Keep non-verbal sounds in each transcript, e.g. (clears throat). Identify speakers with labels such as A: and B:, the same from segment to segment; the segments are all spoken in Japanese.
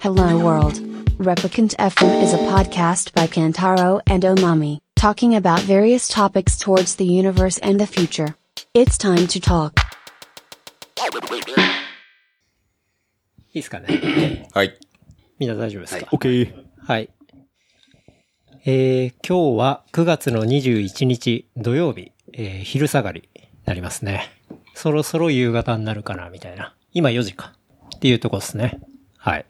A: Hello World. Replicant FM is a podcast by Kantaro and Omami, talking about various topics towards the universe and the future. It's time to talk.
B: いいですかね。
C: はい。
B: みんな大丈夫ですか
D: オッケー。
B: はい。えー、今日は9月の21日土曜日、えー昼下がりになりますね。そろそろ夕方になるかな、みたいな。今4時か。っていうとこですね。はい。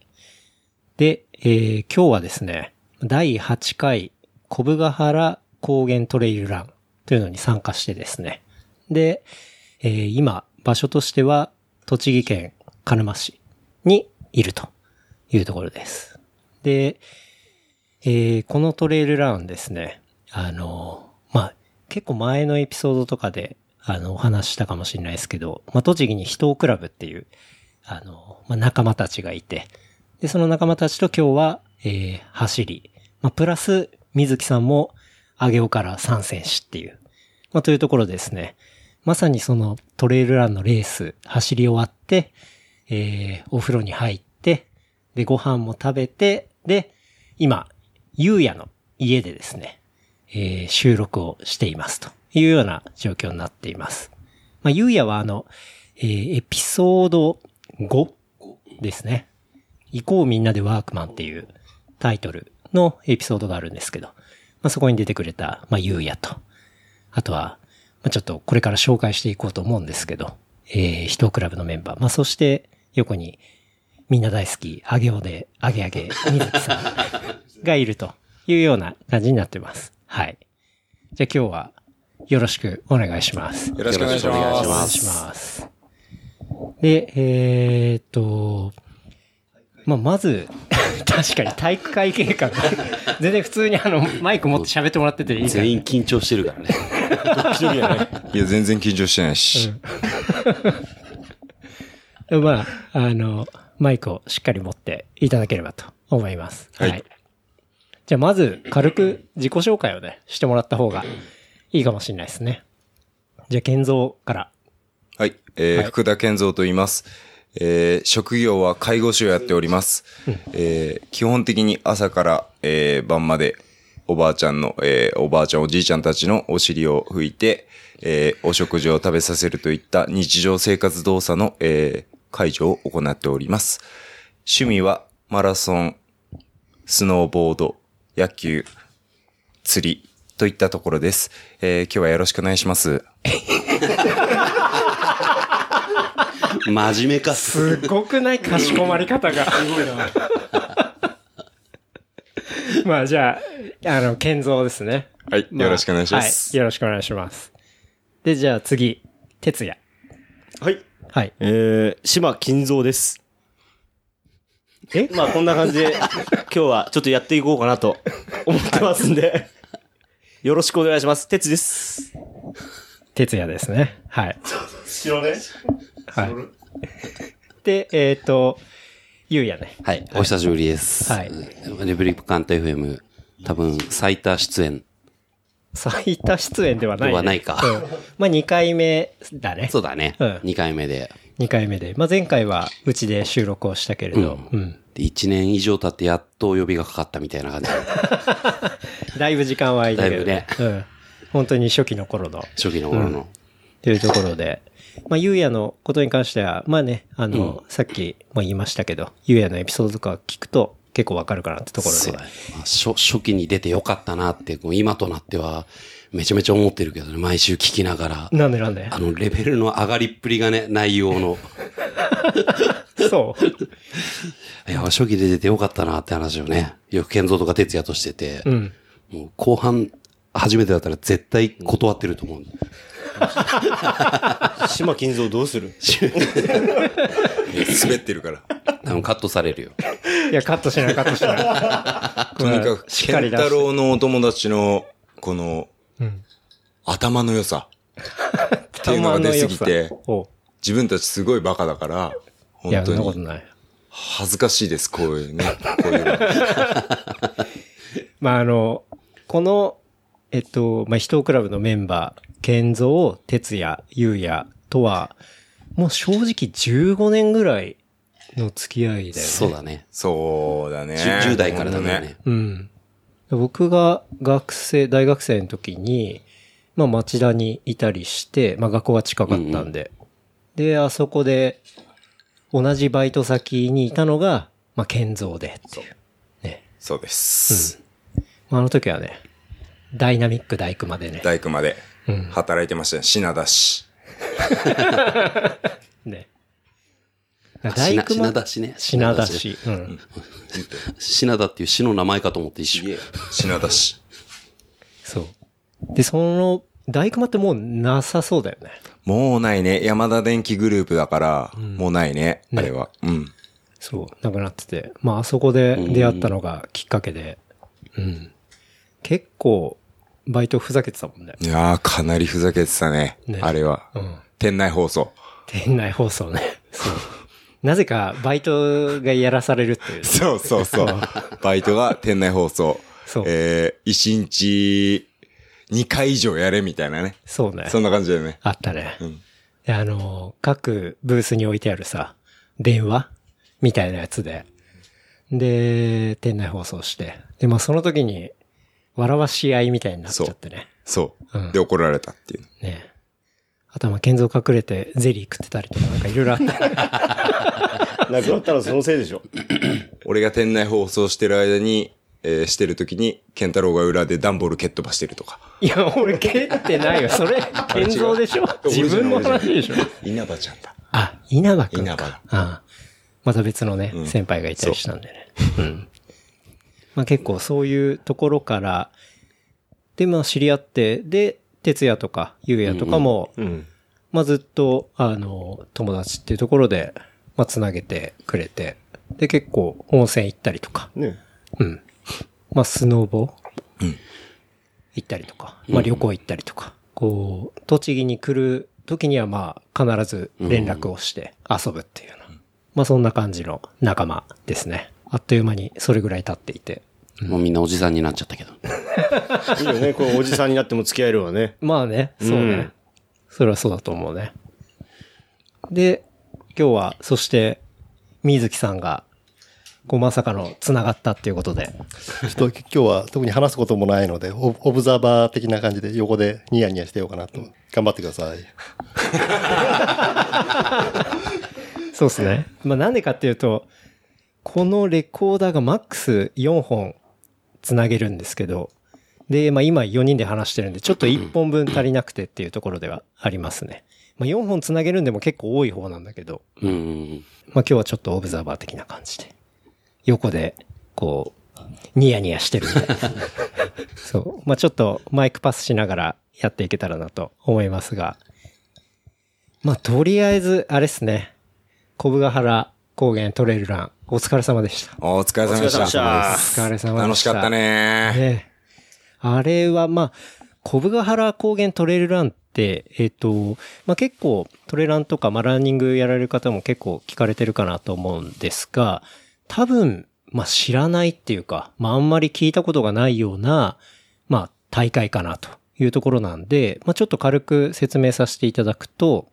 B: で、えー今日はですね、第8回、小部ヶ原高原トレイルランというのに参加してですね。で、えー今、場所としては、栃木県鹿沼市にいるというところです。で、えーこのトレイルランですね、あの、まあ、結構前のエピソードとかで、あの、お話ししたかもしれないですけど、まあ、栃木に人をクラブっていう、あの、まあ、仲間たちがいて、で、その仲間たちと今日は、えー走り、まあ、プラス、水木さんも、上尾から参戦しっていう、まあ、というところですね。まさにそのトレイルランのレース、走り終わって、えーお風呂に入って、で、ご飯も食べて、で、今、ゆうやの家でですね、えー収録をしていますというような状況になっています。まあ、ゆうやはあの、えーエピソード5ですね。行こうみんなでワークマンっていうタイトルのエピソードがあるんですけど、まあ、そこに出てくれた、まあ、ゆうやと、あとは、まあ、ちょっとこれから紹介していこうと思うんですけど、えー、人クラブのメンバー。まあ、そして、横に、みんな大好き、あげおで、あげあげ、みずきさんがいるというような感じになってます。はい。じゃあ今日は、よろしくお願いします。
C: よろしくお願いします。
B: お願いします。で、えーっと、まあ、まず、 (laughs) 確かに体育会系感が、 (laughs) 全然普通にあの、マイク持って喋ってもらってていいから
E: 全員緊張してるからね。
B: (laughs)
C: いや、全然緊張してないし。
B: でもまあ、あの、マイクをしっかり持っていただければと思います。はい。じゃあまず、軽く自己紹介をね、してもらった方がいいかもしれないですね。じゃあ、健三から。
C: はい。えー福田健三と言います。えー職業は介護士をやっております。えー基本的に朝から、えー晩まで、おばあちゃんの、えーおばあちゃん、おじいちゃんたちのお尻を拭いて、えーお食事を食べさせるといった日常生活動作の、えー介助を行っております。趣味は、マラソン、スノーボード、野球、釣り、といったところです。えー今日はよろしくお願いします。
E: 真面目か
B: す
E: す。
B: ごくないかしこまり方が。すごいな。まあ、じゃあ、あの、健三ですね。
C: はい、
B: まあ
C: よろしくお願いします。
B: はい。よろしくお願いします。で、じゃあ次、哲也。
F: はい。
B: はい。
F: えー、島金蔵です。えまあこんな感じで、今日はちょっとやっていこうかなと思ってますんで、よろしくお願いします。哲です。
B: 哲也ですね。はい。
F: 白ね。
B: はい。で、えっ、と、ゆうやね。
E: はい、お久しぶりです。
B: はい
E: レブリップカンタ FM、多分最多出演。
B: 最多出演ではない、
E: ではないか
B: うんまあ、2回目だね。
E: そうだね。
B: うん
E: 2回目で。
B: 2回目で。まあ、前回はうちで収録をしたけれど、うん。
E: で1年以上経ってやっとお呼びがかかったみたいな
B: (laughs)
E: 感じ。
B: だいぶ時間は空いたけど。
E: だい
B: うん。本当に初期の頃の。
E: 初期の頃の。
B: というところで、まあ、ゆうやのことに関しては、まあね、あの、さっきも言いましたけど、ゆうやのエピソードとか聞くと結構わかるかなってところ
E: そう
B: で
E: だ、ねまあ初。初期に出てよかったなって、こう今となっては、めちゃめちゃ思ってるけどね、毎週聞きながら。
B: なんでなんで
E: あの、レベルの上がりっぷりがね、内容の。
B: そう。
E: いや、初期で出てよかったなって話をね、よく健三とか哲也としてて、
B: うん。
E: もう後半、初めてだったら絶対断ってると思う。
F: 島金蔵ど
E: (laughs)
F: うする
C: 滑ってるから。
E: 多分カットされるよ。
B: いや、カットしない、カットしない。
C: とにかく、
B: しっ
C: ケ
B: かり
C: ン
B: 出して
C: タロウのお友達の、この、
B: うん
C: 頭の良さっていうのが出すぎて、
B: おう
C: 自分たちすごいバカだから、
B: いや、
C: 本
B: そ
C: 当
B: んなこと
C: に
B: ない。
C: 恥ずかしいです、こういうね。こういう
B: (laughs)
C: の。
B: まあ、あの、この、えっと、まあ、人クラブのメンバー、健三、哲也、ゆうやとは、もう正直15年ぐらいの付き合いだよね。
E: (laughs) そうだね。
C: そうだね。
E: 10代からだからね。
B: うん。僕が学生、大学生の時に、まあ町田にいたりして、まあ学校は近かったんで、で、あそこで、同じバイト先にいたのが、まあ建造でっていう。ね。
C: そうです。
B: まああの時はね、ダイナミック大工までね。
C: 大工まで働いてましたね。品田市。
B: ね。だから
E: 品
B: 大工ま
E: 品田市ね。
B: 品田。市。うん。
E: 品田っていう市の名前かと思って一瞬。
C: 品田市。
B: そう。で、その、大工間ってもうなさそうだよね。
C: もうないね。山田電機グループだから、もうないね。あれは。うん。
B: そう、なくなってて。まあ、あそこで出会ったのがきっかけで。うん。結構、バイトふざけてたもんね。
C: いやー、かなりふざけてたね。
B: ね
C: あれは。
B: うん。
C: 店内放送。
B: 店内放送
C: (laughs)
B: ね。そう。なぜか、バイトがやらされるっていう。
C: そうそうそう。バイトが店内放送。
B: そう
C: えー、1日2回以上やれみたいなね。
B: そうね。
C: そんな感じだよね。
B: あったね。
C: ん
B: であの、各ブースに置いてあるさ、電話みたいなやつで。で、店内放送して。で、まあ、その時に、笑わし合いみたいになっちゃってね。
C: そう。
B: うん
C: で、怒られたっていう。
B: ねえ。あとはまあ、建造隠れてゼリー食ってたりとか、なんかいろいろあ (laughs) った。
F: なくなったらそのせいでしょ。
C: 俺が店内放送してる間に、えーしてる時に、健太郎が裏で段ボール蹴っ飛ばしてるとか。
B: いや、俺蹴ってないよ。それ、建造でしょ
C: れ違う
B: 自分の話 (laughs) でしょ
C: 稲葉ちゃんだ。
B: あ、稲葉くんか。
C: 稲葉
B: ああまた別のね、先輩がいたりしたんでね。うん。まあ結構そういうところから、で、まあ知り合って、で、哲也とか、ゆうやとかも、まあずっと、あの、友達っていうところで、まあ繋げてくれて、で、結構温泉行ったりとか、
F: ね。
B: うん。まあ、スノボ、行ったりとか、まあ、旅行行ったりとか、こう、栃木に来る時には、まあ、必ず連絡をして遊ぶっていうような、まあ、そんな感じの仲間ですね。あっという間にそれぐらい経っていて。
E: もうみんなおじさんになっちゃったけど。
F: いいよね。こう、おじさんになっても付き合えるわね。
B: まあね、そうね。
F: うん
B: それはそうだと思うね。で、今日は、そして、水木さんが、こう、まさかの繋がったっていうことで、
D: ちょっと今日は特に話すこともないので、オオブザーバー的な感じで横でニヤニヤしてようかなと。頑張ってください。
B: そうですね。まあなんでかっていうと、このレコーダーがマックス4本つなげるんですけど、で、まあ今4人で話してるんで、ちょっと1本分足りなくてっていうところではありますね。まあ4本つなげるんでも結構多い方なんだけど、
E: うんうん
B: まあ今日はちょっとオブザーバー的な感じで、横で、こう、ニヤニヤしてるみたいな。そう。まあちょっとマイクパスしながらやっていけたらなと思いますが、まあとりあえず、あれっすね。小部ヶ原高原トレイルラン、お疲れ様でした。
C: お疲れ様でした。
F: お疲れ様でした
B: お疲れ様でした。
C: 楽しかったね
B: ねえあれは、まあ、小部ヶ原高原トレイルランって、えっ、と、まあ結構トレランとか、まあランニングやられる方も結構聞かれてるかなと思うんですが、多分、まあ知らないっていうか、まああんまり聞いたことがないような、まあ大会かなというところなんで、まあちょっと軽く説明させていただくと、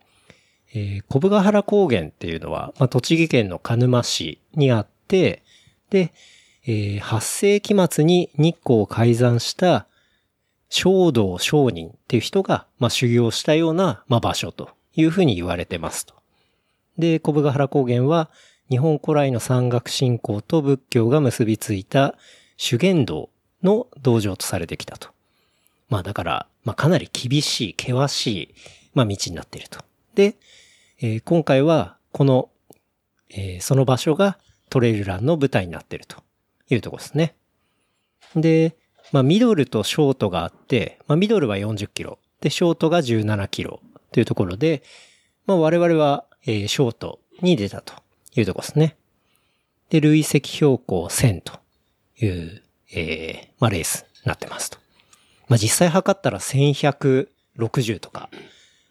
B: えー、小部ヶ原高原っていうのは、まあ、栃木県の鹿沼市にあって、で、えー8世紀末に日光を開山した聖道聖人っていう人が、まあ、修行したような、まあ、場所というふうに言われてますと。で、小部ヶ原高原は、日本古来の山岳信仰と仏教が結びついた修験道の道場とされてきたと。まあだから、まあかなり厳しい、険しい、まあ道になっていると。で、えー今回は、この、えーその場所がトレイルランの舞台になっているというところですね。で、まあミドルとショートがあって、まあミドルは40キロ、で、ショートが17キロというところで、まあ我々は、えーショートに出たというところですね。で、累積標高1000という、えーまあレースになってますと。まあ実際測ったら1160とか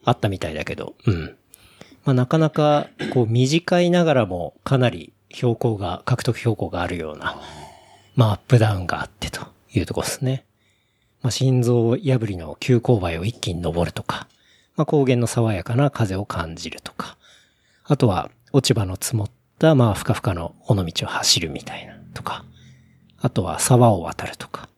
B: あったみたいだけど、うん。まあなかなかこう短いながらもかなり標高が、獲得標高があるような、まあアップダウンがあってというところですね。まあ心臓破りの急勾配を一気に登るとか、まあ高原の爽やかな風を感じるとか、あとは落ち葉の積もっった、まあ、ふかふかの尾道を走るみたいな、とか、あとは沢を渡るとか、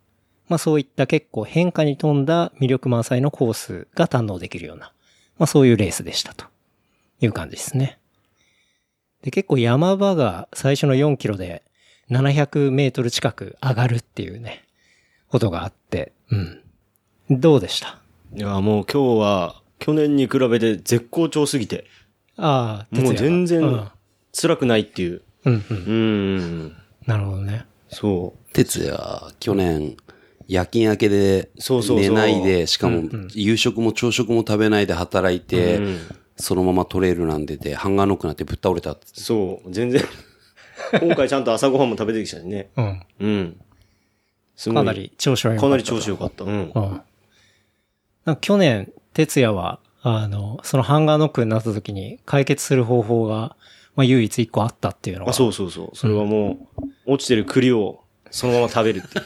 B: まあそういった結構変化に富んだ魅力満載のコースが堪能できるような、まあそういうレースでしたという感じですね。で、結構山場が最初の4キロで700メートル近く上がるっていうね、ことがあって、うん。どうでした
F: いや、もう今日は、去年に比べて絶好調すぎて、
B: ああ、
F: もう
B: 哲也が
F: 全
B: うん
F: 然、辛くないっていう。
B: うんうん。
F: うん。
B: なるほどね。
F: そ
E: 哲也、去年、夜勤明けで、
F: そうそうそう。
E: 寝ないで、しかも、夕食も朝食も食べないで働いうて、
F: うん
E: そのままトレイルなんでて、ハンガーノックなってぶっ倒れたって。
F: そう、全然。今回ちゃんと朝ごはんも食べてきたしね。
B: うん。
F: うん。すご
B: か
F: い
B: なり調子は良か
F: か
B: ったと
F: なり調子良かった。うん。
B: うん。なんか去年、哲也は、あの、そのハンガーノックになった時に解決する方法が、まあ唯一一個あったっていうのが。
F: あ、そうそうそう。それはもう、落ちてる栗をそのまま食べるっていう。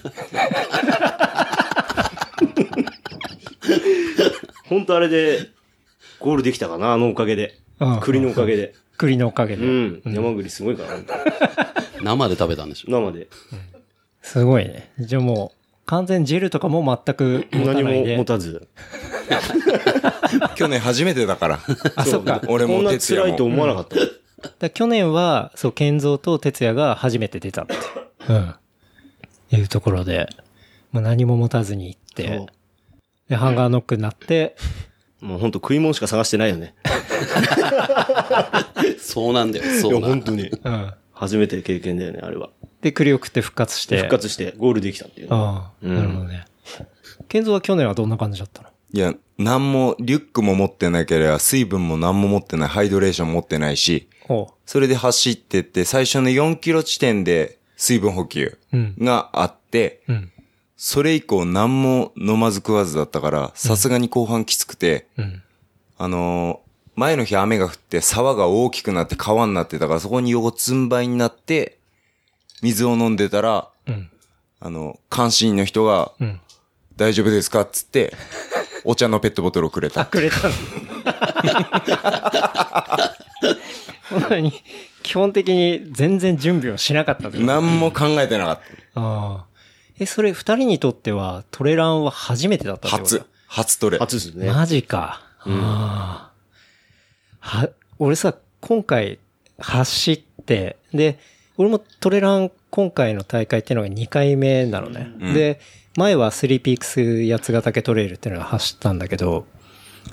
F: (laughs) 本当あれで、ゴールできたかな、あのおかげで。
B: うん
F: 栗のおかげで。
B: 栗のおかげ
F: う
B: で。
F: ん。山栗すごいから、本当
E: 生で食べたんでしょ
F: 生で。
B: すごいね。じゃあもう、完全ジェルとかも全く持た
F: 何
B: ない
F: も
B: で。
F: 持たず。
C: 去年初めてだから。
B: あ、そっか。だか
C: 俺
F: こ
C: も
F: んな
C: 哲
F: 辛
C: 也
F: いと
C: も。
F: 思わなかった。
B: ら去年は、そう、健三と哲也が初めて出たって。うん。いうところで、まあ何も持たずに行って
F: そ、
B: で、ハンガーノックになって、
F: もう本当食い物しか探してないよね。
E: そうなんだよ、
D: い
E: そう
D: や、
E: なん
D: 本当に。
B: うん。
F: 初めて経験だよね、あれは。
B: で、栗を食って復活して。
F: 復活してゴールできたっていうね。
B: ああ、
F: うん
B: なるほどね。健三は去年はどんな感じだったの
C: いや、何も、リュックも持ってなければ、水分も何も持ってない、ハイドレーション持ってないし、
B: ほ
C: それで走ってって、最初の4キロ地点で水分補給
B: う。うん。
C: があって、
B: うん。
C: それ以降何も飲まず食わずだったから、さすがに後半きつくて、
B: うん。
C: あのー前の日雨が降って沢が大きくなって川になってたから、そこに横つん這いになって、水を飲んでたら、
B: うん。
C: あの、監視員の人が、
B: うん。
C: 大丈夫ですかっつって、お茶のペットボトルをくれた。
B: くれ (laughs) たの本当に、基本的に全然準備をしなかったというか
C: 何も考えてなかっ
B: ああ。え、それ二人にとってはトレランは初めてだった
C: た。
B: ってこと
C: 初。初トレ。
F: 初ですね。
B: マジか。ああは、俺さ、今回走って、で、俺もトレラン今回の大会っていうのが2回目なのね。
C: うん
B: で、前はスリーピークス八ヶ岳トレイルっていうのが走ったんだけど、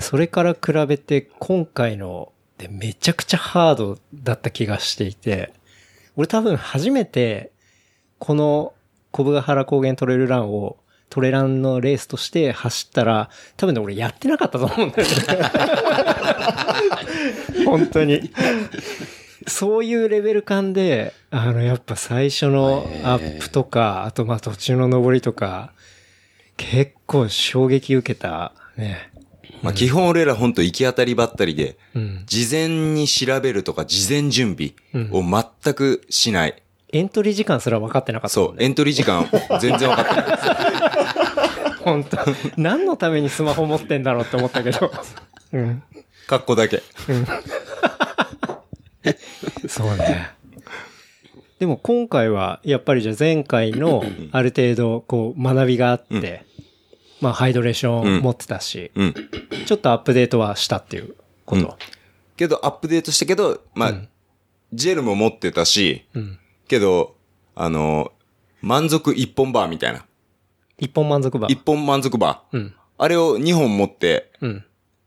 B: それから比べて今回のでめちゃくちゃハードだった気がしていて、俺多分初めてこの小部ヶ原高原トレイルランをトレランのレースとして走ったら、多分ね、俺やってなかったと思うんだよね。 (laughs) 本当に。そういうレベル感で、あの、やっぱ最初のアップとか、あとまあ途中の登りとか、結構衝撃受けたね。
C: まあ、基本俺らほんと行き当たりばったりで、
B: うん。
C: 事前に調べるとか事前準備を全くしない。
B: エントリー時間すら分かってなかった
C: そ
B: も、
C: うん
B: ね。
C: エントリー時間全然分かってない。
B: (laughs) 本当何のためにスマホ持ってんだろうって思ったけ (laughs) ど。うん。
C: 格好だけ。
B: そうね。 (laughs) でも今回は、やっぱりじゃあ前回のある程度こう学びがあって、まあハイドレーション持ってたし、
C: うん。
B: ちょっとアップデートはしたっていうこと。
C: けど、アップデートしたけど、まあ、ジェルも持ってたし、
B: うん。
C: けど、あの、満足一本バーみたいな。
B: 一本満足版
C: 一。本満足バー。
B: うん。
C: あれを二本持って、
B: うん。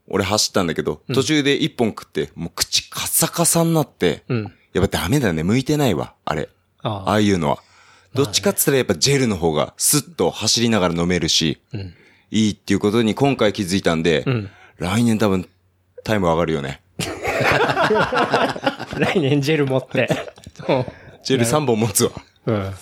C: 俺走ったんだけど、途中で一本食って、もう口カサカサになって、
B: うん。
C: やっぱダメだね。向いてないわ。あれ。
B: あ
C: ああいうのは。どっちかっつったらやっぱジェルの方がスッと走りながら飲めるし、
B: ん
C: いいっていうことに今回気づいたんで、
B: ん
C: 来年多分タイム上がるよね。
B: あ。 (laughs) 来年ジェル持
C: (laughs)
B: って。
C: ジェル3本持つわ。
B: うん。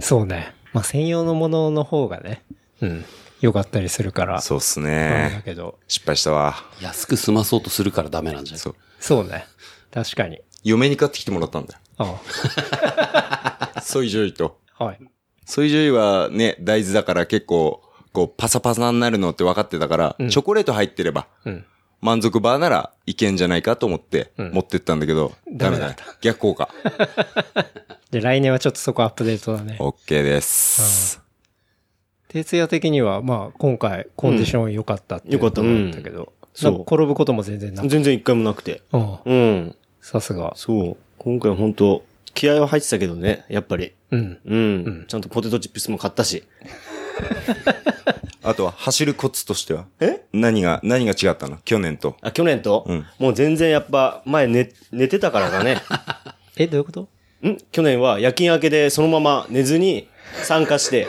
B: そうね。まあ専用のものの方がね、うん。良かったりするから。
C: そうっす
B: なんだ
C: ね。
B: けど。
C: 失敗したわ。
E: 安く済まそうとするからダメなんじゃない
C: そう。
B: そうね。確かに。
C: 嫁に買ってきてもらったんだよ。
B: あ
C: ソイジョイと。
B: あ。はい。
C: ソイジョイはね、大豆だから結構、こう、パサパサになるのって分かってたから、チョコレート入ってれば、
B: うん。
C: 満足バーならいけんじゃないかと思って持ってったんだけど、ダ
B: ダメ
C: メ
B: だ
C: だ
B: った。
C: 逆効果。
B: で、来年はちょっとそこアップデートだね。
C: OK です。
B: 徹夜的には、まあ、今回、コンディション良かったっていう
F: 良かった
B: ことなんだけど、
F: そう
B: なんか転ぶことも全然なく、
F: 全然一回もなくて。
B: うん、
F: うん。
B: さすが。
F: そう。今回本当気合は入ってたけどね、やっぱり。
B: うん。
F: うん。ちゃんとポテトチップスも買ったし。
C: あとは走るコツとしてはえ何が、何が違ったの去年と。
F: あ、去年と、
C: うん
F: もう全然やっぱ、前寝、寝てたからだね。
B: え、どういうこと
F: ん去年は夜勤明けでそのまま寝ずに参加して、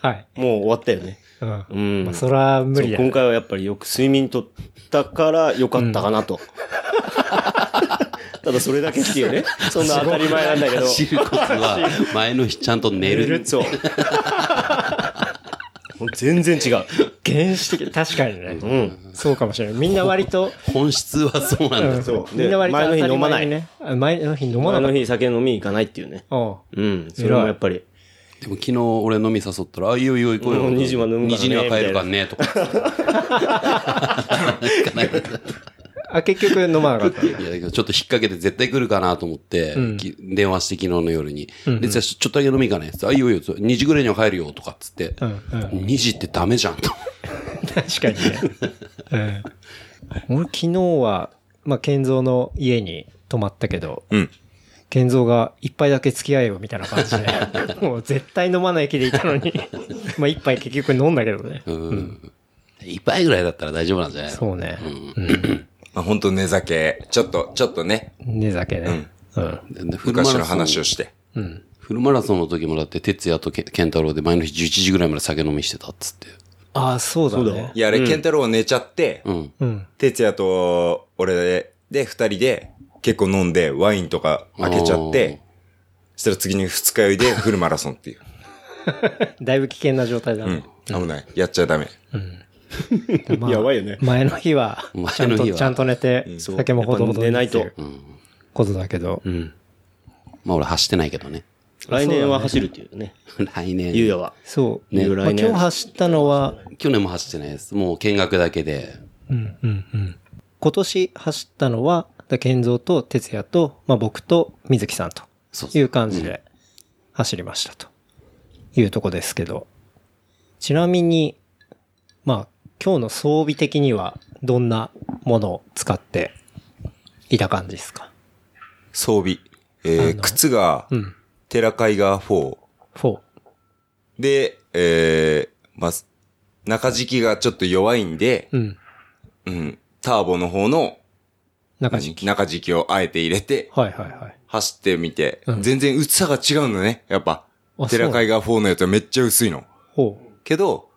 B: はい。
F: もう終わったよね。
B: うん。
F: うん。
B: まあ、そら無理だ
F: そう今
B: よ。
F: 回はやっぱりよく睡眠とったからよかったかなと。ただそれだけっていうね。そんな当たり前なんだけど。
E: 走るコツは、前の日ちゃんと寝る。
F: そう。もう全然違う。
B: 原始的、 (laughs) 確かにね。
F: うん。
B: そうかもしれない。みんな割と、
E: 本質はそうなんだ。
F: そう。
B: みん
F: で、
B: な割と
F: 前の日飲まない。
B: ね。あ前の日飲まな
F: 前
B: い。
F: の日酒飲み行かないっていうね。
B: うん。
F: うん。それもやっぱり。
E: でも昨日俺飲み誘ったら、あ、いいよいいよ行こうよ。
F: うん2時まで飲むから
E: 2
F: ね
E: 時には帰るからね、とか。 (laughs) 行かない
B: あ、結局飲まなかった。
E: いや、だけどちょっと引っ掛けて絶対来るかなと思って、き電話して昨日の夜に。で、じゃあちょっとだけ飲み行かないっつってあ、いいよいいよ、2時ぐらいには帰るよ、とかっつって。
B: うんうん。
E: 2時ってダメじゃん、と。
B: (laughs)
E: (laughs)
B: 確かにね。うん。俺昨日は、まあ、健三の家に泊まったけど、
C: うん。
B: 健三が一杯だけ付き合えよみたいな感じで、もう絶対飲まない気でいたのに、まあ一杯結局飲んだけどね。
E: うん。一杯ぐらいだったら大丈夫なんじゃないの
B: そうね。
C: まあ、ほんと寝酒。ちょっと、ちょっとね、
B: 寝酒ね。うん。
E: でフルマラソ
C: 昔
E: ン
C: の話をして。
E: フルマラソンの時もだって、哲也とけ健太郎で前の日11時ぐらいまで酒飲みしてたっつって。
B: ああ、そうだね。
C: いや、あれ、ケンタロウ寝ちゃって、
E: うん。
B: うん。
C: 哲也と俺で、で、二人で結構飲んで、ワインとか開けちゃって、そしたら次に二日酔い (laughs) でフルマラソンっていう。
B: だいぶ危険な状態だ
C: う
B: ね
C: ん。。危ない。やっちゃダメ。
B: まあ
F: やばいよね。
B: 前の日は、ちゃ
E: 前
B: ん
E: の日
B: と、
E: は
B: ちゃんと寝て、
F: そう
B: 酒もほどほど
F: やっぱ寝ない
B: って
F: と
B: う。ことだけど。
E: うん。まあ俺走ってないけどね。 (laughs)
F: 来年は走るっていうね。
E: 来年。
F: ゆうやは。
B: そう。
F: ね
B: まあ
F: 来年
B: 今日走ったのは、
E: 去年も走ってないです。もう見学だけで。
B: うんうんうん。今年走ったのは、だ健三と哲也と、まあ僕と水木さんと
E: そうそう
B: いう感じで走りましたというとこですけど。ちなみに、まあ今日の装備的にはどんなものを使っていた感じですか
C: 装備。えー、靴が、
B: うん。
C: テラカイガー4。
B: 4。
C: で、えー、まあ、中敷きがちょっと弱いんで、
B: うん。
C: うん、ターボの方の
B: 中敷き。
C: 中敷きをあえて入れて、
B: はいはいはい。
C: 走ってみて、
B: うん
C: 全然薄さが違うんだね、やっぱ
B: あ。
C: テラカイガー4のやつはめっちゃ薄いの。
B: 4。
C: けど、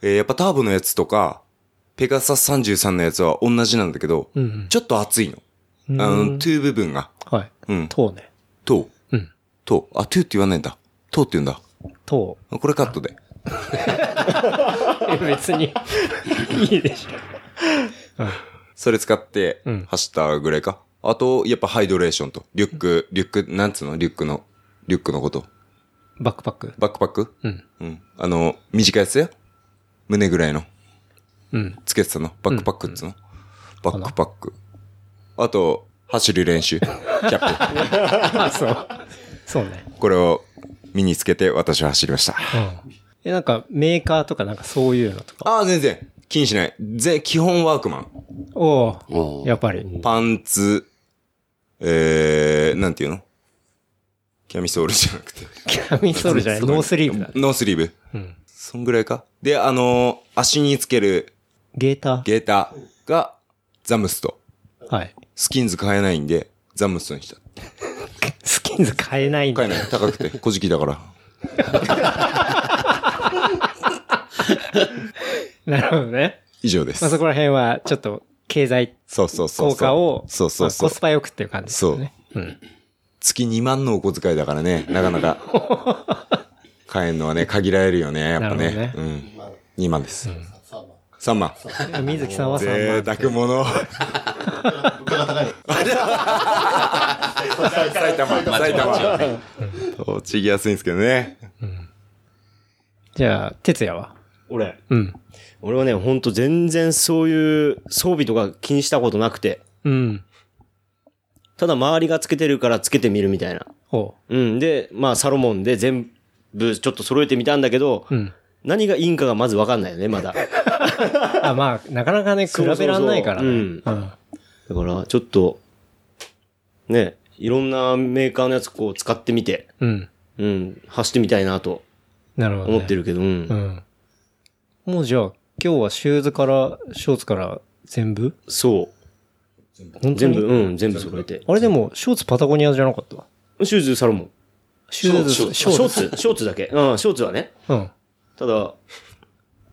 C: えーやっぱターボのやつとか、ペガサス33のやつは同じなんだけど、
B: うんうん。
C: ちょっと厚いの。あ
B: う
C: の、
B: ん
C: トゥー部分が。
B: はい。
C: うん。
B: 等ね。
C: とう。
B: うん
C: とう。あ、トゥーって言わないんだ。とうって言うんだ。
B: 等。
C: これカットで。
B: え別に、いいでしょ。
C: それ使って
B: うん、
C: 走ったぐらいか。あと、やっぱハイドレーションと。リュック、リュック、なんつうのリュックの、リュックのこと。
B: バックパック。
C: バックパック
B: うん。
C: うん。あの、短いやつや胸ぐらいの。
B: うん。
C: つけてたのバックパックっつうの、バックパック。あと、走る練習。キャップ。
B: あ、そう。そうね。
C: これを身につけて私は走りました。
B: うん。え、なんか、メーカーとかなんかそういうのとか。
C: ああ、全然。気にしない。ぜ、基本ワークマン。
B: お
E: お
B: お
E: う
B: やっぱり。
C: パンツ、えー、なんていうのキャミソールじゃなくて。
B: キャミソールじゃない、ノースリーブだ。
C: ノースリーブ。
B: うん。
C: そんぐらいか。で、あのー足につける
B: ゲータ
C: ゲーターがザムスト。
B: ー。はい。
C: スキンズ買えないんで、ザムストにした。
B: スキンズ買えないん
C: 買
B: だ。
C: えない。高
B: (laughs)
C: くて。小じきだから。
B: なるほどね。
C: 以上です。
B: まあそこら辺は、ちょっと、経済
C: そうそうそう
B: 効
C: そう。
B: 果を、
C: そうそうそ
B: ま
C: う
B: あコス。パ良くっていう感じですよね。うん。
C: 月2万のお小遣いだからね、なかなか。
B: (laughs)
C: 買えんのはね、限られるよね、やっぱね。
B: なるほ
C: うん。2万です。3万。
B: 水木さんは3
C: 贅
B: 万。
C: 沢者。 (laughs) 埼玉、埼玉。栃木安いんですけどね。
B: じゃあ、哲也は
F: 俺。
B: うん。
F: 俺はね、ほんと全然そういう装備とか気にしたことなくて。
B: うん。
F: ただ周りがつけてるからつけてみるみたいな。
B: ほ
F: うん。で、まあサロモンで全部ちょっと揃えてみたんだけど、
B: う。うん。
F: 何がいいんかがまずわかんないよね、まだ。
B: あ、まあ、なかなかね、 (laughs) 比
F: そうそうそう
B: べらんないからね。
F: うん
B: うん。
F: だから、ちょっと、ね、いろんなメーカーのやつこう使ってみて、
B: うん。
F: うん、走ってみたいなと
B: なるほど、ね。
F: 思ってるけど、うん。
B: うん。もうじゃあ、今日はシューズから、ショーツから全部本
F: そう。
B: 当
F: 全
B: に
F: 部、うん、全部揃えて。
B: あれでも、ショーツパタゴニアじゃなかったわ
F: シューズ、サロモン。
B: シューズ、ショーツ。
F: ショーツ、ショーツだけ。うん、ショーツはね。
B: うん。
F: ただ、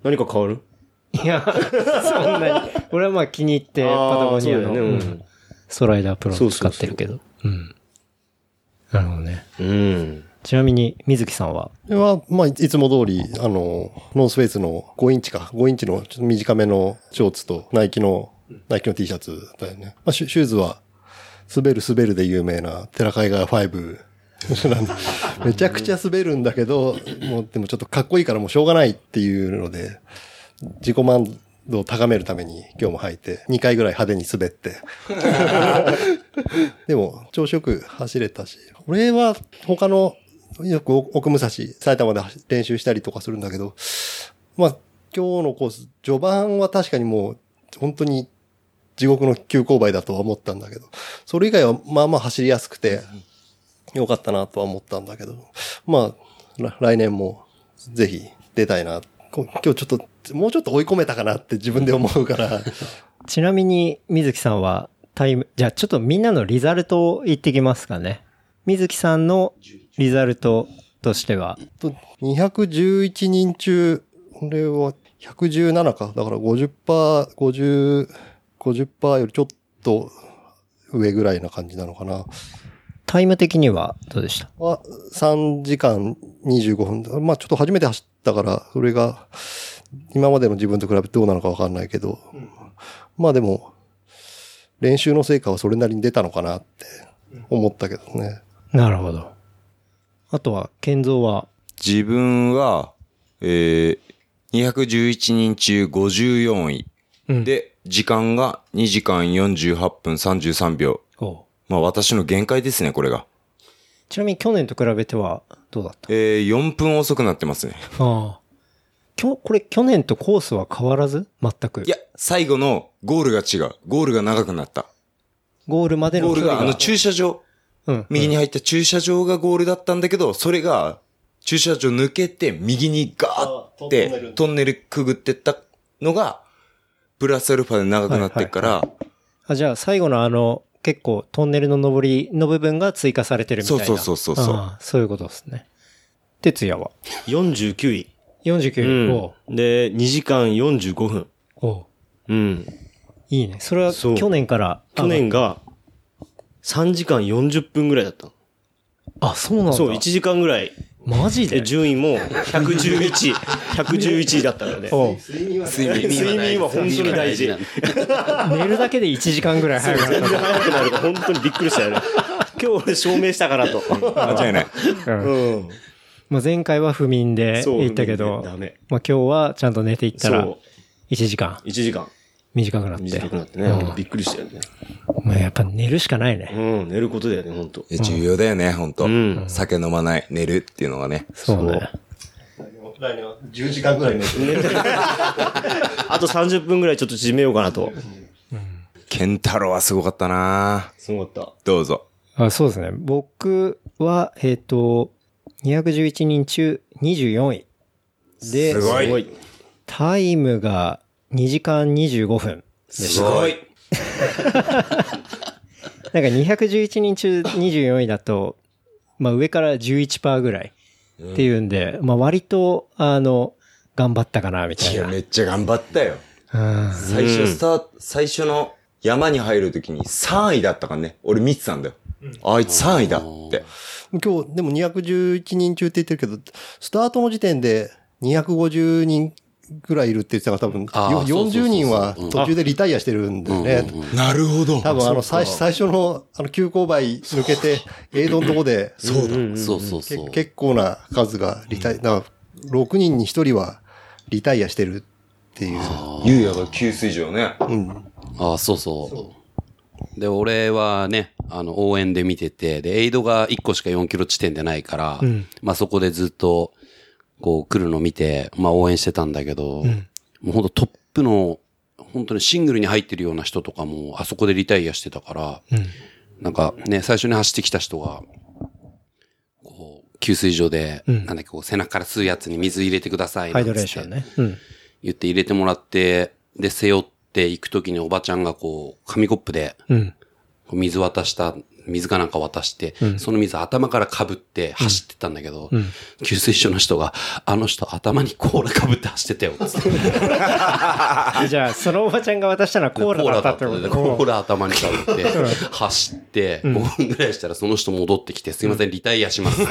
F: 何か変わる
B: いや、そんなに。俺はまあ気に入って、パタゴニア
F: あ
B: の、
F: ーそうだよね
B: うんストライダープロ
F: そう
B: の使
F: そうそ
B: っ
F: う
B: てるけど。うん。なるほどね。
F: うん。うん。
B: ちなみに、水木さんは、
D: では、まあ、いつも通り、あの、ノースフェイスの5インチか、5インチのちょっと短めのショーツと、ナイキの、ナイキの T シャツだよね。まあ、シュシューズは、滑る滑るで有名な、テラカイガー5 (laughs) なんで。めちゃくちゃ滑るんだけど、もう、でもちょっとかっこいいからもうしょうがないっていうので、自己満度を高めるために今日も履いて、2回ぐらい派手に滑って。でも、調子よく走れたし、俺は他の、よく奥武蔵、埼玉で走練習したりとかするんだけど、まあ、今日のコース、序盤は確かにもう、本当に地獄の急勾配だとは思ったんだけど、それ以外はまあまあ走りやすくて、よかったなとは思ったんだけど、まあ、ら来年もぜひ出たいな。こ今日ちょっと、もうちょっと追い込めたかなって自分で思うから、
B: ちなみに、水木さんは、タイム、じゃあちょっとみんなのリザルトを言ってきますかね。水木さんのリザルトとしては、
D: と、211人中、これは117か。だから50%、50、50%よりちょっと上ぐらいな感じなのかな。
B: タイム的にはどうでした
D: は、3時間25分。まあちょっと初めて走ったから、それが、今までの自分と比べてどうなのかわかんないけど、まあでも、練習の成果はそれなりに出たのかなって思ったけどね。
B: なるほど。あとは、健三は、
C: 自分は、えー、211人中54位。
B: うん
C: で、時間が2時間48分33秒。まあ私の限界ですね、これが。
B: ちなみに去年と比べてはどうだった
C: えー、4分遅くなってますね。
B: ああ。きょ、これ去年とコースは変わらず全く。
C: いや、最後のゴールが違う。ゴールが長くなった。
B: ゴールまでの
C: ゴー
B: 距
C: ル
B: 離
C: が、あの駐車場。
B: うん。
C: 右に入った駐車場がゴールだったんだけど、それが、駐車場抜けて、右にガーって、トンネルくぐってったのが、プラスアルファで長くなってっから、
B: あ、じゃあ最後のあの、結構トンネルの上りの部分が追加されてるみたいな。
C: そうそうそうそうそう
B: ああそういうことですね。哲也は
F: 49位。
B: 49を、
F: うん。で、2時間45分。
B: おう
F: うん。
B: いいね。それは
F: そう
B: 去年から。
F: 去年が、3時間40分ぐらいだったの
B: あ、そうなんだ。
F: そう、1時間ぐらい。
B: マジ
F: で、
B: で
F: 順位も111、111位だったので。
B: おう
E: 睡
F: 眠睡眠は本当に大事
E: なんだ
B: 寝るだけで1時間ぐらい早くなっ
F: 全然速くなるから、本当にびっくりしたよね。今日俺証明したからと。
C: 間違いない。
B: た。うん。まあ前回は不眠で
F: そう
B: 行ったけど、
F: ダメ。
B: まあ今日はちゃんと寝ていったら
F: そ
B: 1時間
F: 1時間
B: 短くなって。
F: 短くなってね、
B: うん
F: 本当びっくりしたよね。
B: まあやっぱ寝るしかないね。
F: うん、寝ることだよね、本当。
C: え (laughs) 重要だよね、ほんと
F: ん。
C: 酒飲まない、寝るっていうのがね。
B: そうね。
D: 来年は10時間ぐらい寝て
F: (laughs) あと30分ぐらいちょっと縮めようかなと。
C: ケンタロウはすごかったな
F: すごかっ
C: どうぞ。
B: あそうですね。僕は、えっ、と、211人中24位。で、
C: す
F: た。
C: ご
F: すご
C: い。
F: い。
B: タイムが2時間25分。
C: すごい。
B: なんか211人中24位だと、まあ上から11%ぐらいっていうんで、まあ割と、あの、頑張ったかな、みた
C: い
B: い
C: や、
B: な。
C: めっちゃ頑張ったよ。
B: うん
C: 最初スタート、最初の山に入るときに3位だったからね。俺見てたんだよ。あいつ3位だって。
D: 今日、でも211人中って言ってるけど、スタートの時点で250人ぐらいいるって言ってたから多分、よ
E: あーそうそうそうそう
D: 40人は途中でリタイアしてるんだよね。
C: なるほど。
D: 多分あの最最初のあの急勾配抜けて、エイドのとこで、
E: そうだ。そうそうそう。
D: け結構な数がリタイア、だから6人に1人はリタイアしてるっていう。
C: ゆうやが給水上ね。
D: うん。
E: ああ、そうそう。で、俺はね、あの、応援で見てて、で、エイドが1個しか4キロ地点でないから、まあそこでずっと、こう来るの見て、まあ応援してたんだけど、もうほんとトップの、本当にシングルに入ってるような人とかも、あそこでリタイアしてたから、なんかね、最初に走ってきた人が、こう、給水所で、なんだっけ、こう背中から吸うやつに水入れてください。
B: ハイドレーションね。うん。
E: 言って入れてもらって、で、背負っていくときにおばちゃんがこう、紙コップで、
B: うん。
E: 水渡した、水かなんか渡して、その水頭から被って走ってったんだけど、給水所の人が、あの人頭にコーラ被って走ってたよ、つって。
B: えじゃあ、そのおばちゃんが渡したのは (laughs) コーラだったってこと
E: コーラ
B: だ
E: だったコーラ頭に被って、
B: (laughs)
E: 走って、5分ぐらいしたらその人戻ってきて、すいません、リタイア
B: (laughs)
E: します。 (laughs)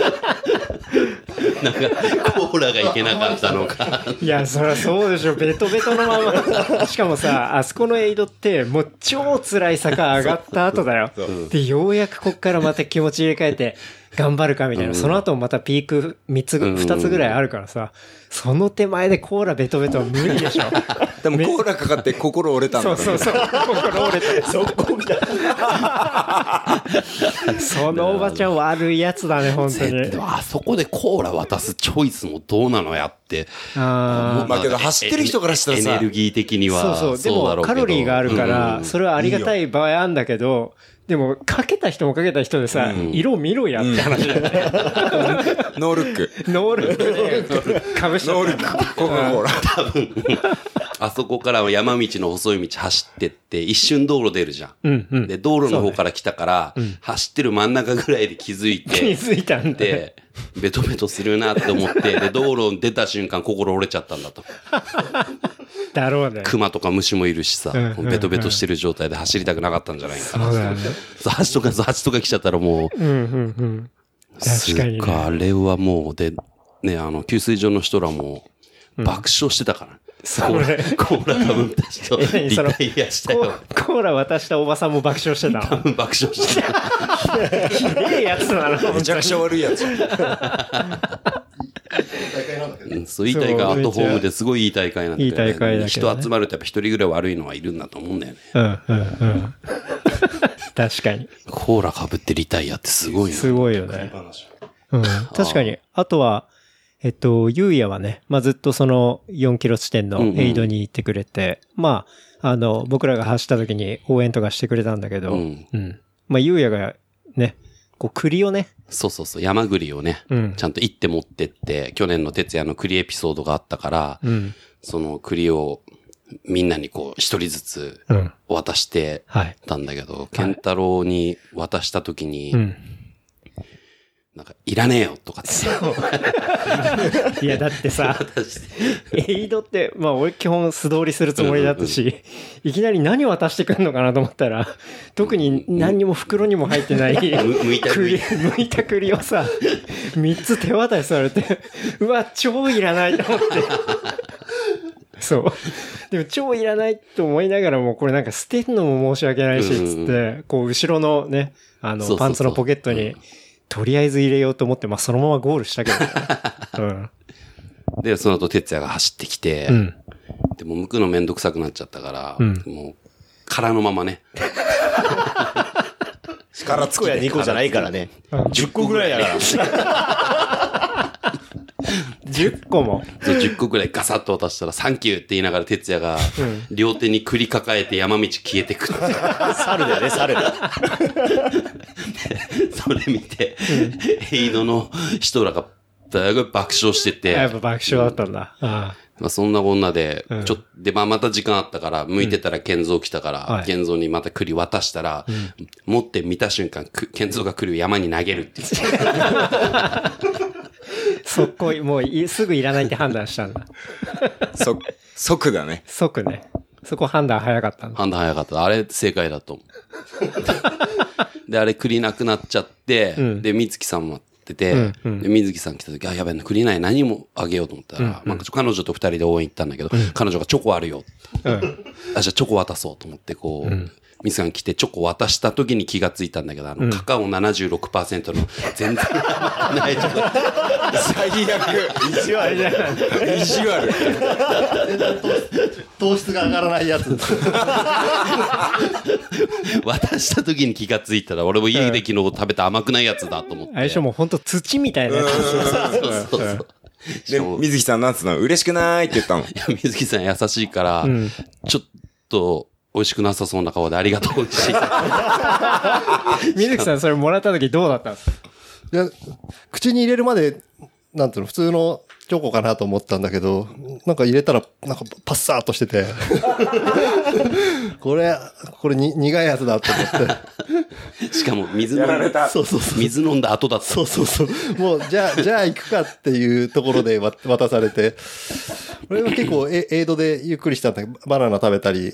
E: なんか、コーラがいけなかったのか。
B: いや、そりゃそうでしょ。ベトベトのま (laughs) ま。しかもさ、あそこのエイドって、もう超辛い坂上がった後だよ。で、ようやくこっからまた気持ち入れ替えて、頑張るかみたいな。その後もまたピーク3つ、2つぐらいあるからさ、その手前でコーラベトベトは無理 (laughs) でしょ。
C: でもコーラかかって心折れたん
B: そ
C: だ
B: うそう (laughs) そう。心折れて。そこみた (laughs) そのおばちゃん悪いやつだね、本当
E: 絶
B: に
E: 対。あそこでコーラ渡すチョイスもどうなのやって。
B: あ
C: まあけど走ってる人からしたらさ
E: エネルギー的に
B: ー
E: は。
B: そうそう。で
E: だろ
B: も
E: うけ
B: カ
E: ど
B: ロリーがあるか
E: うん
B: ら、それはありがたい場合あんだけど、でも、かけた人もかけた人でさ、色見ろやって話だよね。
C: ノールック。
B: ノールックで、かぶしちゃ
C: ノ
B: っ
C: ール
B: た
C: ック。コーラコーラ。
E: あそこからは山道の細い道走ってって、一瞬道路出るじゃん。
B: うんうん
E: で、道路の方から来たから、走ってる真ん中ぐらいで気づいて。
B: 気づいたんで。
E: で、ベトベトするなって思って、で、道路に出た瞬間心折れちゃったんだと。
B: だろうね。
E: 熊とか虫もいるしさ
B: うんう、ん
E: ベトベトしてる状態で走りたくなかったんじゃないか
B: そう
E: な。
B: だよね。
E: そう蜂とか、そう蜂とか来ちゃったらもう、
B: うんうんうん。確かにね
E: つうあれはもう、で、ね、あの、給水所の人らも、爆笑してたから。
B: それ
E: コーラかぶった人、リ
B: (laughs)
E: タ
B: えその
E: イアした
B: コ
E: よ。
B: ーコーラ渡したおばさんも爆笑してた
E: (laughs)
B: の。
E: 爆笑してた。
B: ええやつだなの。
C: めちゃくちゃ悪いやつ。
E: うんそう、いい大会、アットホームですごいいい大会なんだ
B: い
E: よね
B: い大会だけどね
E: 人集まるとやっぱ一人ぐらい悪いのはいるんだと思うんだよね。
B: うんうんうん。確かに。
E: コーラかぶってリタイアってすごいな。
B: すごいよね。うん。確かに。あとは、えっと、ゆうやはね、まあ、ずっとその4キロ地点の
E: うんうん
B: エイドに行ってくれて、まあ、あの、僕らが走った時に応援とかしてくれたんだけど、う
E: う
B: んん。まあ、ゆうやがね、こう、栗をね、
E: そうそうそう、山栗をね、
B: うん
E: ちゃんと行って持ってって、去年の哲也の栗エピソードがあったから、
B: うん。
E: その栗をみんなにこう、一人ずつ
B: うん。
E: 渡して
B: はい。
E: たんだけど、健太郎に渡した時に、
B: うん。
E: なんか、いらねえよとかって。
B: いや、だって (laughs) さ、
E: 渡し
B: エ
E: て
B: イドって、まあ俺基本素通りするつもりだったし、いきなり何渡してくんのかなと思ったら、特に何にも袋にも入ってない、
E: むむいた栗
B: 栗、むいた栗をさ、3つ手渡しされて、うわ、超いらないと思って。そう。でも超いらないと思いながらも、これなんか捨てるのも申し訳ないし、つって、こう後ろのね、あ
E: そうそうそ
B: の、
E: う
B: パンツのポケットに、とりあえず入れようと思って、まあそのままゴールしたけどね。
E: で、その後哲也が走ってきて、
B: うん。うん。
E: でも、剥くのめんどくさくなっちゃったから、
B: うん
E: もう、空のままね、
C: 力つ
F: 個
C: き
F: や
C: で。
F: 2個じゃないからね。10個ぐらいだから。
B: 10個も。
E: そう10個ぐらいガサッと渡したら、サンキューって言いながら哲也が、両手に栗抱えて山道消え
B: (laughs)
E: てくって。
F: 猿だよね、猿。
E: それ見て、ヘイドの人らが、だいぶ爆笑してて、
B: やっぱ爆笑だったんだ。あ
E: まあ、そんなこんなで、
B: ん
E: ちょっと、で、まあ、また時間あったから、向いてたら、健三来たか
B: は
E: ら
B: い、
E: 健三にまた栗渡したら、持って見た瞬間、く健三が栗を山に投げるっていう。
B: あ速攻、もういすぐいらないって判断したんだ。 (laughs)
C: そ即だね。
B: 即ね。そこ判断早かったんだ。
E: 判断早かった。あれ、正解だと思 (laughs) う。で、あれ、栗なくなっちゃって、で、水木さん待ってて、で、水木さん来た時、あ、やべえな、栗ない何もあげようと思ったら、まあ、ちょ彼女と二人で応援行ったんだけど、彼女がチョコあるよって。
B: うん。
E: あ、じゃあチョコ渡そうと思って、こう、ミスさん来てチョコ渡した時に気がついたんだけど、あの、カカオ76%の全然ないチョコ。
C: 最悪。
F: 一応あれじゃない
C: 意地悪。
D: (laughs) 糖質が上がらないやつ。
E: 渡した時に気がついたら、俺も家で昨日食べた甘くないやつだと思って。
B: 相性もうほんと土みたいなやつ
E: そうそうそう。し
C: で
E: かも、い
C: 水木さんなんつうの嬉しくないって言ったの。
E: や (laughs) 水木さん優しいから、ちょっと、美味しくなさそうな顔でありがと
B: (laughs)
E: う美味しい。
B: 水木さんそれもらった時どうだったんですか
D: いや口に入れるまで、なんていうの、普通のチョコかなと思ったんだけど、なんか入れたら、なんかパッサーっとして (laughs) て。これ、これに苦いやつだと思って。
E: しかも水飲んだ、
D: そうそうそう。
E: 水飲んだ後だった。
D: そうそうそう。もう、じゃあ、じゃあ行くかっていうところでわ渡されて。俺は結構、えエイドでゆっくりしたんだけど、バナナ食べたり、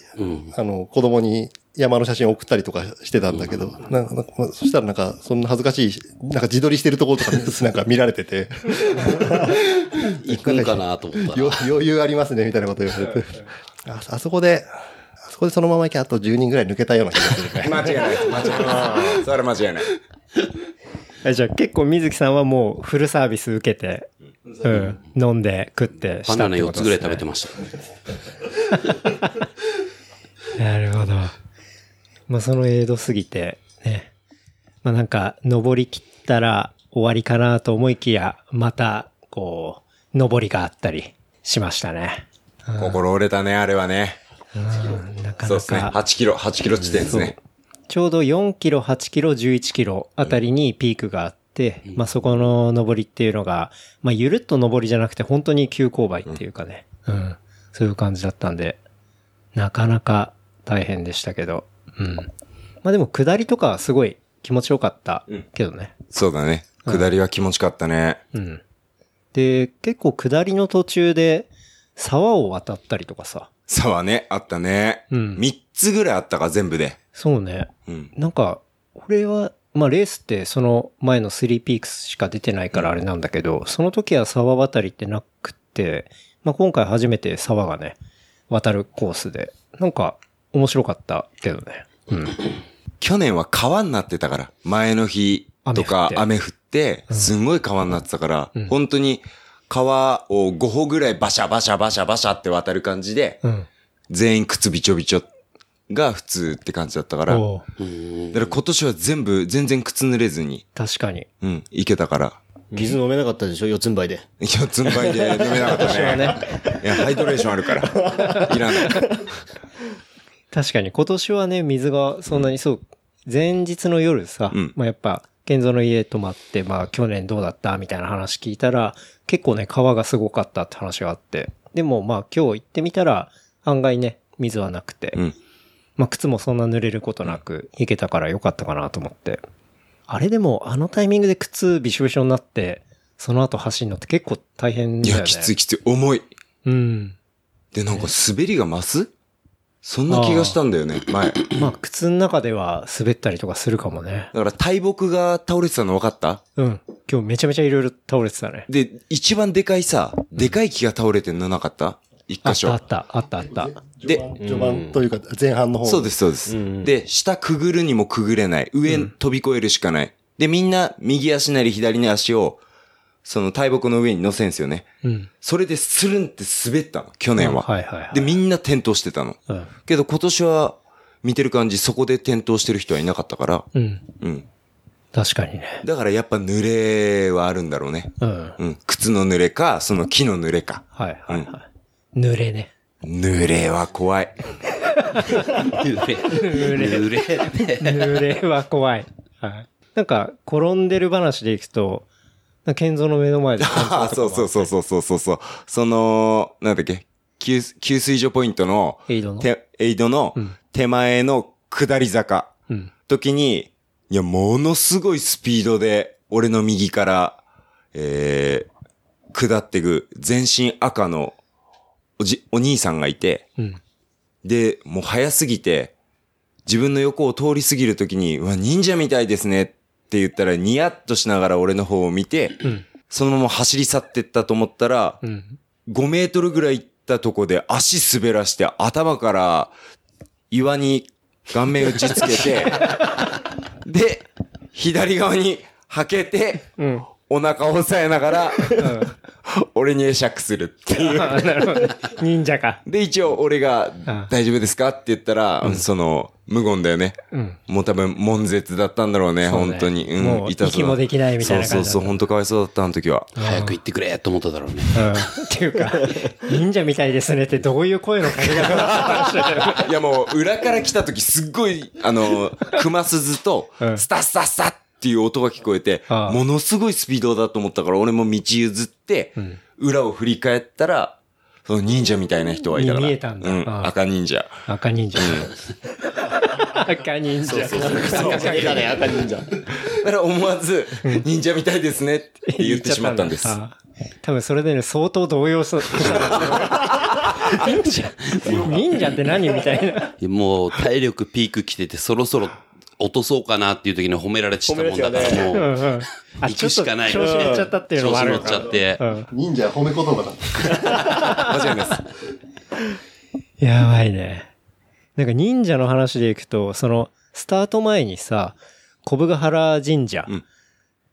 D: あの、子供に山の写真送ったりとかしてたんだけど、なんか、なんかまあそしたらなんか、そんな恥ずかしいし、なんか自撮りしてるところとか、なんか見られてて、
E: 行くんかなと思ったら
D: よ。余裕ありますね、みたいなこと言
F: (laughs)
D: われて。ああそこで、あそこでそのまま行きゃあと10人ぐらい抜けたような気がするね。
C: 間違いないです。間違いないです。それは間違いない。
B: えじゃあ結構水木さんはもうフルサービス受けて、うん、飲んで食って
E: バ
B: した
E: ナ
B: っ
E: ナ
B: て
E: 4
B: こと
E: つぐらい食
B: で
E: べ
B: す
E: て
B: ね
E: ました。
B: なるほど。まあそのエイド過ぎて、ね。まあなんか、登り切ったら終わりかなと思いきや、また、こう、登りがあったりしましたね。
C: 心折れたね、あれはね。
B: うんなか
C: そう
B: な
C: ですね。
B: か、
C: 8キロ、8キロ地点ですね。
B: ちょうど4キロ、8キロ、11キロあたりにピークがあって、まあそこの登りっていうのが、まあゆるっと登りじゃなくて本当に急勾配っていうかね、うん。そういう感じだったんで、なかなか大変でしたけど、うん。まあでも下りとかはすごい気持ちよかったけどね。
C: そうだね。下りは気持ちかったね。
B: うん。で、結構下りの途中で沢を渡ったりとかさ、
C: 差はね、あったね。
B: うん
C: 3つぐらいあったか、全部で。
B: そうね、
C: うん。
B: なんか、これは、まあレースってその前の3ピークスしか出てないからあれなんだけど、その時は沢渡りってなくて、まあ今回初めて沢がね、渡るコースで、なんか面白かったけどね。うん。
C: 去年は川になってたから。前の日とか雨
B: 雨
C: 降って、すんごい川になってたから、
B: ん
C: 本当に川を5歩ぐらいバシャバシャバシャバシャって渡る感じで、
B: うん。
C: 全員靴びちょびちょが普通って感じだったから、だ
B: おう
C: から今年は全部、全然靴濡れずに、
B: 確かに。
C: うん、行けたから。
F: 水飲めなかったでしょ四つん這いで。
C: 四つん這いで飲めなかったね。いや、ハイドレーションあるから。いらない。
B: 確かに今年はね、水がそんなにそう、前日の夜さ、
C: うん
B: まあやっぱ、健三の家泊まって、まあ去年どうだったみたいな話聞いたら、結構ね、川がすごかったって話があって。でもまあ今日行ってみたら、案外ね、水はなくて、
C: うん。
B: まあ靴もそんな濡れることなく行けたから良かったかなと思って。あれでもあのタイミングで靴びしょびしょになって、その後走るのって結構大変
C: い
B: だよね。
C: や、きついきつい。重い。
B: うん。
C: で、なんか滑りが増すそんな気がしたんだよね、前。
B: まあ靴の中では滑ったりとかするかもね。
C: だから大木が倒れてたの分かった
B: うん。今日めちゃめちゃいろいろ倒れてたね。
C: で、一番でかいさ、でかい木が倒れてんのなかった一
B: あ
C: 箇
B: ったあ
C: 所。
B: った、あったあった。
C: で
D: 序盤というか、前半の方。
C: そうです、そうです。で、下くぐるにもくぐれない。上飛び越えるしかない。で、みんな右足なり左の足を、その大木の上に乗せんすよね。
B: うん。
C: それでスルンって滑ったの、去年は。
B: はいはいはい
C: で、みんな転倒してたの。
B: うん。
C: けど今年は、見てる感じ、そこで転倒してる人はいなかったから。
B: うん。
C: うん。
B: 確かにね。
C: だからやっぱ濡れはあるんだろうね。
B: うん。
C: うん。靴の濡れか、その木の濡れか。
B: はいはいはい。濡れね。
C: 濡れは
B: (laughs)
C: 怖い。
E: 濡れ。濡れ。
B: 濡れは怖い。はい。なんか、転んでる話でいくと、なんか健三の目の
C: (laughs)
B: 前で。
C: ああ、そうそうそうそうそうそうそう。その、なんだっけ、給給水所ポイントの、
B: エイドの
C: てエイドの手前の下り坂、
B: うん。
C: 時に、いや、ものすごいスピードで、俺の右から、えー、下ってく、全身赤の、おじ、お兄さんがいて、
B: うん。
C: で、もう早すぎて、自分の横を通り過ぎるときに、うわ、忍者みたいですねって言ったら、ニヤッとしながら俺の方を見て、
B: うん。
C: そのまま走り去ってったと思ったら、
B: うん。
C: 5メートルぐらい行ったとこで足滑らして頭から岩に顔面打ちつけ
B: (laughs)
C: て、で、左側にはけて、お腹を押さえながら、俺に会釈するっていう。
B: 忍者か。
C: で、一応俺が、大丈夫ですかって言ったら、その、無言だよね。もう多分、悶絶だったんだろうね、
B: そうね
C: 本当に。
B: も
C: う、
B: うん
C: 痛そうだ。
B: 息もできないみたいな感じだ
C: そ
B: った
C: うそうそう、本当かわいそうだった、あの時は。
E: 早く行ってくれと思っただろうね。
B: うん。っていうか、忍者みたいですねってどういう声のかけ方
C: (laughs) いやもう、裏から来た時すっごい、あの、熊鈴と
B: う、ん
C: スタッサッサッっていう音が聞こえて、
B: ああ
C: ものすごいスピードだと思ったから、俺も道譲って、裏を振り返ったら、その忍者みたいな人がいたから。
B: に見えたんだ
C: う
B: ああ
C: 赤忍者。
B: 赤忍者。赤忍者。
F: 赤忍者。
C: だから思わず、忍者みたいですねって言ってしまったんです。
B: あ多分それでね、相当動揺した。忍者忍者って何みたいな。
E: もう体力ピーク来てて、そろそろ落とそうかなっていう時に褒められちゃったもんだから、
F: 褒められち
B: うん
E: も
F: ゃう
B: う
E: う、
B: ん。あ、
E: 行くしかない
B: ちょっと調子乗っちゃったっていうの
E: 調
B: もあ
E: 子
B: る
E: 乗
B: の
E: っちゃ
B: か
E: って、
B: うん
D: 忍者褒め言葉だ。
C: 間違いないです。
B: やばいね。なんか忍者の話でいくと、その、スタート前にさ、小部ヶ原神社、
C: うん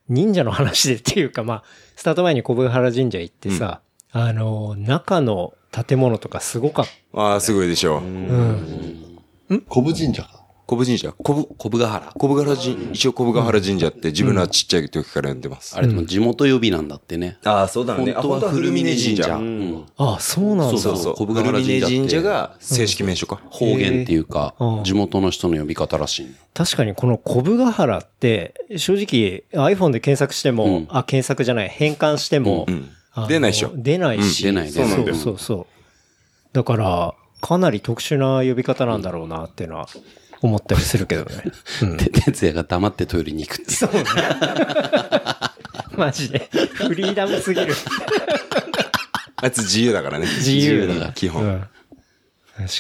B: 忍者の話でっていうか、まあ、スタート前に小部ヶ原神社行ってさ、あの、中の建物とかすごかっ
C: ああ、すごいでしょう。
B: た。うん。
D: 小武神社か。
C: 小部神社。小部、
E: 小部ヶ原。
C: 小部原神、一応小部ヶ原神社って自分らちっちゃい時から呼んでます。
E: あれでも地元呼びなんだってね。
C: ああ、そうだ
E: 本当は古峰神社。うん
B: ああ、そうなんだ。
C: そうそう。
E: 小部ヶ原神社って
C: 古峰が正式名称か。
E: 方言っていうか
B: へーう、ん
E: 地元の人の呼び方らしいね。
B: 確かにこの小部ヶ原って、正直 iPhone で検索しても、
E: うん
B: あ、検索じゃない、変換しても、
C: うん
B: あの
C: 出ないでしょ
B: 出ないし、
E: うん出ないねそうな
B: そ
E: んだ
B: う
E: よ
B: そうそう。だから、かなり特殊な呼び方なんだろうなっていうのは思ったりするけどね。
E: (laughs)
B: うん
E: て哲也が黙ってトイレに行くっていう。
B: そうね。マジで。フリーダムすぎる。
C: あいつ自由だ (laughs) からね。
B: 自由だ
E: 自由だ
C: 基
B: う
C: 本。
B: ん。確か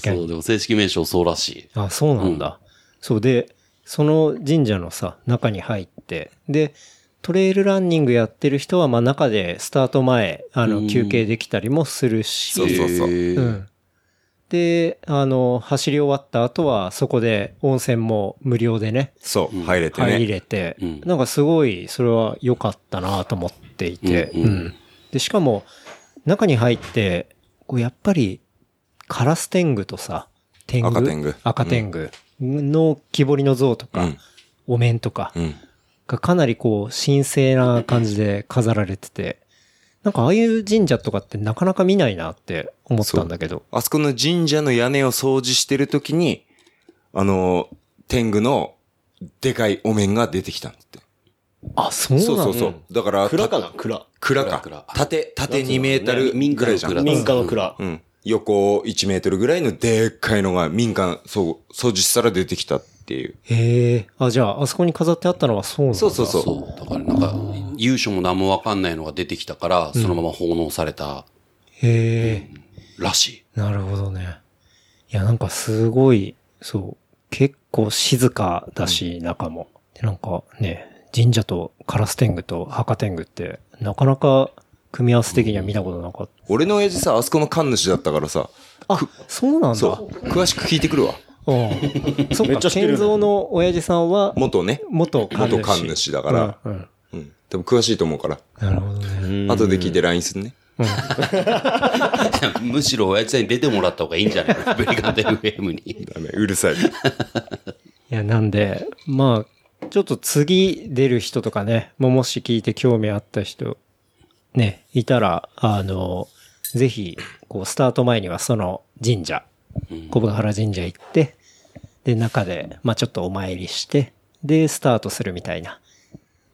E: そ
B: に。
E: う、でも正式名称そうらしい。
B: あ、そうなんだ。そうで、その神社のさ、中に入って、で、トレイルランニングやってる人は、まあ中でスタート前、あ
E: う
B: の、
E: ん
B: 休憩できたりもするし、
C: そうそうそう
E: へー
B: うん。で、あの、走り終わった後は、そこで温泉も無料でね、
C: そう、入れて
B: 入
C: ね。
B: れて、
E: うん
B: なんかすごい、それは良かったなと思っていて、
E: うんうん
B: うんで、しかも、中に入って、こうやっぱり、カラス天狗とさ、天狗
C: 赤天狗
B: 赤天狗の木彫りの像とか、
C: うん
B: お面とか
C: うん。
B: がかなりこう、神聖な感じで飾られてて、なんかああいう神社とかってなかなか見ないなって思ったんだけど、
C: あそこの神社の屋根を掃除してるときに、あの、天狗のでかいお面が出てきたんだって。
B: あ、そうなん
C: そう
B: だ。
C: そうそう。だから、
F: 蔵
C: た
F: かな蔵。
C: 蔵
E: 蔵
C: か
E: か。
C: 縦、縦2メートル
E: 民
C: ぐ
E: 家
C: らい
E: の
C: じゃん。
E: 蔵
C: うん
F: 民家の蔵。
C: うん。横1メートルぐらいのでっかいのが民間、そう、掃除したら出てきたっていう。
B: へえ。あ、じゃあ、あそこに飾ってあったのはそうなんだ。
C: そうそうそう。
E: そう。だからなんか、優勝も何もわかんないのが出てきたから、そのまま奉納された
B: へえ。
E: らし
B: なるほどね。いや、なんかすごい、そう、結構静かだし、中も。でなんかね、神社とカラス天狗と墓天狗って、なかなか組み合わせ的には見たことなかった。
C: 俺の親父さ、あそこの神主だったからさ、
B: あ、そうなんだ。
C: そう、詳しく聞いてくるわ。
B: うん。そっ
F: めっ
B: か、
F: ちゃ知ってる
B: 健三の親父さんは、
C: 元ね。
B: 元神主。
C: 元神主だから
B: うんうん
C: うん。多分詳しいと思うから。
B: なるほどね。
C: 後で聞いて LINE するね。
E: い。 (laughs) むしろ親父さんに出てもらった方がいいんじゃないのブリガンテ FM に。
C: ダメ、うるさい。
B: いや、なんで、まあ、ちょっと次出る人とかね、もうもし聞いて興味あった人、ね、いたら、あの、ぜひ、こう、スタート前にはその神社、小部ヶ原神社行って、で、中で、まあちょっとお参りして、で、スタートするみたいな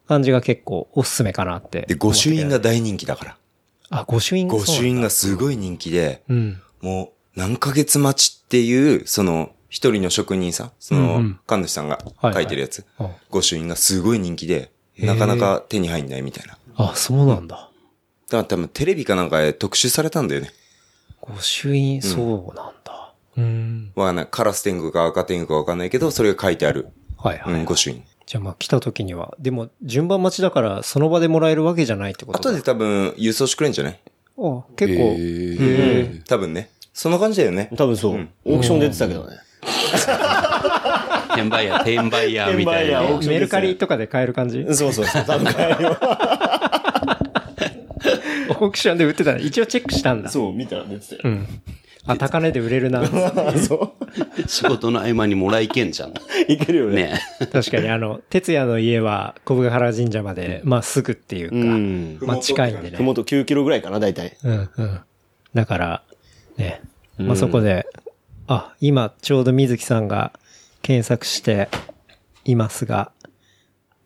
B: 感じが結構おすすめかなって。 (laughs)
C: で、御朱印が大人気だから。
B: あ、御朱印
C: 御
B: そう
C: 朱印がすごい人気で、
B: うん。
C: もう何ヶ月待ちっていう、その、一人の職人さん、そ
B: うんう
C: の
B: ん、
C: 神主さんが
B: はい
C: 書いてるやつ
B: うん。
C: 御朱印がすごい人気で、なかなか手に入んないみたいな。だ
B: あ、そうなんだ。
C: から多分テレビかなんかで特集されたんだよね。
B: 御朱印、そうなんだ。うん。
C: わかんない。カラス天狗か赤天狗かわかんないけど、それが書いてある。
B: はいはい、
C: う
B: はい
C: ん、御朱印。
B: じゃあまあ来た時には、でも順番待ちだからその場でもらえるわけじゃないってこと
C: 後
B: だ
C: で多分、郵送してくれんじゃない
B: ああ結
E: へ
B: 構、
E: ー
C: 多分ね。そんな感じだよね。
F: 多分そう。オークションで出てたけどね。
E: 転売屋、転売屋みたいな
F: 転売屋
E: ね
F: を。
B: メルカリとかで買える感じ
F: そうそうそう。多分買えるよ
B: オークションで売ってたね。一応チェックしたんだ。
F: そう、見たら出てた
B: う
F: よ。
B: ん。あ、高値で売れ
F: (laughs)
B: るな。
F: そ
E: 仕事の合間にもらいけんじゃん。
F: う。いけるよね。
E: ね。
B: 確かに、あの、哲也の家は小深原神社まで、まあすぐっていうか、
F: うん。
B: まあ近いんで
F: ふ
B: ね
F: も。と9キロぐらいかな、大体。
B: うんうん。だから、ね。ま
F: う
B: あ
F: ん
B: そこで、あ、今ちょうど水木さんが検索していますが、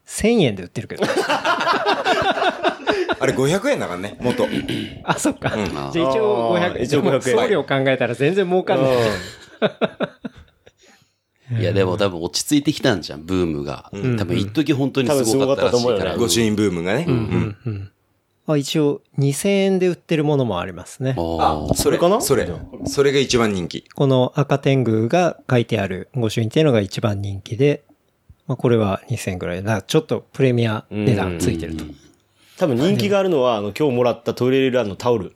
B: 1000円で売ってるけど。
C: あれ500円だからね、元。
B: あ、そっか。
C: うん
B: じゃあ一応
F: あ
B: 500
F: ー
B: 円。
F: 一応500円
B: 送料考えたら全然儲かんない。
E: いや、でも多分落ち着いてきたんじゃん、ブームが。多分一時本当に
F: 多分
E: すごかったらしい
F: すごかったと思
E: か
F: うよ
E: ら。
F: ね
C: 御朱印ブームがね。うん
B: あ、一応2000円で売ってるものもありますね。
E: あー
C: それ
F: これかな
C: それ。それが一番
B: (laughs)
C: 人気。
B: この赤天狗が書いてある御朱印っていうのが一番人気で、まあこれは2000円ぐらいで、だからちょっとプレミア値段ついてると。
F: 多分人気があるのは、あの、今日もらったトイレランのタオル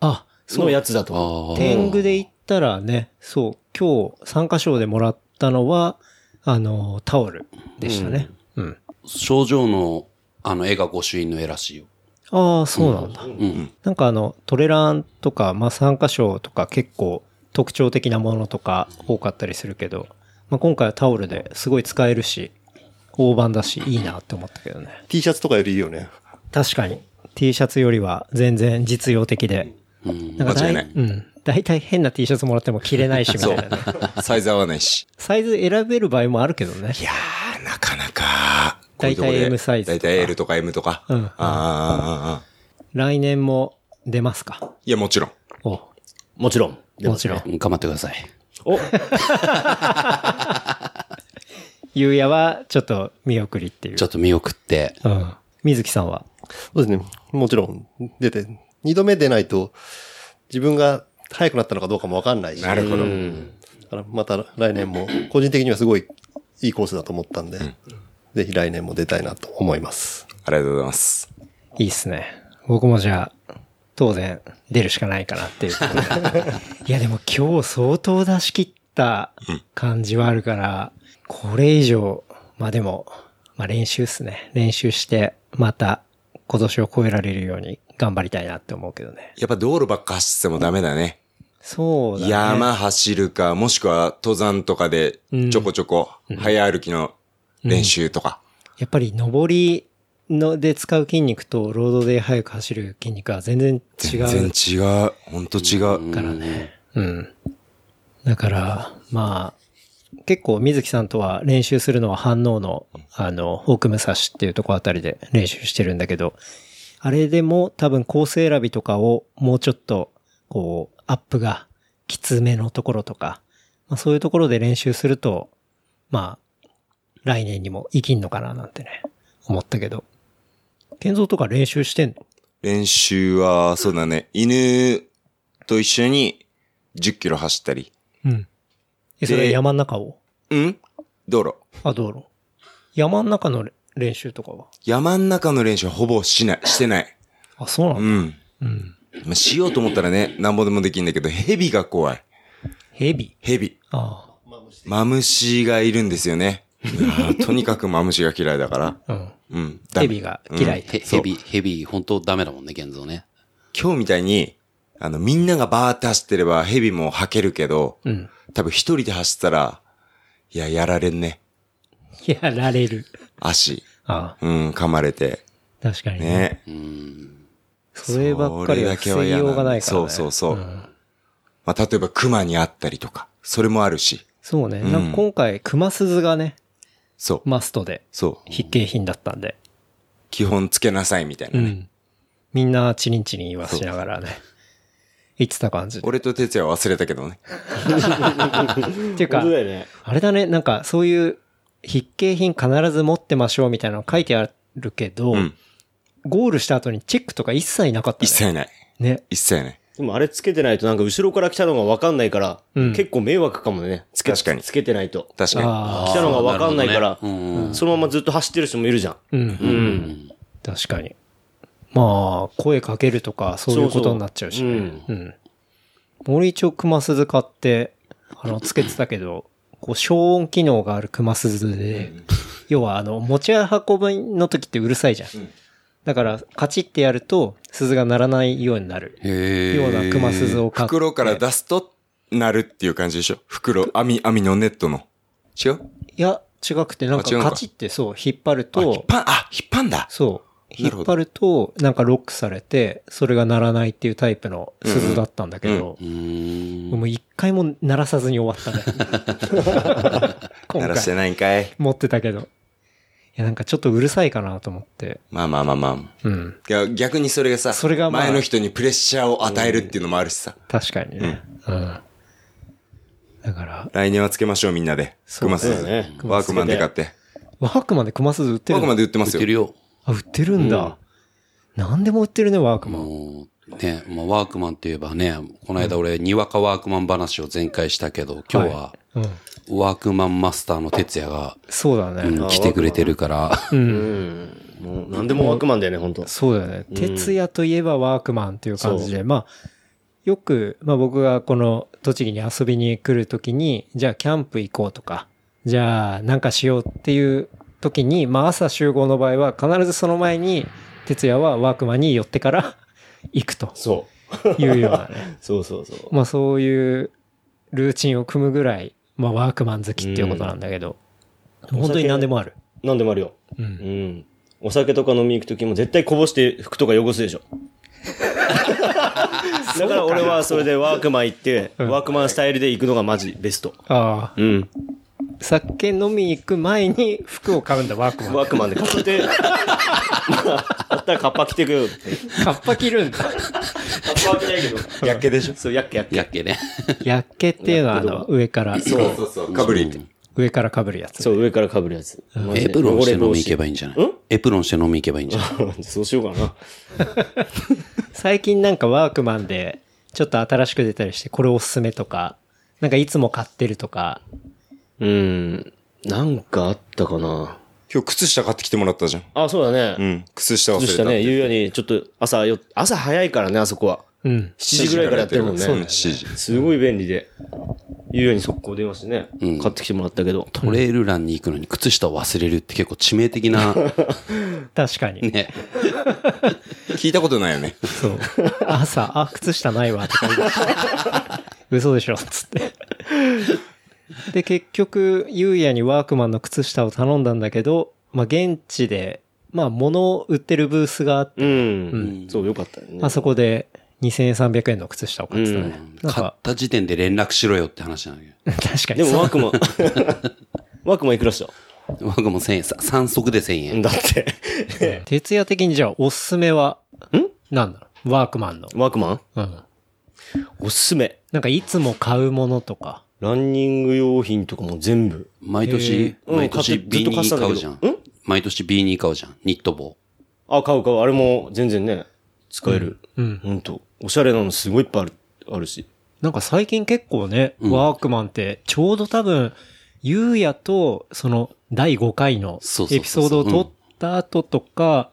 B: あ、
F: のやつだと
E: あ
F: 思う。
E: ー
B: 天狗で言ったらね、そう、今日参加賞でもらったのは、あの、タオルでしたね。うん。
E: 症状の、あの、絵が御朱印の絵らしいよ。
B: ああ、そうなんだ。
E: うん。
B: なんかあの、トレランとか、まあ、参加賞とか結構特徴的なものとか多かったりするけど、まあ、今回はタオルですごい使えるし、大判だし、いいなって思ったけどね。
D: T シャツとかよりいいよね。
B: 確かに。T シャツよりは全然実用的で。
E: うん。
B: なんか
C: 間違
B: だ
C: いない
B: うん。大体変な T シャツもらっても着れないしみたいなね。 (laughs)
C: サイズ合わないし。
B: サイズ選べる場合もあるけどね。
C: いやー、なかなか。こういうとこ
B: 大
C: で
B: 体 M サイズ
C: 大体 L とか M とか。
B: うん
C: あーあー。あー
B: 来年も出ますか
C: いや、もちろん。
B: お
F: もちろん。
B: もちろん。
E: 頑張ってください。
F: お
B: ゆうやはちょっと見送りっていう。
E: ちょっと見送って。
B: うん。水木さんは
D: そうですね。もちろん、出て、二度目出ないと、自分が早くなったのかどうかもわかんないし。
C: なるほど。
D: だからまた来年も、個人的にはすごいいいコースだと思ったんで、ぜひ来年も出たいなと思います。
C: ありがとうございます。
B: いいっすね。僕もじゃあ、当然出るしかないかな
C: (laughs)
B: っていうことで。いやでも今日相当出し切った感じはあるから、これ以上、まあでも、まあ練習っすね。練習して、また今年を超えられるように頑張りたいなって思うけどね。
C: やっぱ道路ばっか走っててもダメだね。
B: そうだね。
C: 山走るか、もしくは登山とかで、ちょこちょこ、早歩きの練習とか。
B: やっぱり上りので使う筋肉とロードで速く走る筋肉は全然違
C: 全
B: う
C: 然違う。ほんと違う。
B: からね。うん。だから、まあ、結構水木さんとは練習するのは反応の、あの、ホーク武蔵っていうとこあたりで練習してるんだけど、あれでも多分コース選びとかをもうちょっと、こう、アップがきつめのところとか、まあそういうところで練習すると、まあ、来年にも生きんのかななんてね、思ったけど。健三とか練習してんの
C: 練習は、そうだね。犬と一緒に10キロ走ったり。
B: うん。え、それ
C: で
B: 山の中を
C: うん道路。
B: あ、道路。山の中のれ練習とかは
C: 山ん中の練習はほぼしない、してない。
B: あ、そうなんだ。
C: うん。
B: うん。
C: まあしようと思ったらね、なんぼでもできんだけど、蛇が怖い。
B: ヘビ
C: 蛇。
B: あ
C: マムシがいるんですよね。あ (laughs) ーとにかくマムシが嫌いだから。
B: あ。うん。
C: うん。ダメ
B: ヘビが嫌い。
E: へヘビ、ヘビ、本当ダメだもんね、現像ね。
C: 今日みたいに、あの、みんながバーって走ってればヘビも吐けるけど、
B: ん
C: 多分一人で走ったら、いや、やられんね。
B: やられる。
C: 足。
B: ああ。
C: うん、噛まれて。
B: 確かにね。
C: ね。
B: そればっかりは防ぎ
C: それだけは嫌
B: よ
C: な
B: うがないから、ね。
C: そうそうそう。
B: ん
C: まあ、例えば熊に会ったりとか、それもあるし。
B: そうね。なんか今回、熊鈴がね、
C: そう。
B: マストで
C: そう。
B: 必見品だったんで。
C: 基本つけなさいみたいうなね。
B: ん。みんなチリンチリン言わしながらね。言ってた感じで。
C: 俺と哲也は忘れたけどね。
B: っていう
F: 本
B: か
F: 当、だよね。
B: あれだね、なんかそういう必携品必ず持ってましょうみたいなの書いてあるけど、
C: うん。
B: ゴールした後にチェックとか一切なかったね。
C: 一切ない。
B: ね。
C: 一切ない。
F: でもあれつけてないとなんか後ろから来たのがわかんないから、
B: うん
F: 結構迷惑かもね。つけ、
C: 確かに
F: つけてないと。
C: 確かに。
B: ああ、
F: 来たのがわかんないから
E: なる、ほどねうん
F: そのままずっと走ってる人もいるじゃん。
B: うん。
F: うん。
B: 確かに。まあ、声かけるとか、そういうことになっちゃうしね。
F: そう
B: うん。俺一応熊鈴買って、あの、つけてたけど、こう消音機能がある熊鈴で、要はあの、持ち運ぶの時ってうるさいじゃん。だから、カチってやると、鈴が鳴らないようになる。
E: へ
B: ような熊鈴を買って。
C: 袋から出すと、なるっていう感じでしょ袋、網、網のネットの。違う
B: いや、違くて、なん
C: あ
B: か
C: 違うのか
B: カチってそう、引っ張る
C: あ、引っ
B: と、
C: 張ん、あ、引っ張んだ。
B: そう。
C: な
B: 引
C: るほど
B: っ張ると、なんかロックされて、それが鳴らないっていうタイプの鈴だったんだけど、
E: うーん。
B: もう一回も鳴らさずに終わったね。今
C: 鳴らして
B: 回
C: ないんかい。
B: 持ってたけど。いや、なんかちょっとうるさいかなと思って。
C: まあまあまあま
B: う
C: あ。
B: ん。
C: いや逆にそれがさ、
B: それがまあ
C: 前の人にプレッシャーを与えるっていうのもあるしさ。
B: 確かにね。うん。だから、
C: 来年はつけましょうみんなで。
B: そう
C: 熊鈴
F: そうだよね。
C: ワークマンで買って。
B: ワークマンで熊鈴売って
C: ワ
B: るの
C: ークマンで売ってま
E: 売っ
C: す
E: てる
C: よ。
E: よ。
B: あ、売ってるんだ。何でも売ってるね、ワークマン。
E: もう、ね、まあ、ワークマンといえばね、この間俺、にわかワークマン話を前回したけど、今日は、
B: うん。
E: ワークマンマスターの哲也が、
B: そうだ
E: う
B: ね。
E: ん来てくれてるから、
F: うん。もう、なんでもワークマンだよね、本当
B: そうだよね。徹夜といえばワークマンっていう感じで、まあ、よく、まあ僕がこの栃木に遊びに来るときに、じゃあキャンプ行こうとか、じゃあなんかしようっていう時に、まあ朝集合の場合は必ずその前に、徹夜はワークマンに寄ってから (laughs) 行くと
F: そ
B: いうようなね。
F: う。そうそうそう。
B: まあそういうルーチンを組むぐらい、まあワークマン好きっていうことなんだけど、本当に何でもある。
F: なんでもあるよ。
B: うん
F: う。ん。お酒とか飲み行くときも絶対こぼして服とか汚すでしょ。だから俺はそれでワークマン行って、
B: うん
F: ワークマンスタイルで行くのがマジベスト。
B: ああ、
F: うん。
B: 酒飲み行く前に服を買うんだ、ワークマン。
F: ワークマンで買って、まあ、あったらカッパ着てくよって。
B: カッパ着るんだ。
F: カッパは着ないけ
C: (laughs)
F: ど。やっけでしょそう、やっけやっけ。
E: やっけね。
B: (laughs) やっけっていうのは、あの、上から、
C: そうそうそう。かぶり。
B: 上から被るやつ。
F: そう、上から被るやつ。マジ
E: エ
F: で
E: プロンして飲み行けば
F: い
E: いいんじゃないエプロンして飲み行けばいいんじゃない
F: い。 (laughs) そうしようかな。
B: 最近なんかワークマンで、ちょっと新しく出たりして、これおすすめとか、なんかいつも買ってるとか、
F: うん。なんかあったかな。
C: 今日靴下買ってきてもらったじゃん。
F: あ、そうだ
C: う
F: ね。
C: ん。靴下忘
F: そ
C: れ
F: したたね、ゆうやにちょっと朝よ、朝早いからね、あそこは。
B: うん。
F: 7時ぐらいからやってるもんね。
C: そうね、7時。
F: すごい便利で、言うように速攻電話してね、買ってきてもらったけど。
E: トレイルランに行くのに靴下を忘れるって結構致命的な、
B: 確かに。
E: ね。
C: 聞いたことないよね。
B: そう。 (laughs) 朝、あ、靴下ないわ、とか言い出 (laughs) して嘘でしょ、つって。で、結局、ゆうやにワークマンの靴下を頼んだんだけど、まあ、現地で、まあ、物を売ってるブースがあって、
F: うん。そう、よかったよね。
B: まあ、そこで2300円の靴下を買ってたね。なん
E: 買っ
B: か、
E: た時点で連絡しろよって話なんだ
B: (laughs)
E: け
B: 確かに
F: で
B: そう
F: もワークマン、 (laughs) ワークマンいくらした
E: ど。僕も1000円、さ三足で1000円。
F: だって、
B: 徹夜的にじゃあおすすめは、んなんだろうワークマンの。
F: ワークマン
B: うん。
F: おすすめ。
B: なんかいつも買うものとか。
F: ランニング用品とかも全部。
E: 毎
B: へ
E: 年
B: え、
F: うん
E: 毎年
F: 買ってず
E: B
F: っと
E: に
F: 買ってたんだ
E: 買
F: けど
E: うじゃん
F: うん。
E: 毎年 B に買うじゃん。ニット帽。
F: あ、買う買う。あれも全然ね、使える。
B: うん。
F: ほんと。おしゃれなのすごいいっぱいある、あるし。
B: なんか最近結構ね、ワークマンってちょうど多分、ゆうやとその第5回の
E: そうそうそうそう
B: エピソードを撮った後とか、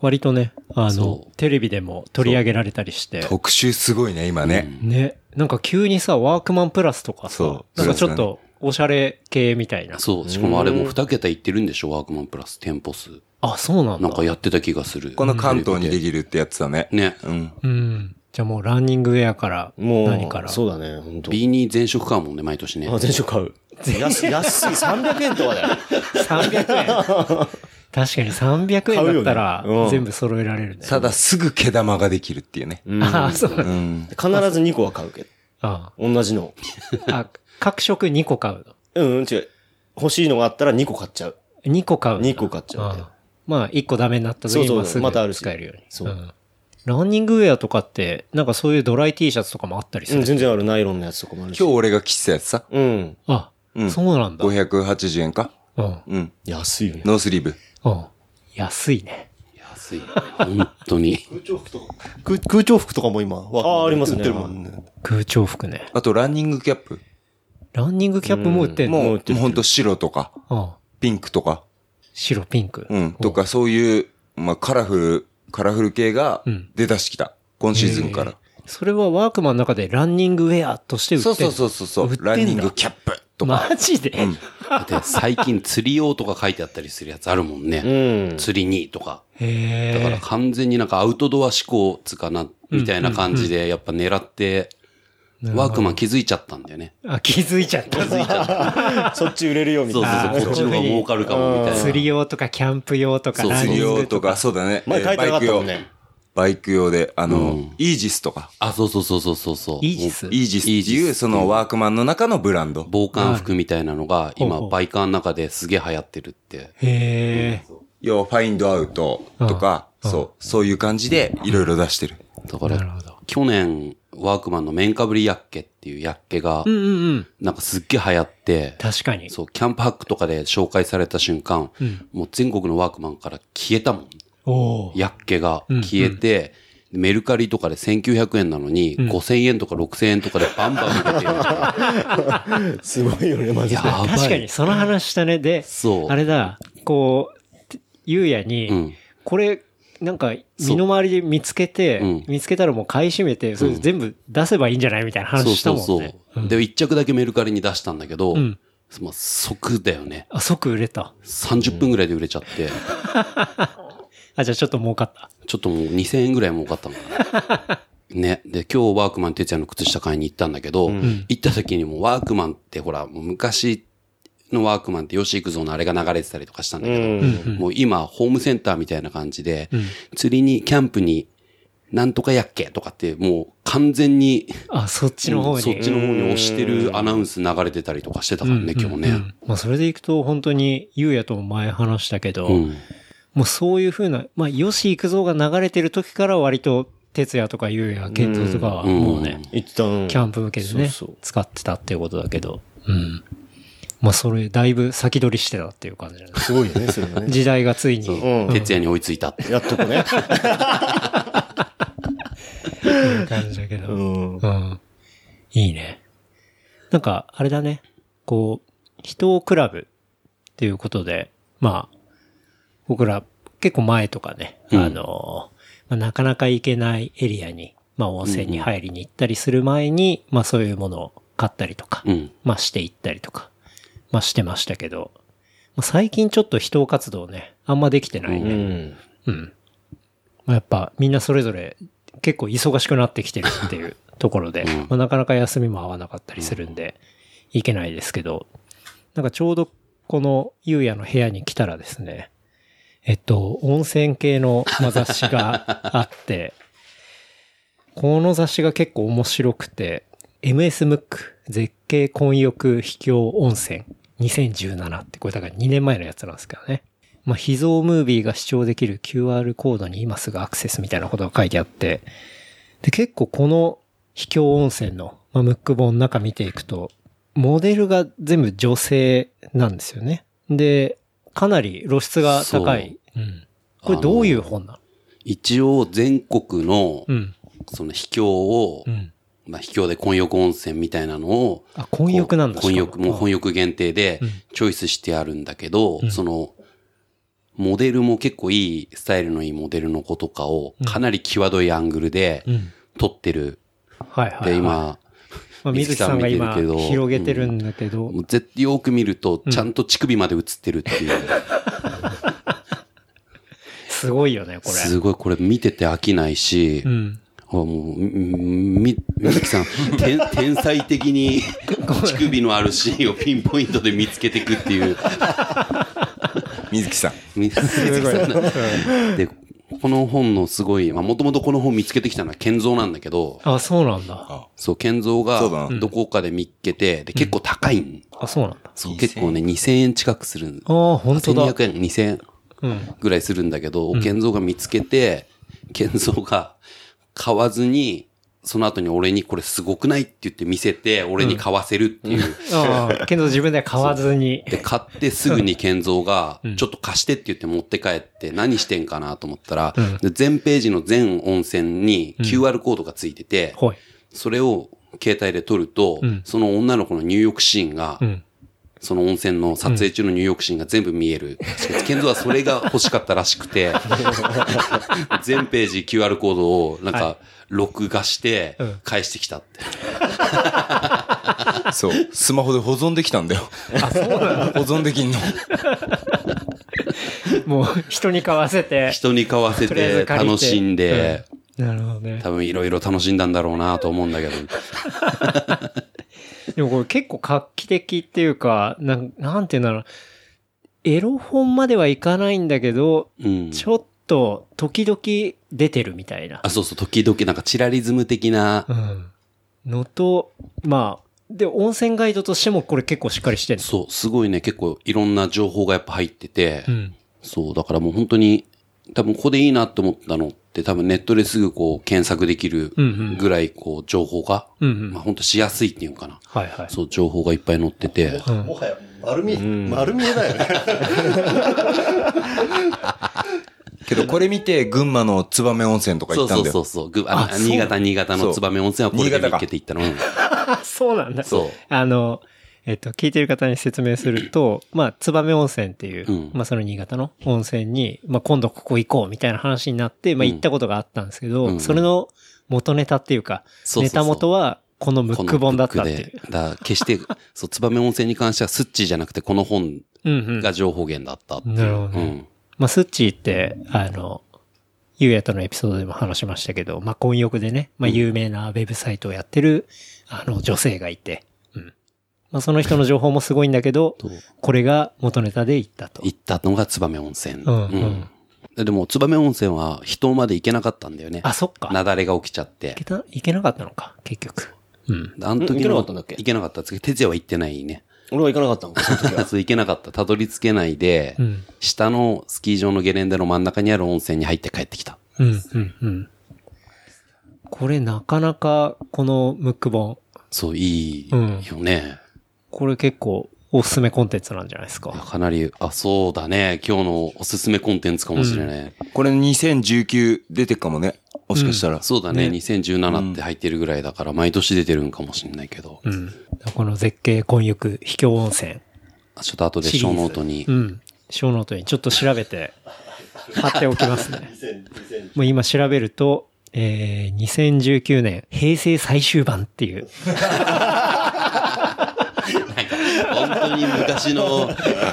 B: 割とね、あの
E: そ、
B: テレビでも取り上げられたりして。
C: (laughs) 特集すごいね、今ね。
B: ね。なんか急にさ、ワークマンプラスとかさ
C: そ、う
B: なんかちょっとおしゃれ系みたいな。
E: そう。しかもあれも2桁いってるんでしょワークマンプラス店舗数。
B: あ、そうなん
E: な
B: だ
E: ん。かやってた気がする。
C: この関東にできるってやつだね。
E: ね。
C: うん。
B: うん。じゃあもうランニングウェアから、
F: もう、
B: 何から。
F: そうだね、ほんと。
E: B に全色買うもんね、毎年ね
F: あ、。全種
B: (laughs)
F: 買う。安い、安い。300円とかだよ。
B: 300円。確か
F: (laughs)
B: に300円だったら
F: 買うよねうん
B: 全部揃えられるね。
C: ただすぐ毛玉ができるっていうね。
B: ああ、そうだ
C: う
B: ね。
C: ん。
F: 必ず2個は買うけど。
B: あ
F: 同じの。
B: あ、各色2個買うの。
F: うん、うん、違う。欲しいのがあったら2個買っちゃう。
B: 2個買うの。
F: 2個買っちゃうね
B: ああまあ、1個ダメになった時
F: そうそう
B: にすぐ
F: またあるし
B: 使えるように。
F: そうん
B: ランニングウェアとかって、なんかそういうドライ T シャツとかもあったりす
F: うん、
B: る。
F: 全然あるナイロンのやつとかもあるし。
C: 今日俺が着てたやつさ。
F: うん。
B: あ、
C: うん
B: そうなんだ。うん。
C: 580円かうん。
F: 安いよね。
C: ノースリーブ。
B: うん。安いね。
E: 安い。本当に。
D: 空空調服とかも今、
F: あーありますね
D: 売ってるもんね。
B: 空調服ね。
C: あと、ランニングキャップ。
B: ランニングキャップも売ってんの
C: も
F: 売っ
C: う、
F: てる
C: ほんと白とか、
B: うん
C: ピンクとか、
B: 白、ピンク。
C: うん、とか、そういう、まあ、カラフル、カラフル系が
B: うん
C: 出だしてきた。今シーズンから。
B: それはワークマンの中でランニングウェアとして売って
C: そ
B: る
C: うそうそうそうそう。ランニングキャップとか。
B: マジで、
E: だって最近釣り用とか書いてあったりするやつあるもんね。釣りにとか。
B: へ
E: だ
B: ー
E: から完全になんかアウトドア思考つかな、みたいな感じでやっぱ狙って、ワークマン気づいちゃったんだよね。
B: あ、気づいちゃった。
E: 気づいちゃった。
F: そっち売れるよみ
E: そ
F: たいう
E: そうそ
F: な。
E: う、こっちの方が儲かるかもみたいな。
B: 釣り用とかキャンプ用とか
E: そう
B: ラン
C: 釣
B: ニ
C: り
B: ング
C: 用とか、そうだね。
F: 前書いてなかったもんね
C: えーバイク用。バイク用で、あの、イージスとか。
E: あ、そうそうそうそうそうそう。
B: イージス
C: イージスっていう、そのワークマンの中のブランド。
E: 防寒服みたいなのが
B: ほうほ
E: 今
B: う
E: バイカーの中ですげえ流行ってるって。
B: へー
C: 要は、ファインドアウトとか、そう、そういう感じで、いろいろ出してる。
E: だから、去年ワークマンの綿かぶりやっけっていうやっけが、
B: うんうんうん。
E: なんかすっげえ流行って、
B: 確かに。
E: そう、キャンプハックとかで紹介された瞬間、もう全国のワークマンから消えたもん。
B: おおー。
E: やっけが消えて、メルカリとかで1900円なのに、5000円とか6000円とかでバンバン
B: (laughs)
E: 売れてる。
F: すごいよね、マジ
E: やばい。
B: 確かに、その話したね。で、
E: そう
B: あれだ、こう、てゆうやに、
E: ん
B: これ、なんか、身の回りで見つけて、
E: ん
B: 見つけたらもう買い占めて、それ全部出せばいいんじゃないみたいな
E: そう
B: 話した
E: そ
B: もん
E: う
B: ね。
E: そう。で、1着だけメルカリに出したんだけど、
B: ん
E: まあ即だよね。
B: あ、即売れた。
E: 30分ぐらいで売れちゃって、
B: あ、じゃあちょっと儲かった。
E: ちょっともう2000円ぐらい儲かったのか (laughs) な。ね。で、今日ワークマン哲也の靴下買いに行ったんだけど、行った時にもうワークマンってほら、もう昔のワークマンって吉幾三のあれが流れてたりとかしたんだけど、もう今ホームセンターみたいな感じで、釣りに、キャンプに、なんとかやっけとかってもう完全に、
B: あ、そっちの方に。
E: そっちの方に押してるアナウンス流れてたりとかしてたからね、今日ね。
B: まあ、それでいくと、本当に、ゆうやとも前話したけど、
E: うん
B: もうそういうふうな、まあ、吉幾三が流れてる時から割と、哲也とかゆうや、健三とかは、
E: うん
B: もうね、
F: 一旦。
B: キャンプ向けでね、
F: そうそう
B: 使ってたっていうことだけど、うん。まあ、それ、だいぶ先取りしてたっていう感じなんです
F: すごいよね、それはね。
B: 時代がついに。
F: うん。
E: 徹夜に追いついたって。
F: やっとこね。
B: 感じだけど。
F: う
B: うん。
F: ん。
B: いいね。なんか、あれだね。こう、人をクラブっていうことで、まあ、僕ら結構前とかね、
E: うん
B: あの、まあ、なかなか行けないエリアに、まあ温泉に入りに行ったりする前に、まあそういうものを買ったりとか、
E: うん。
B: まあしていったりとか、まあしてましたけど、まあ、最近ちょっと人活動ね、あんまできてないね。
F: うん。
B: うん。まあ、やっぱみんなそれぞれ結構忙しくなってきてるっていうところで、まあ、なかなか休みも合わなかったりするんで、いけないですけど、なんかちょうどこのゆうやの部屋に来たらですね、えっと、温泉系のまあ雑誌があ (laughs) って、この雑誌が結構面白くて、MS ムック絶景混浴秘境温泉2017ってこれだから2年前のやつなんですけどね。まあ、秘蔵ムービーが視聴できる QR コードに今すぐアクセスみたいなことが書いてあって、で、結構この秘境温泉の、まあ、ムック本の中見ていくと、モデルが全部女性なんですよね。で、かなり露出が高い。うん。これどういう本なの
E: 一応全国の、
B: うん。
E: その秘境を、
B: うん。
E: まあ秘境で混浴温泉みたいなのを、
B: あ、混浴なんだ
E: 混浴、もう混
B: 浴。
E: 浴限定で
B: うん
E: チョイスしてあるんだけど、
B: うん
E: その、モデルも結構いい、スタイルのいいモデルの子とかを、かなり際どいアングルで
B: うん。
E: 撮ってる。
B: はいはい、はい。
E: で、今、
B: まあ、水木さんが今
E: 水木さん見てるけど
B: 広げてるんだけど、
E: もうぜよく見ると、ちゃんと乳首まで映ってるっていう。
B: すごいよね、これ。
E: すごい、これ見てて飽きないし、
B: うん。
E: あもう、み、みずきさん、天、天才的に乳首のあるシーンをピンポイントで見つけていくっていう。
C: 水木さん。
E: みみずきさんだで、この本のすごい、まあ、もともとこの本見つけてきたのは健三なんだけど、
B: あ、そうなんだ。
E: そう、健三
C: そうだ
E: が
C: な
E: どこかで見っけて、で、結構高いん。
B: あ、そうなんだ。
E: そう結構ね、2000円近くするん。
B: ああ、本当だ。
E: 1200円、2000円
B: うん。
E: ぐらいするんだけど、健三が見つけて、健三が買わずに、その後に俺にこれすごくないって言って見せて、俺に買わせるっていう。
B: ああ、けど自分では買わず
E: (laughs)
B: に。
E: で、買ってすぐに健三が、ちょっと貸してって言って持って帰って何してんかなと思ったら、で全ページの全温泉に QR コードがついてて、
B: ほい。
E: それを携帯で撮ると、その女の子の入浴シーンが
B: うん。
E: その温泉の撮影中の入浴シーンが全部見える。健三はそれが欲しかったらし
B: (laughs)
E: くて、全ページ QR コードをなんか、録画して
B: うん、
E: 返してきたって。
C: そう。スマホで保存できたんだよ。 (laughs) 保存できんの。
B: もう、人に買わせ
E: (laughs)
B: て。
E: 人に買わせ
B: とりあえず
E: て、
B: 借りて
E: 楽しんで、
B: なるほどね。
E: 多分いろいろ楽しんだんだろうなと思うんだけど。
B: でもこれ結構画期的っていうか、なん、なんていうんだろう。エロ本まではいかないんだけど、
E: うん。
B: ちょっと時々出てるみたいな
E: あ、。そうそう、時々なんかチラリズム的な
B: う、ん。のと、まあ、で、温泉ガイドとしてもこれ結構しっかりしてる
E: そう、すごいね、結構いろんな情報がやっぱ入ってて、
B: うん。
E: そう、だからもう本当に、多分ここでいいなと思ったのって、多分ネットですぐこう検索できる
B: うんうん
E: ぐらいこう情報が、
B: うんうん
E: まあ本当しやすいっていうのかな。
B: はいはい。
E: そう、情報がいっぱい載ってて、
D: もはや、丸見え、丸見えだよね。
C: けどこれ見て、群馬の燕温泉とか行
E: そう
C: った
E: そ
C: ん
E: う
C: だ
E: そう
C: よ。
E: そう、ぐあの新潟、新潟
C: そ
E: の
C: う
E: 燕温泉はこれで
C: 新潟
E: 見
C: か
E: っけていったの。 (laughs) うん
B: (laughs) あ、そうなんだ。
E: そう。
B: あの、えっと、聞いてる方に説明すると、まあ、燕温泉っていう、
E: うん
B: まあ、その新潟の温泉に、まあ、今度ここ行こうみたいな話になって、まあ、
E: うん
B: 行ったことがあったんですけど、
E: うんうん
B: それの元ネタっていうか、
E: そうそうそ
B: ネタ
E: う
B: 元は、このム
E: こ
B: ッ
E: の
B: ク本だったっ
E: ブ
B: て
E: ッ
B: い
E: ク
B: う
E: で。。だから決して、そう、燕温泉に関してはスッチーじゃなくてこの本
B: うんうん。
E: が情報源だったっていう。
B: なるほど
E: う
B: ね
E: ん。
B: まあ、スッチーって、あの、ゆうやとのエピソードでも話しましたけど、まあ、婚欲でね、まあ、有名なウェブサイトをやってる、あの、女性がいて、うん。まあ、その人の情報もすごいんだけ (laughs) ど、
E: と
B: これが元ネタで行ったと。
E: 行ったのが燕温泉。
B: うん
E: うんでも、燕温泉は人まで行けなかったんだよね。
B: あ、そっか。
E: 雪崩が起きちゃって
B: いけ。た、いけなかったのか、結局。うん。
E: あの時の
F: うん行けなかったんだっけ
E: 行けなかった。哲也は行ってないね。
F: 俺は行かなかったのその時は。
E: そう行けなかった。たどり着けないで、
B: うん。
E: 下のスキー場のゲレンデの真ん中にある温泉に入って帰ってきた。
B: うん、うん、うん。これなかなか、このムック本、
E: そう、いい
B: うん
E: よね。
B: これ結構おすすめコンテンツなんじゃないです
E: いや
B: か。
E: かなり、あ、そうだね。今日のおすすめコンテンツかもしれない。
C: これ2019出てっかもね。もしかしたら。
E: そうだね2017って入ってるぐらいだから、毎年出てるんかもしれないけど。
B: うん。この絶景、混浴、秘境温泉。
E: あちょっと後で小ノートに
B: う。ん。小ノートにちょっと調べて、貼っておきますね。もう今調べると、えー、2019年、平成最終版っていう。
E: 本当に昔の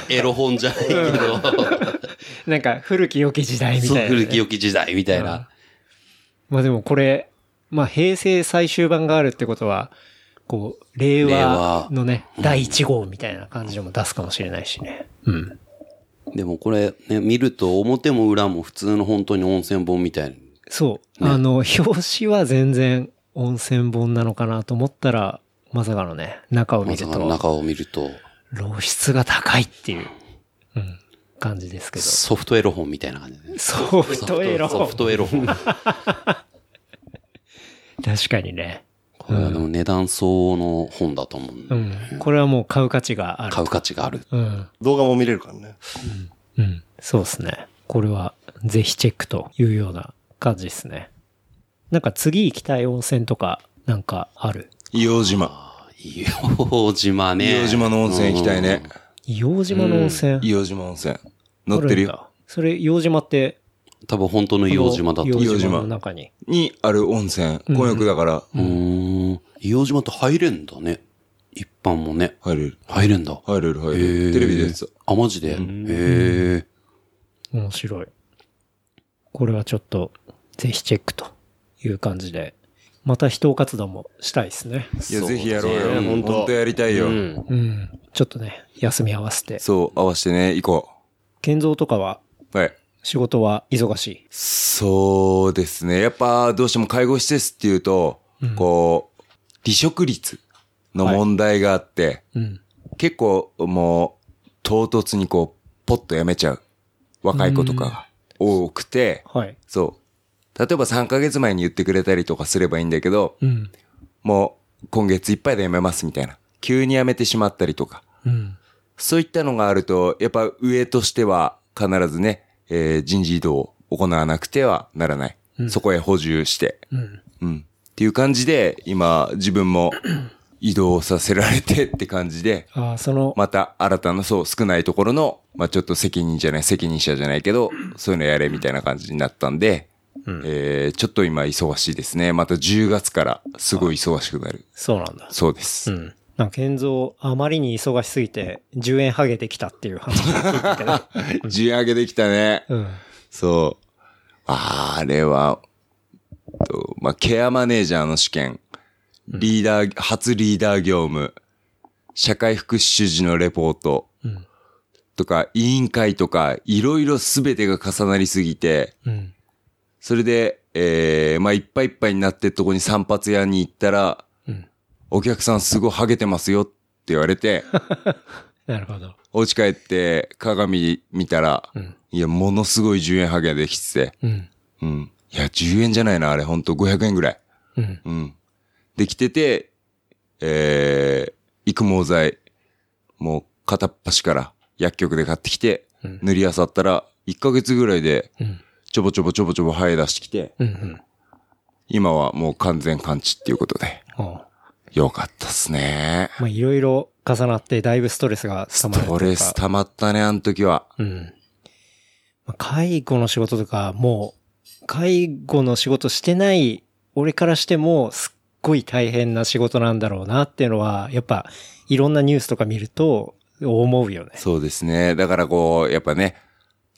E: エロ本じゃないけど、
B: なんか、古き良き時代みたいな、ね。
E: 古き良き時代みたいな。
B: まあでもこれ、まあ平成最終版があるってことは、こう、令和のね、第1号みたいな感じでも出すかもしれないしね。うん。
E: でもこれ、ね、見ると表も裏も普通の本当に温泉本みたいな。
B: そう。あの、表紙は全然温泉本なのかなと思ったら、まさかのね、中を見
E: ま
B: る
E: さ
B: と
E: か、の中を見ると、
B: 露出が高いっていう、うん、感じですけど。
E: ソフトエロ本みたいな感じだね。
B: ソフトエロ。
E: ソフトエロ本。
B: 確かにね。
E: これはでも値段相応の本だと思う。
B: うん。これはもう買う価値がある
E: 買。う価値がある。
B: うん。
D: (laughs) 動画も見れるからね。
B: うん。そうですね。これは、ぜひチェックというような感じですね。なんか次行きたい温泉とか、なんかある。
C: 硫黄島。
E: 伊予島ね。
C: 硫黄島の温泉行きたいね。
B: 硫黄島の温泉。
C: 硫黄島温泉。乗ってる
B: あん
C: よ。
B: だ。それ、硫黄島って、
E: うん。多分本当の伊予島だと思う。
B: この硫黄
C: 硫黄
B: 島
C: 島
B: の中に。
C: にある温泉。混浴だから
E: うーん。伊予島って入れんだね。一般もね。
C: 入れる。
E: 入れんだ。
C: 入れる、入
E: へ
C: れ
E: ー
C: る。テレビでやってた。
E: あ、マジで。へえ。
B: 面白い。これはちょっと、ぜひチェックという感じで。また人活動もしたいですね。
C: いや、
E: そうだね
C: ぜひやろうよ。
F: うん
C: 本当やりたいよ。
F: うん。
B: うん。ちょっとね、休み合わせて。
C: そう、合わせてね、行こ
B: 健三とかは、
C: う。はい。
B: 仕事は忙しい。
C: そうですね。やっぱ、どうしても介護施設っていうと、こう、離職率の問題があって、
B: うん。
C: 結構もう、唐突にこう、ポッと辞めちゃう。若い子とかが多くて、
B: はい。
C: そう。例えば3ヶ月前に言ってくれたりとかすればいいんだけど、
B: うん。
C: もう今月いっぱいで辞めますみたいな。急に辞めてしまったりとか。
B: うん。
C: そういったのがあると、やっぱ上としては必ずね、えー人事異動を行わなくてはならない。そこへ補充して、
B: うん。 (clears throat)
C: うん。っていう感じで、今、自分も移動させられてって感じで、
B: ああ、その、
C: また新たな、そう、少ないところの、まあちょっと責任じゃない、責任者じゃないけど、そういうのやれみたいな感じになったんで、えーちょっと今忙しいですね。また10月からすごい忙しくなる。
B: そうなんだ。
C: そうです。
B: うん。なんか、健三、あまりに忙しすぎて、10円ハゲてきたっていう話を聞いたけど。
C: 10上げできたね。
B: うん。
C: そう。あーあれは、とまあ、ケアマネージャーの試験、リーダー、初リーダー業務、社会福祉主事のレポート、
B: うん
C: とか、委員会とか、いろいろすべてが重なりすぎて、
B: うん。
C: それで、えー、まあ、いっぱいいっぱいになってるとこに散髪屋に行ったら、
B: うん
C: お客さんすごいハゲてますよって言わ
B: (laughs)
C: れて、
B: なるほど。
C: お家帰って鏡見たら、
B: うん
C: いや、ものすごい10円ハゲできてて、
B: うん。
C: うん。いや、10円じゃないな、あれ、ほんと500円ぐらい。
B: うん。
C: うん。できてて、えー、育毛剤、もう片っ端から薬局で買ってきて、
B: うん
C: 塗りあさったら、1ヶ月ぐらいで
B: うん、
C: ちょぼちょぼちょぼちょぼ生え出してきて、
B: うん。うん。
C: 今はもう完全完治っていうことで、
B: おう
C: よかったっすね。
B: まあ、いろいろ重なって、だいぶストレスが溜まるというか。
C: これ、溜まったね、あの時は。
B: うん。まあ介護の仕事とか、もう、介護の仕事してない俺からしても、すっごい大変な仕事なんだろうなっていうのは、やっぱ、いろんなニュースとか見ると、思うよね。
C: そうですね。だからこう、やっぱね、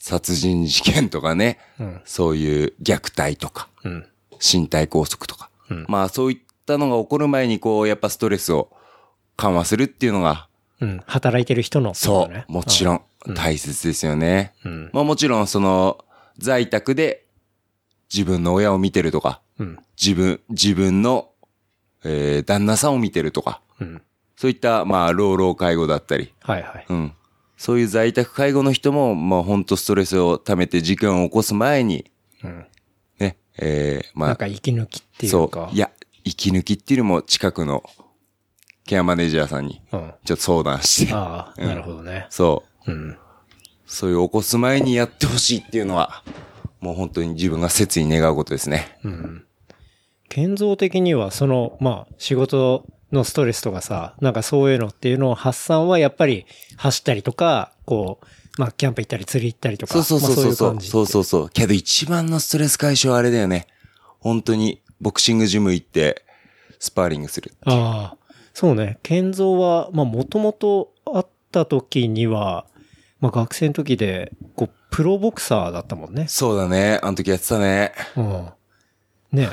C: 殺人事件とかね、
B: うん。
C: そういう虐待とか、
B: うん。
C: 身体拘束とか。
B: うん
C: まあそういったのが起こる前にこう、やっぱストレスを緩和するっていうのが、
B: うん。働いてる人の、
C: そ
B: ね
C: う、もちろん大切ですよね。
B: うん。
C: まあもちろんその、在宅で自分の親を見てるとか、
B: うん。
C: 自分、自分の、えー、旦那さんを見てるとか、
B: うん。
C: そういった、まあ、老老介護だったり、
B: はいはい。
C: うん。そういう在宅介護の人も、まあ、ほんとストレスを溜めて事件を起こす前に、
B: うん。
C: ね、えー、ま
B: なん
C: あ、
B: か息抜きってい
C: そう
B: か。
C: う、いや、息抜きっていうのも近くのケアマネージャーさんに
B: うん。
C: ちょっと相談して、
B: ああ、なるほどね。
C: そう、
B: うん。
C: そういう起こす前にやってほしいっていうのは、もう本当に自分が切に願うことですね。
B: うん。建造的には、その、まあ、仕事のストレスとかさ、なんかそういうのっていうのを発散はやっぱり走ったりとか、こう、まあ、キャンプ行ったり釣り行ったりとか、
C: そうそうそうそうそう、
B: まあ
C: そう
B: そういう感じ。
C: そうそう。けど一番のストレス解消はあれだよね。本当にボクシングジム行って、スパーリングする。
B: ああ、そうね。建造は、まあ、もともとあった時には、まあ、学生の時で、こう、プロボクサーだったもんね。
C: そうだね。あの時やってたね。
B: うん。ね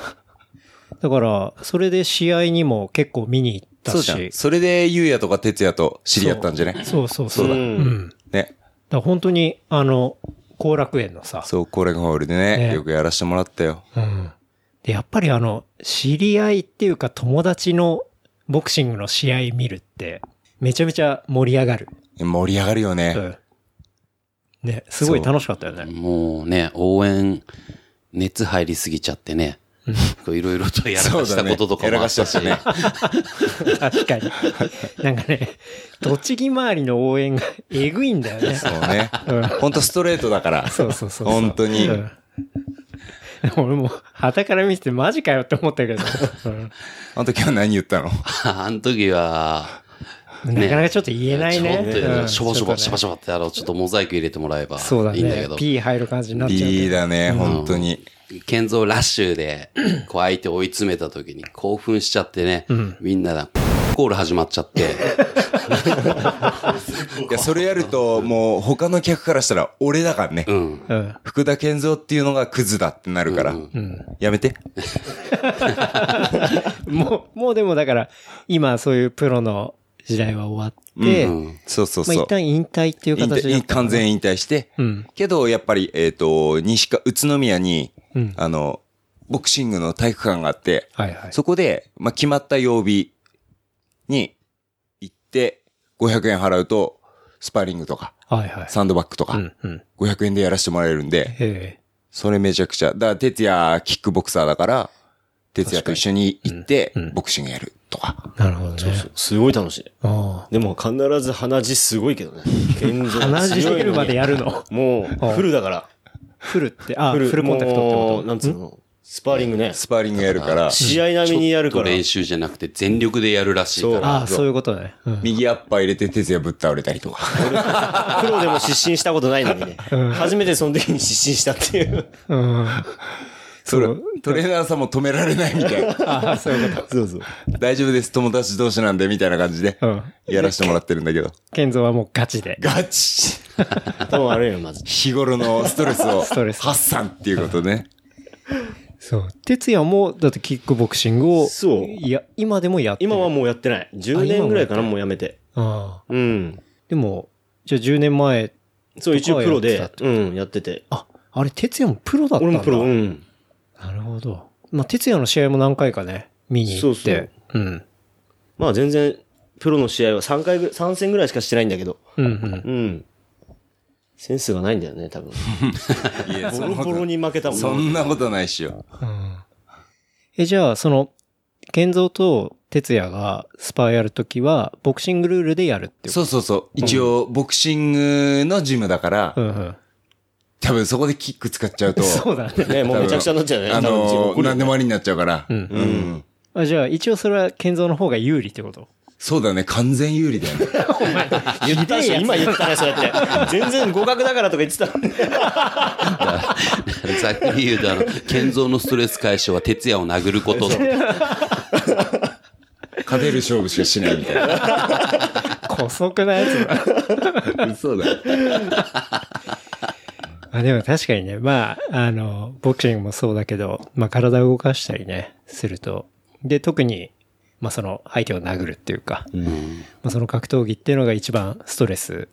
B: だから、それで試合にも結構見に行った
C: そうじゃん
B: し。。
C: それで、ゆうやとかてつやと知り合ったんじゃね
B: そうそうそう。
C: そうだ
B: うん。
C: ね。
B: だから本当に、あの、後楽園のさ、
C: そう、コレグホールでね、
B: ね
C: よくやらせてもらったよ。
B: うん。で、やっぱりあの、知り合いっていうか友達のボクシングの試合見るって、めちゃめちゃ盛り上がる。
C: 盛り上がるよね。
B: うん。ね、すごい楽しかったよね。
E: もうね、応援、熱入りすぎちゃってね。こういろいろとやらかしたこととかもあったし
C: そうだねやらか
B: 確
C: し
B: かに。なんかね、栃木周りの応援がえぐいんだよね。
C: そうね。
B: (laughs) うん。
C: ほんとストレートだから。
B: そうそうそうそう。
C: 本当に
B: うん俺も、旗から見ててマジかよって思ったけど、
C: あの時は何言ったの
E: あの時は、
B: うんなかなかちょっと言えない
E: ちょ
B: ね
E: っ。と
B: う
E: ね、
B: ん
E: しょぼしょ
B: ちょっと
E: ぼ、
B: ね
E: しょばしょばってやろう。ちょっとモザイク入れてもらえば
B: そうだ
E: いいんだけ
B: ね
E: ど。。
B: P 入る感じになっちゃうけ
C: ?B
B: ど。
C: だね、本当に。
E: 建造ラッシュで、こう相手追い詰めた時に興奮しちゃってね、みんなが、コール始まっちゃって、
C: いや、それやると、もう他の客からしたら俺だからね。
E: うん。
B: うん。
C: 福田健三っていうのがクズだってなるから。やめて。
B: もう、もうでもだから、今そういうプロの時代は終わって、
E: うん
C: そうそう
B: まあ
C: そう
B: 一。旦引退っていう
C: 引
B: 形で
C: 退。完全引退して。
B: うん
C: けど、やっぱり、えっと、西か、宇都宮に
B: うん、
C: あの、ボクシングの体育館があって、
B: はいはい。
C: そこで、まあ、決まった曜日に行って、500円払うと、スパーリングとか、
B: はいはい。
C: サンドバッグと
B: う
C: か、
B: んうん。
C: 500円でやらせてもらえるんで、
B: え
C: それめちゃくちゃ。だから、哲也、キックボクサーだから、哲也と一緒に行って、ボクシングやるとか。
B: えなるほどね。
F: すごい楽しい。
B: あ
F: でも必ず鼻血すごいけどね。現
B: あ
F: 状
B: 鼻血出るまでやるの。
F: もう、フルだから。
B: フルって、あ、
F: フ
B: フ
F: ル
B: ルコンタクトって
F: も
B: こ
F: う
B: と
F: なんつうのスパーリングね。
C: スパーリングやるから、
F: (laughs) 試合並みにやる
E: ちょ
F: か
E: っと
F: ら。
E: 練習じゃなくて全力でやるらしいか
F: そう
E: ら。
B: ああ、そういうことね。うん。
C: 右アッパー入れて哲也ぶっ倒れたりとか。
F: プロでも失神したことないのに
B: (laughs)
F: ね。初めてその時に失神したっていう。
B: うん、
C: それ、トレーナーさんも止められないみたいな。
B: ああ、 (laughs) そういうこ
D: そうそう。
C: 大丈夫です、友達同士なんで、みたいな感じで
B: と。う、ん。
C: やらせてもらってるんだけど。
B: 健三はもうガチで。
C: ガチ
F: 頭悪いよ、まず。
C: 日頃のストレスを
B: ストレス
C: 発散っていうことね。
B: そう。哲也も、だってキックボクシングを、
F: そう
B: いや、今でもやってる
F: 今はもうやってない。10年ぐらいかな、もうやめて。
B: ああ。
F: うん。
B: でも、じゃあ10年前、
F: そう、一応プロ
B: とかはや
F: で
B: って、
F: うん、やってて。
B: あ、あれ、哲也もプロだったん
F: 俺
B: だ。
F: もプロ、うん。
B: なるほど。まあ、哲也の試合も何回かね、見に行って。う
F: そう
B: ん。
F: まあ全然、プロの試合は3回ぐらい、3戦ぐらいしかしてないんだけど。
B: うんうん。
F: うん。センスがないんだよね、
B: (laughs)
F: 多分。
C: いや、
F: ボ
C: そん
F: ロ
C: なこ
F: ボロ
C: と
F: に負けたもん。
C: そんなことないっしよ。
B: うん、え、じゃあ、その、健三と哲也がスパーやるときは、ボクシングルールでやるっていうこ
C: そうそうそう。一応、ボクシングのジムだから
B: と。、うんうん。
C: 多分そこでキック使っちゃう
B: (laughs)
C: と、
B: そうだね。
F: ね、もうめちゃくちゃになっちゃうね。
C: あの
F: 多分
C: ー、何でもありになっちゃうから。
B: うん
C: うん。
B: あじゃあ、一応それは健三の方が有利って
F: (laughs)
B: こと
C: そうだね、完全有利だよね。
F: 言ったでしょ今言ったね、そう
B: (laughs)
F: やって。全然互角だからとか言ってたのに。
E: ざっくり言うと、あの、健三のストレス解消は徹夜を殴ること。
C: 勝てる勝負しかしないみたい (laughs) な。
B: 古速なやつだ。
C: そうだ。
B: あでも確かにね、まあ、あの、ボクシングもそうだけど、まあ体を動かしたりね、すると。で、特に、まあその相手を殴るっていうか、まあその格闘技っていうのが一番ストレス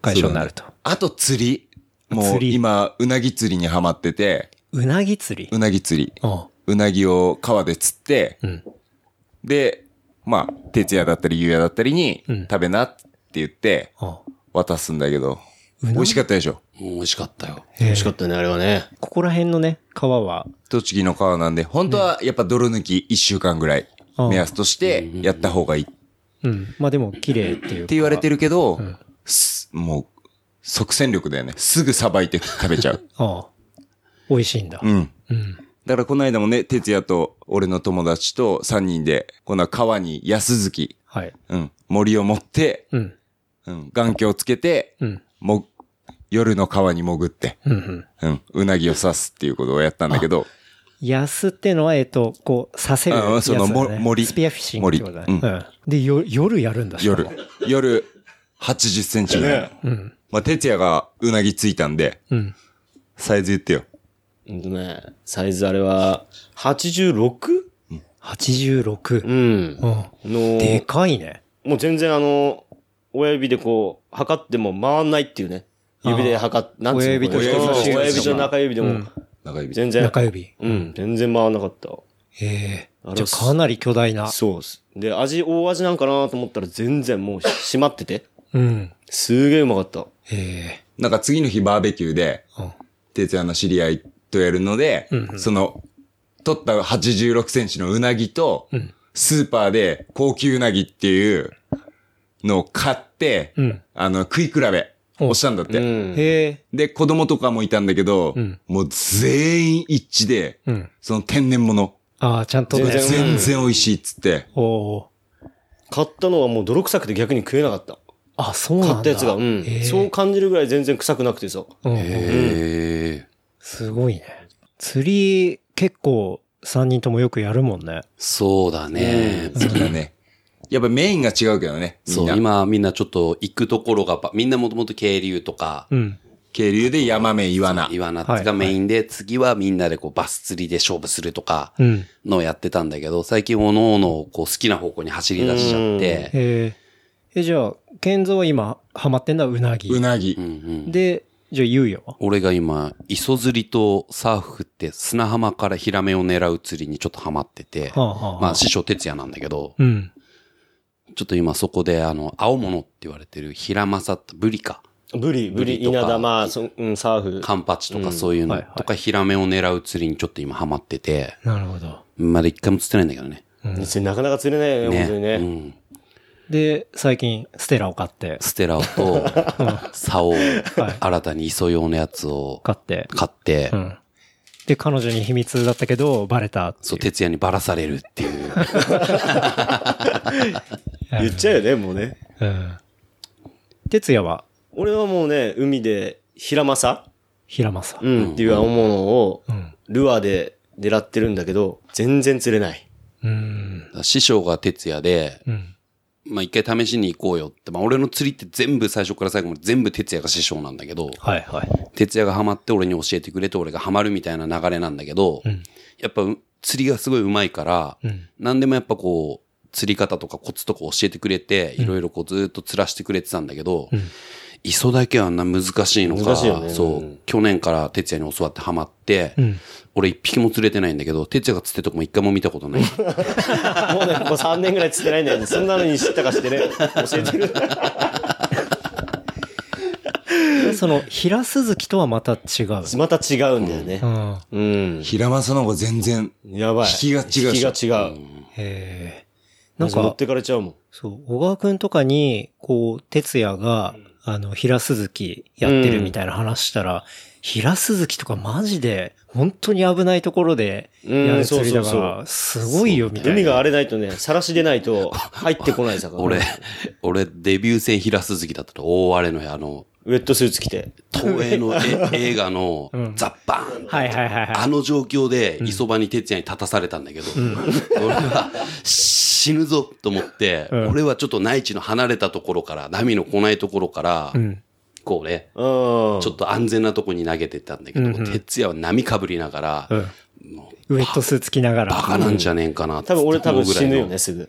B: 解消になると。
C: あと釣り。もう
B: 釣り
C: 今、うなぎ釣りにハマってて、
B: うなぎ釣り
C: うなぎ釣り。
B: あ
C: うなぎを川で釣って、
B: うん
C: で、まあ、徹夜だったり、夕夜だったりに
B: うん、
C: 食べなって言って、
B: あ
C: 渡すんだけど、
B: なぎ
C: 美味しかったでしょ。
E: うん美味しかったよ。
F: 美味しかったね、あれはね。
B: ここら辺のね、川は、
C: 栃木の川なんで、本当はやっぱ泥抜き1週間ぐらい、
B: ああ
C: 目安として、やった方がいいって
B: うん、まあでも綺麗っていうか。
C: 言われて
B: る。
C: るけど、すもう、即戦力だよね。すぐさばいて食べちゃう。
B: あ美味しいんだ。
C: うん。
B: (laughs) うん。
C: だからこの間もね、哲也と俺の友達と3人で、この川に安月、
B: はい。
C: うん、森を持って、
B: うん。
C: うん、眼鏡をつけて、
B: うん。
C: も、夜の川に潜って、
B: うんうん。
C: うん、うなぎを刺すっていうことをやったんだけど、
B: 安ってのは、えっと、こう、させるやつだ、
C: あ
B: ね。
C: そのも森
B: スペアフィッシングってことだね。
C: 森
B: うん。で、よ、夜やるんだしかも
C: 夜、夜、80センチぐらい。
B: うん。
C: まあ、哲也がうなぎついたんで、
B: うん。
C: サイズ言ってよ。
F: うんとね、サイズあれは、86? う
B: 86。
F: ん。
B: う
F: の
B: ん。でかいね。
F: もう全然あの、親指でこう、測っても回んないっていうね。指で測っ、なんつうの
B: 親指と人
C: 差し指
F: 親指と中指でも、
C: 中指。
F: 全然、
B: 中指。
F: うん、全然回らなかった。
B: ええ
F: あれは
B: じゃあかなり巨大な。
F: そうっす。で、味、大味なんかなと思ったら全然もう閉まってて。
B: うん。
F: すげえうまかった。
B: え
C: なんか次の日バーベキューで、
B: えうん。
C: 哲也の知り合いとやるので、その、取った86センチのうなぎと、スーパーで高級うなぎっていうのを買って、
B: うん
C: あの、食い比べをしたんだって。
F: うん。
B: え
C: で、子供とかもいたんだけど、
B: ん
C: もう全員一致で、
B: えうん。
C: その天然物、
B: ああ、ちゃんとね。
F: 全然
C: 全然美味しいっつって、
B: おお
F: 買ったのはもう泥臭くて逆に食えなかった。
B: ー。あ、そうなんだ。
F: 買ったやつが。うん
B: ええ。
F: そう感じるぐらい全然臭くなくてさ。
B: うん
E: へえ。
B: すごいね。釣り、結構、三人ともよくやるもんね。
E: そうだね。
C: 好きだね。やっぱメインが違うけどね、みん
E: そう、
C: な。
E: 今みんなちょっと行くところがば、みんなもともと渓流とか、
B: うん。
C: 渓流でヤマメ、イワナ。
E: 岩ナがメインで、次はみんなでこうバス釣りで勝負するとか
B: うん。
E: のをやってたんだけど、最近おのおのこう好きな方向に走り出しちゃって、
B: えええ、じゃあ、健三は今、ハマってんだ、うなぎ。
C: うなぎ。
E: うんうん
B: で、じゃあ、言うよ。
E: 俺が今、磯釣りとサーフって砂浜からヒラメを狙う釣りにちょっとハマってて、
B: はあ、はあはあ、
E: まあ師匠哲也なんだけど、
B: うん。
E: ちょっと今そこであの、青物って言われてるヒラマサとブリカ、
F: ブリ、ブリ、
E: ブリとか
F: 稲田、まあ、そうん、サーフ。
E: カンパチとかそういうのとかヒラメを狙う釣りにちょっと今ハマってて、
B: なるほど。
E: まだ一回も釣ってないんだけどね。
F: うんなかなか釣れないよね、本当に
E: う
F: ね。
E: ん。
B: で、最近、ステラを買って、
E: ステラと、竿を、新たに磯用のやつを
B: 買って、
E: 買って
B: う、ん。で、彼女に秘密だったけど、バレたっていう。
E: そう、徹夜にばらされるっていう。
F: 言っちゃうよね、もうね。
B: うん。哲也は、
F: 俺はもうね、海で、ヒラマサ
B: 平正。
F: うん、っていう青物を
B: ん、
F: ルアーで狙ってるんだけど、全然釣れない。
B: うん。
E: 師匠が徹夜で、
B: うん。
E: まあ一回試しに行こうよって、まあ俺の釣りって全部最初から最後まで全部徹夜が師匠なんだけど、
B: はいはい。
E: 徹夜がハマって俺に教えてくれて俺がハマるみたいな流れなんだけど、
B: うん
E: やっぱう釣りがすごい上手いから、
B: うん
E: 何でもやっぱこう、釣り方とかコツとか教えてくれて、いろいろこうずっと釣らしてくれてたんだけど、磯だけはあんな難しいのか、
F: 難しいよね
E: そう、
F: うん
E: 去年から哲也に教わってハマって、
B: ん
E: 俺一匹も釣れてないんだけど、哲也が釣ってるとこも一回も見たことない。
F: もうね、ここ3年ぐらい釣ってないんだよね。そんなのに知ったかしてね、教えてる。
B: その、平鈴木とはまた違う。
F: また違うんだよね
B: う。ん。
F: うん。
C: 平正の方が全然、
F: やばい。
C: 引きが違うでしょ
F: 引きが違う。
B: へえ。
F: な
B: なんん
F: か持っ
B: か、
F: てかれちゃうもん。
B: そう、小川くんとかに、こう、哲也が、あの、平鈴木やってるみたいな話したら、平鈴木とかマジで、本当に危ないところで、
F: うん
B: やる釣りだか
F: そうそう
B: ら、すごいよ、みたいな。
F: 海が荒れないとね、さらしでないと入ってこない魚。
E: (laughs) 俺、俺デビュー戦平鈴木だったら大荒れのあの、
F: ウェットスーツ着て。
E: 東映のえ映画のザッバーン、
B: はいはいはいは
E: あの状況で、磯場に哲也に立たされたんだけど、俺は死ぬぞと思って、
B: うん
E: 俺はちょっと内地の離れたところから、波の来ないところから、
B: い。うん。
E: こうね、
F: うん。ちょ
E: ちょっと安全なとこに投げてったんだけど、
B: うんうん
E: 哲也は波かぶりながら、
B: うん。ウェットスーツ着ながら。
E: バカなんじゃねえんかなって
F: 多分俺多分
E: 思うぐら
F: 死
E: いの
F: ぬよね、すぐ。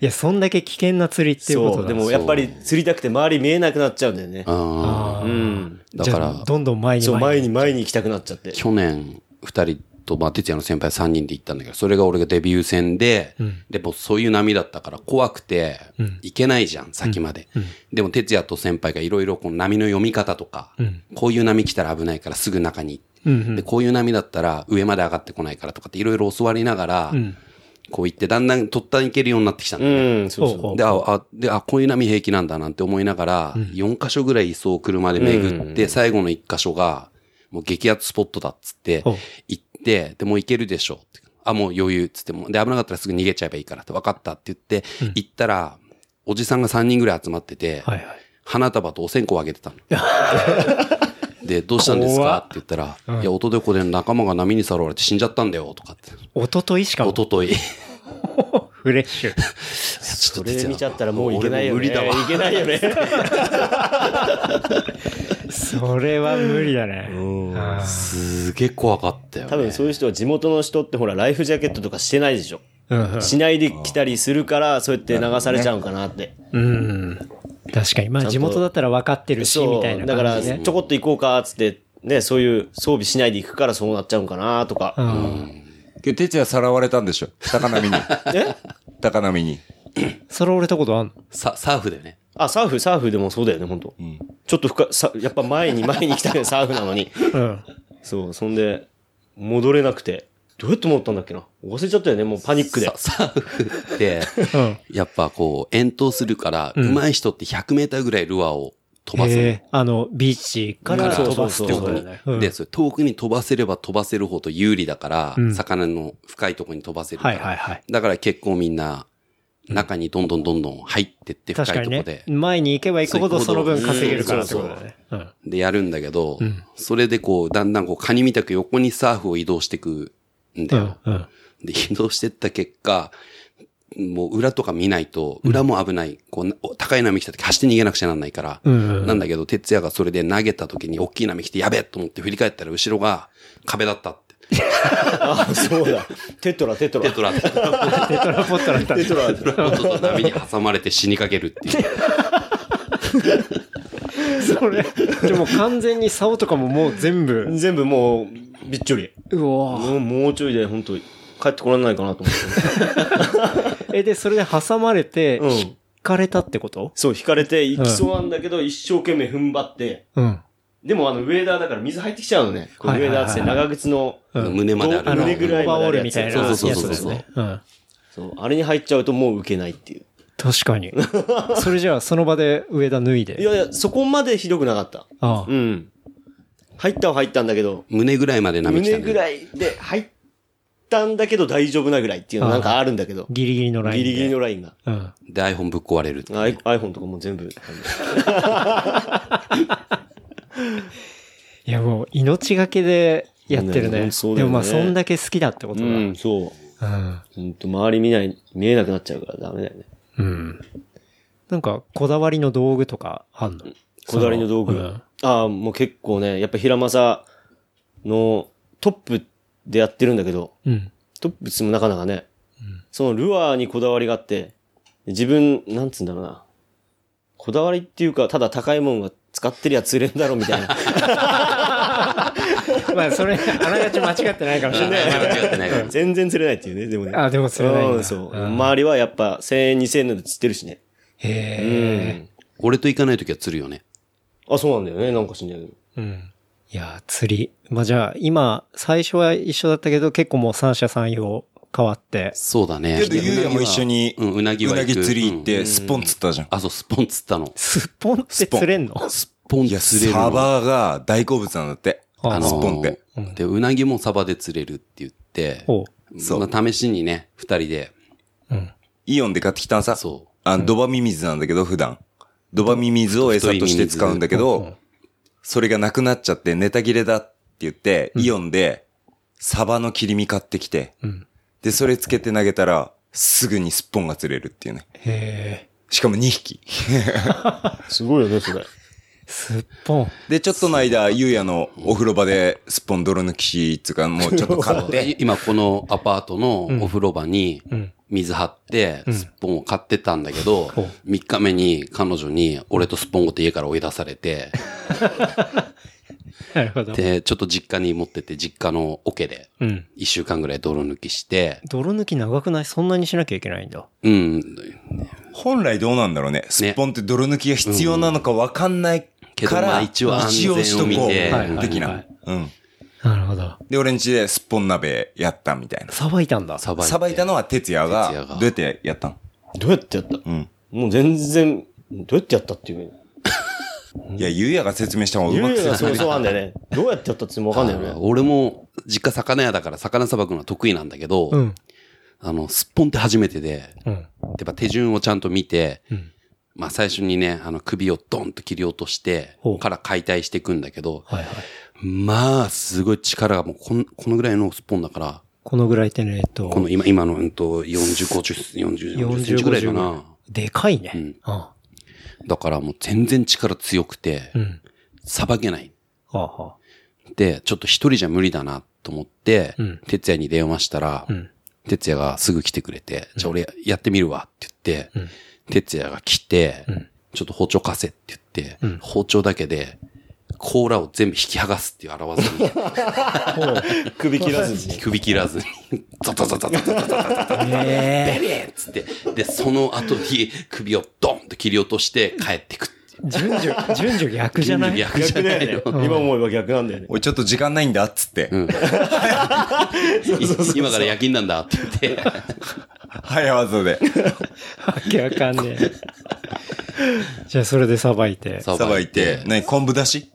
B: いや、そんだけ危険な釣りっていうこと
F: そ
B: だ
F: う。でもやっぱり釣りたくて周り見えなくなっちゃうんだよね。
E: うん。
B: あー
F: うん。
E: だ
B: じゃ
E: か
B: あ
E: ら、
B: どんどん前に
F: そう、前
B: 前に。
F: に前に行きたくなっちゃって。
E: 去年、二人と、まあ、哲也の先輩三人で行ったんだけど、それが俺がデビュー戦で、でもそういう波だったから怖くて、行けないじゃん、先まで。でも哲也と先輩がいろいろこの波の読み方とか、こういう波来たら危ないからすぐ中に、で、こういう波だったら上まで上がってこないからとかっていろいろ教わりながら、こう言って、だんだん突端行けるようになってきたんだ
F: う
E: よね
F: ん、そう
B: ほうほ
F: そうう。
E: で、あ、あ、で、あ、こういう波平気なんだなんて思いながら、4箇所ぐらい磯を車で巡って、最後の1箇所が、もう激アツスポットだっつって
B: ほう、
E: 行って、で、もう行けるでしょうって。あ、もう余裕っつって、もうで、危なかったらすぐ逃げちゃえばいいからって、分かったって言って、行ったら、おじさんが3人ぐらい集まってて、
B: はいはい。
E: 花束とお線香をあげてたの。 (laughs) で、どうしたんです
B: 怖
E: か
B: っ
E: って言ったら、いや、おとでこで仲間が波にさらわれて死んじゃったんだよ、とかって。
B: おとといしかも
E: (laughs) おとと (laughs) い。
B: フレッシュ。
E: そ
F: それ見ちゃったらもう行けないよね。
E: 無理だわ。
F: いけないよね。
B: それは無理だね。あー
E: すげえ怖かったよ、ね。
F: 多分そういう人は地元の人ってほら、ライフジャケットとかしてないでしょ。
B: うんうん
F: しないで来たりするから、そうやって流されちゃうんかなって。
B: うん。確かに。まあ
F: と
B: 地元だったら分かってるし、
F: そ。
B: みたいうな
F: だから、
B: 感じね。
F: ちょこっと行こうか、つって、ね、そういう装備しないで行くからそうなっちゃうんかなとか。
B: うん。
C: 今日、哲也さらわれたんでしょ高波に。
F: え
C: 高波に。
B: それ俺たことあんの
E: ササーフでね。
F: あ、サーフ、サーフでもそうだよね、本当、ちょっと深いさ、やっぱ前に前に来たね、 (laughs) サーフなのに。
B: うん。
F: そう、そんで、戻れなくて。どうやって戻ったんだっけな忘れちゃったよね、もうパニックで
E: サ。サー
B: (laughs)
E: フって、
B: うん。
E: やっぱこう、遠投するから、上手い人って100メーターぐらいルアーを飛ばすの。
B: えーあの、ビーチか
E: からら
B: 飛
E: 飛
B: ば
E: ば
B: す
E: す
B: っ
E: ってて
B: こ
E: ことと
B: だ
E: だ
B: よね。
E: よね。で、それ遠くに飛ばせれば飛ばせるほど有利だから、魚の深いところに飛ばせるか
B: は
E: ら。
B: いはいはい。
E: だから結構みんな、中にどんどんどんどん入ってって深
B: 確か
E: い
B: に
E: ところ
B: ね
E: で。、
B: 前に行けば行くほどその分稼げるからって
F: そう
B: こ
F: いう
B: と
F: こ
B: だ
F: と
B: ね。うん。
E: でやるんだけど、それでこう、だんだんこう、カニみたく横にサーフを移動してくんだ
B: う
E: よ。
B: ん。うん。
E: で、移動してった結果、もう裏とか見ないと、裏も危ない。こうな、高い波来た時走って逃げなくちゃなんないから。
B: ん
E: なんだけど、哲也がそれで投げた時に大きい波来てやべえと思って振り返ったら後ろが壁だったって。
F: あ、そうだ。テトラ、テトラ
E: テ。トラ、テトラ
B: テトラポットだった。
F: (laughs) テトラ。
E: ボートと波に挟まれて死にかけるっていう。
B: それ。でも完全に竿とかももう全部。
F: 全部もう、びっちょり。
B: うわ
F: もうもうちょいで、本当帰ってこられないかなと思って。
B: え、で、それで挟まれて、
F: うん
B: 引かれたってこと
F: そう、引かれて、行きそうなんだけど、一生懸命踏ん張って、
B: うん。
F: でもあの、ウェーダーだから水入ってきちゃうのね。このウ
B: はいは
F: ェ
B: いはい
F: ーダーって長靴の、
E: 胸まであ
F: あ
E: る
F: の
E: の
F: 胸ぐらい
B: オ
F: ま
B: ーバーオー
F: で
B: ル
F: ある
B: み
F: やつ
B: たいなやつだ
E: そう
B: よ
E: そうそうそう
B: ね。うん。
F: そう、あれに入っちゃうともう受けないっていう。
B: 確か
F: (laughs)
B: に。それじゃあ、その場で上田脱い
F: い
B: で。
F: やいや、そこまでひどくなかった。
B: ああ
F: うん。入ったは入ったんだけど、
E: 胸ぐらいまで波来た、
F: 胸
E: ね。
F: ぐらいで入ったんだけど大丈夫なぐらいっていうのなんかあるんだけど、
B: ギリギリのライン
F: ギ
B: で。
F: リギリのラインが。
B: うん。
E: で、iPhone ぶっ壊れる。
F: アイ iPhone とかも全部。
B: いやもう命がけでやってるね。
F: ねそうだ
B: で
F: よね
B: もまあそんだけ好きだってこと
F: う
B: だ。うん。
F: ん、そう。
B: うん。
F: ほんと周り見ない、見えなくなっちゃうからダメだよね。
B: なんかこだわりの道具とかあんの
F: こだわりの道具。
B: そうん
F: ああ、もう結構ね、やっぱ平正のトップでやってるんだけど、
B: うん。
F: トップスもなかなかね、そのルアーにこだわりがあって、自分、なんつうんだろうな。こだわりっていうか、ただ高いもんが使ってりゃ釣れんだろみ
B: (laughs)
F: たいな。
B: まあそれ、あながち間違ってないかもしれない。
E: 間違ってないから。
F: 全然釣れないっていうね、でもね。
B: あでも釣れないんだ
F: うんそう。
B: うん
F: 周りはやっぱ1000円、2000円ので釣ってるしね。
B: へ
E: 俺と行かないときは釣るよね。
F: あ、そうなんだよね。なんか死んないけど。
B: え。うん。いや、釣り。まあじゃあ今、最初は一緒だったけど、結構もう三者三様変わって。
E: そうだね。
C: けど、ゆうやも一緒に、
E: うんうなぎは行く
C: 釣り行っ
E: うん
C: て、スポン釣ったじゃん。
E: あ、そう、スポン釣ったの。
B: すっぽんって釣れんの
E: スポン
C: いや、
E: 釣れるの。
C: サバが大好物なんだって。
B: あ
E: あのー
C: スポンって。
E: で、うなぎもサバで釣れるって言って、
B: ほ
C: そう
E: まあ試しにね、二人で、
B: う。うん。
C: イオンで買ってきたんさ。
E: そう
C: あの、ドバミミズなんだけど、普段。ドバミミズを餌として使うんだけど、それがなくなっちゃってネタ切れだって言って、イオンで、サバの切り身買ってきて、で、それつけて投げたら、すぐにスッポンが釣れるっていうね。
B: へえ。
C: しかも2匹。
F: すごいよね、それ。
B: すっぽん。
C: で、ちょっとの間、ゆうやのお風呂場でスッポン泥抜きし、つうか、もうちょっと買って、
E: い今このアパートのお風呂場に水張って、スッポンを買ってたんだけど、
B: ほう
E: 3日目に彼女に俺とスッポンごと家から追い出されて、
B: なるほど。
E: で、ちょっと実家に持ってって実家の桶で
B: うん。
E: 1週間ぐらい泥抜きして、
B: 泥抜き長くないそんなにしなきゃいけないんだ。
E: うん、
C: 本来どうなんだろうね。スッポンって泥抜きが必要なのかわかんない
E: けど
C: か
E: ま
C: ら、
E: あ一応安全を見
C: う。
E: て
B: はいはいはい
C: 的な。うん。
B: なるほど。
C: で、俺ん家でスッポン鍋やったみたいな。
B: さばいたんだ。
E: さばいて。
C: さばいたのは哲也
E: 哲
C: が、
E: 也が
C: どうやってやったん
F: どうやってやった
C: うん。
F: もう全然、どうやってやったっていう。
C: いや、ゆうやが説明した方がう
F: ゆ
C: ま
F: う
C: く
F: やが
C: 説
F: そ
C: 明
F: う
C: でき
F: そう
C: た。
F: なんだよね。どうやってやったってもわかんない
E: あ
F: よ
E: の
F: ね。
E: 俺も実家魚屋だから魚さばくのは得意なんだけど、
B: うん。
E: あの、すっぽんって初めてで、
B: うん。
E: やっぱ手順をちゃんと見て、
B: うん
E: まあ最初にね、あの首をドンと切り落として
B: ほう、
E: から解体していくんだけど、
B: はいはい。
E: まあすごい力がもうこんこのぐらいのスッポンだから、
B: このぐらいってね、えっと、
E: この今今の、うんと、40、50、40、40センチぐらいかな。
B: でかいね。
E: うん
B: あ
E: だからもう全然力強くて
B: あ。う、ん。
E: さばけない。
B: はあはあ。
E: で、ちょっと一人じゃ無理だなと思って
B: うん、
E: 哲也に電話したら
B: うん、
E: 哲也がすぐ来てくれて、じゃあ俺やってみるわって言って、哲也が来て
B: ん、
E: ちょっと包丁貸せって言って、
B: うん
E: 包丁だけで、甲羅を全部引き剥がすっていう表技に、
F: 首切らずに。
E: 首切らずに、ザザザザザザザザザザ、ベ
B: ええ
E: レーっつって、で、その後に首をドンと切り落として帰ってくっていう。
B: 順序、順序逆じゃない
E: 逆じゃ
F: 逆
E: な
F: だ
E: い
F: よね
E: の。。
F: 今思えば逆なんだよね。
C: おい、ちょっと時間ないんだっつって。
E: 今から夜勤なんだって言って。
C: 早技で。
B: わけわかんねえ。じゃあ、それでさばいて。
E: さ
C: さばいて。。何昆布だし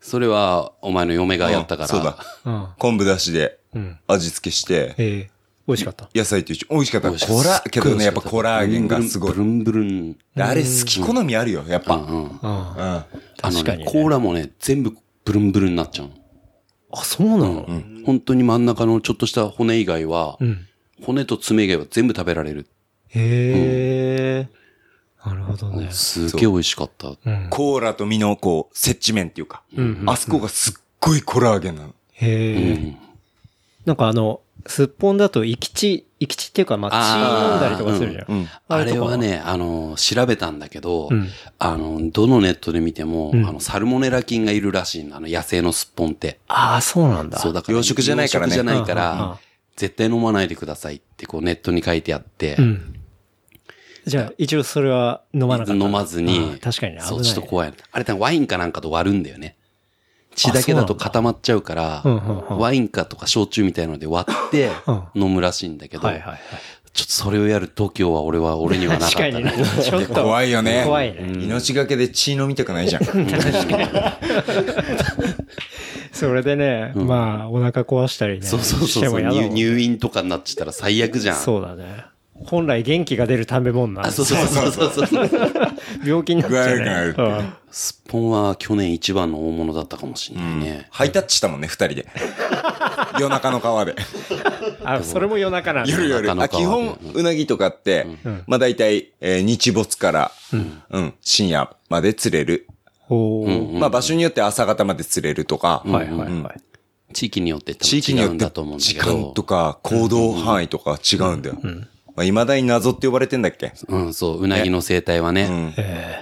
E: それは、お前の嫁がやったから。
C: そうだ。
B: うん。
C: 昆布だしで
B: うん。
C: 味付けして、
B: ええ美味しかった。
C: 野菜と一緒。美味しかった。
E: 美
C: コ
E: 味しか
C: ラ
E: た。、
C: けどね、やっぱコラーゲンがすごい
E: ブ。ルンブルン。
C: あれ好き好みあるよ、やっ
E: あ
C: ぱ。
E: うん。
B: あ
C: うん。
E: あの
B: 確か
E: ね
B: にね
E: コーラもね、全部ブルンブルンになっちゃうの。
B: あ。あ、そうなの
E: うん本当に真ん中のちょっとした骨以外は
B: う、ん。
E: 骨と爪以外は全部食べられる。
B: へえ。なるほどね。
E: すげえ美味しかった。
B: うん。
C: コーラと身のこう、接地面っていうか、
B: ん
C: あそこがすっごいコラーゲンなの。
B: へえ。なんかあの、すっぽんだと、生き地、生き地っていうか、まあ、血飲んだりとかするじゃん。
C: うん。
E: あれはね、あの、調べたんだけど、
B: うん
E: あの、どのネットで見ても、
B: ん
E: あの、サルモネラ菌がいるらしいのあの、野生のすっぽんって。
B: ああ、そうなんだ。
E: そう、だから。
C: 養殖じゃないからね
E: 養殖じゃないか
B: うんうんうん
E: ら、絶対飲まないでくださいって、こう、ネットに書いてあって、
B: うん。じゃあ、一応それは飲まなかった。
E: 飲まず
B: ああ
E: に、
B: 確かにね危ないね。
E: そう、ちょっと怖い。あれ多分ワインかなんかと割るんだよね。血だけだと固まっちゃうから、
B: そうなんだうんうんうん
E: ワインかとか焼酎みたいので割って
B: うん
E: 飲むらしいんだけど、
B: はいはいはい。
E: ちょっとそれをやる度胸は俺は、俺にはなかっ
B: 確
E: た
B: か
E: ね。
B: に
E: (laughs)
B: ね。ちょっと。
C: 怖いよね。
B: 怖いね。
C: 命がけで血飲みたくないじゃん。
B: それでね、まあ、お腹壊したりね。
E: そうそう
B: し
E: そう
B: て
E: そ
B: も
E: う
B: 嫌だも
E: 入。
B: ん
E: 入院とかになっちゃったら最悪じゃん。
B: そうだね。本来元気が出る食べ物な
E: あ、
B: ん
E: そうそうそうそうそう。
B: 病気になっちゃう、ね。
C: 具合悪くな
B: うん
E: スッポンは去年一番の大物だったかもしれないね。
C: ハイタッチしたもんね、二人で。夜中の川で。
B: あ、それも夜中なんだ。
C: 夜
E: 夜中
C: 夜。
E: の
C: あ
E: 川
C: 基
E: で
C: 本、うなぎとかって、まあ大体、えー日没から、うん、深夜まで釣れる。
B: おー
C: まあ場所によって朝方まで釣れるとか、
B: はいはいはい。
E: 地域によって多分
C: 地域に
E: 違
C: よ
E: う
C: っ
E: ん
C: て
E: だと思うんだけ
C: 時
E: ど。
C: 間とか行動範囲とか違うんだよ。まあ未だに謎って呼ばれてんだっけ
E: うん、そう、うなぎの生態はね。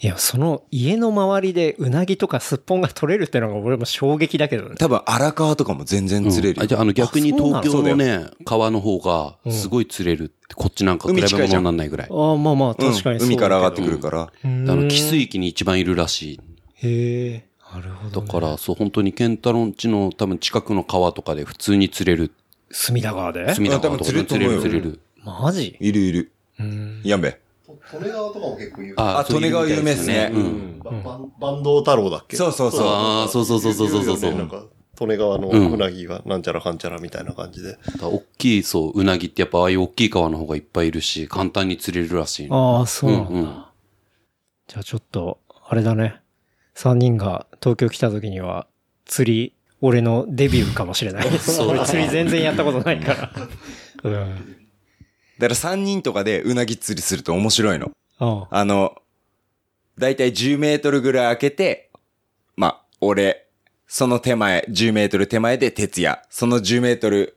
B: いや、その家の周りでうなぎとかすっぽんが取れるってのが俺も衝撃だけどね。
C: 多分荒川とかも全然釣れるよ
E: あじゃあ、あの逆に
B: あそうな
E: 東
B: の
E: 京のね、川の方がすごい釣れるって、こっちなんか比べ物にならないぐらい。
B: ああ、まあまあ、
C: うん
B: 確かにそうだけど、
C: 海から上がってくるから。
E: あの、汽水域に一番いるらしい。
B: へえ、なるほど、
E: だ
B: ね。
E: から、そう、本当にケンタロン家の多分近くの川とかで普通に釣れる。
B: 隅田川で
E: 隅田川とかで
C: 多分釣
E: 釣
C: れ
E: れ
C: る
E: る
C: と思うよ
E: 釣れる。
B: マジ
C: いるいる。やんべ。
D: 利根川とかも結構有名。
E: あ
C: あ、利根川有名ですね。
D: ばばん坂東太郎だっけ
C: そうそうそう
E: ああ、そうそうそうそうそうそうそ
D: 言
E: う。
D: よね
E: だ
D: なん
E: か
D: か、利根川のうなぎがなんちゃらかんちゃらみたいな感じで。
E: ら大きい、そう、うなぎってやっぱああいう大きい川の方がいっぱいいるし、簡単に釣れるらしいの。
B: ああ、そうなんだ。
E: うんうん
B: じゃあちょっと、あれだね。3人が東京来た時には、釣り、俺のデビューかもしれない。
E: そうだね
B: 俺釣り全然やったことないから。うん。
C: だから3人とかでうなぎ釣りすると面白いの。
B: ああ
C: あの、だいたい10メートルぐらい開けて、まあ、俺、その手前、10メートル手前で哲也、その10メートル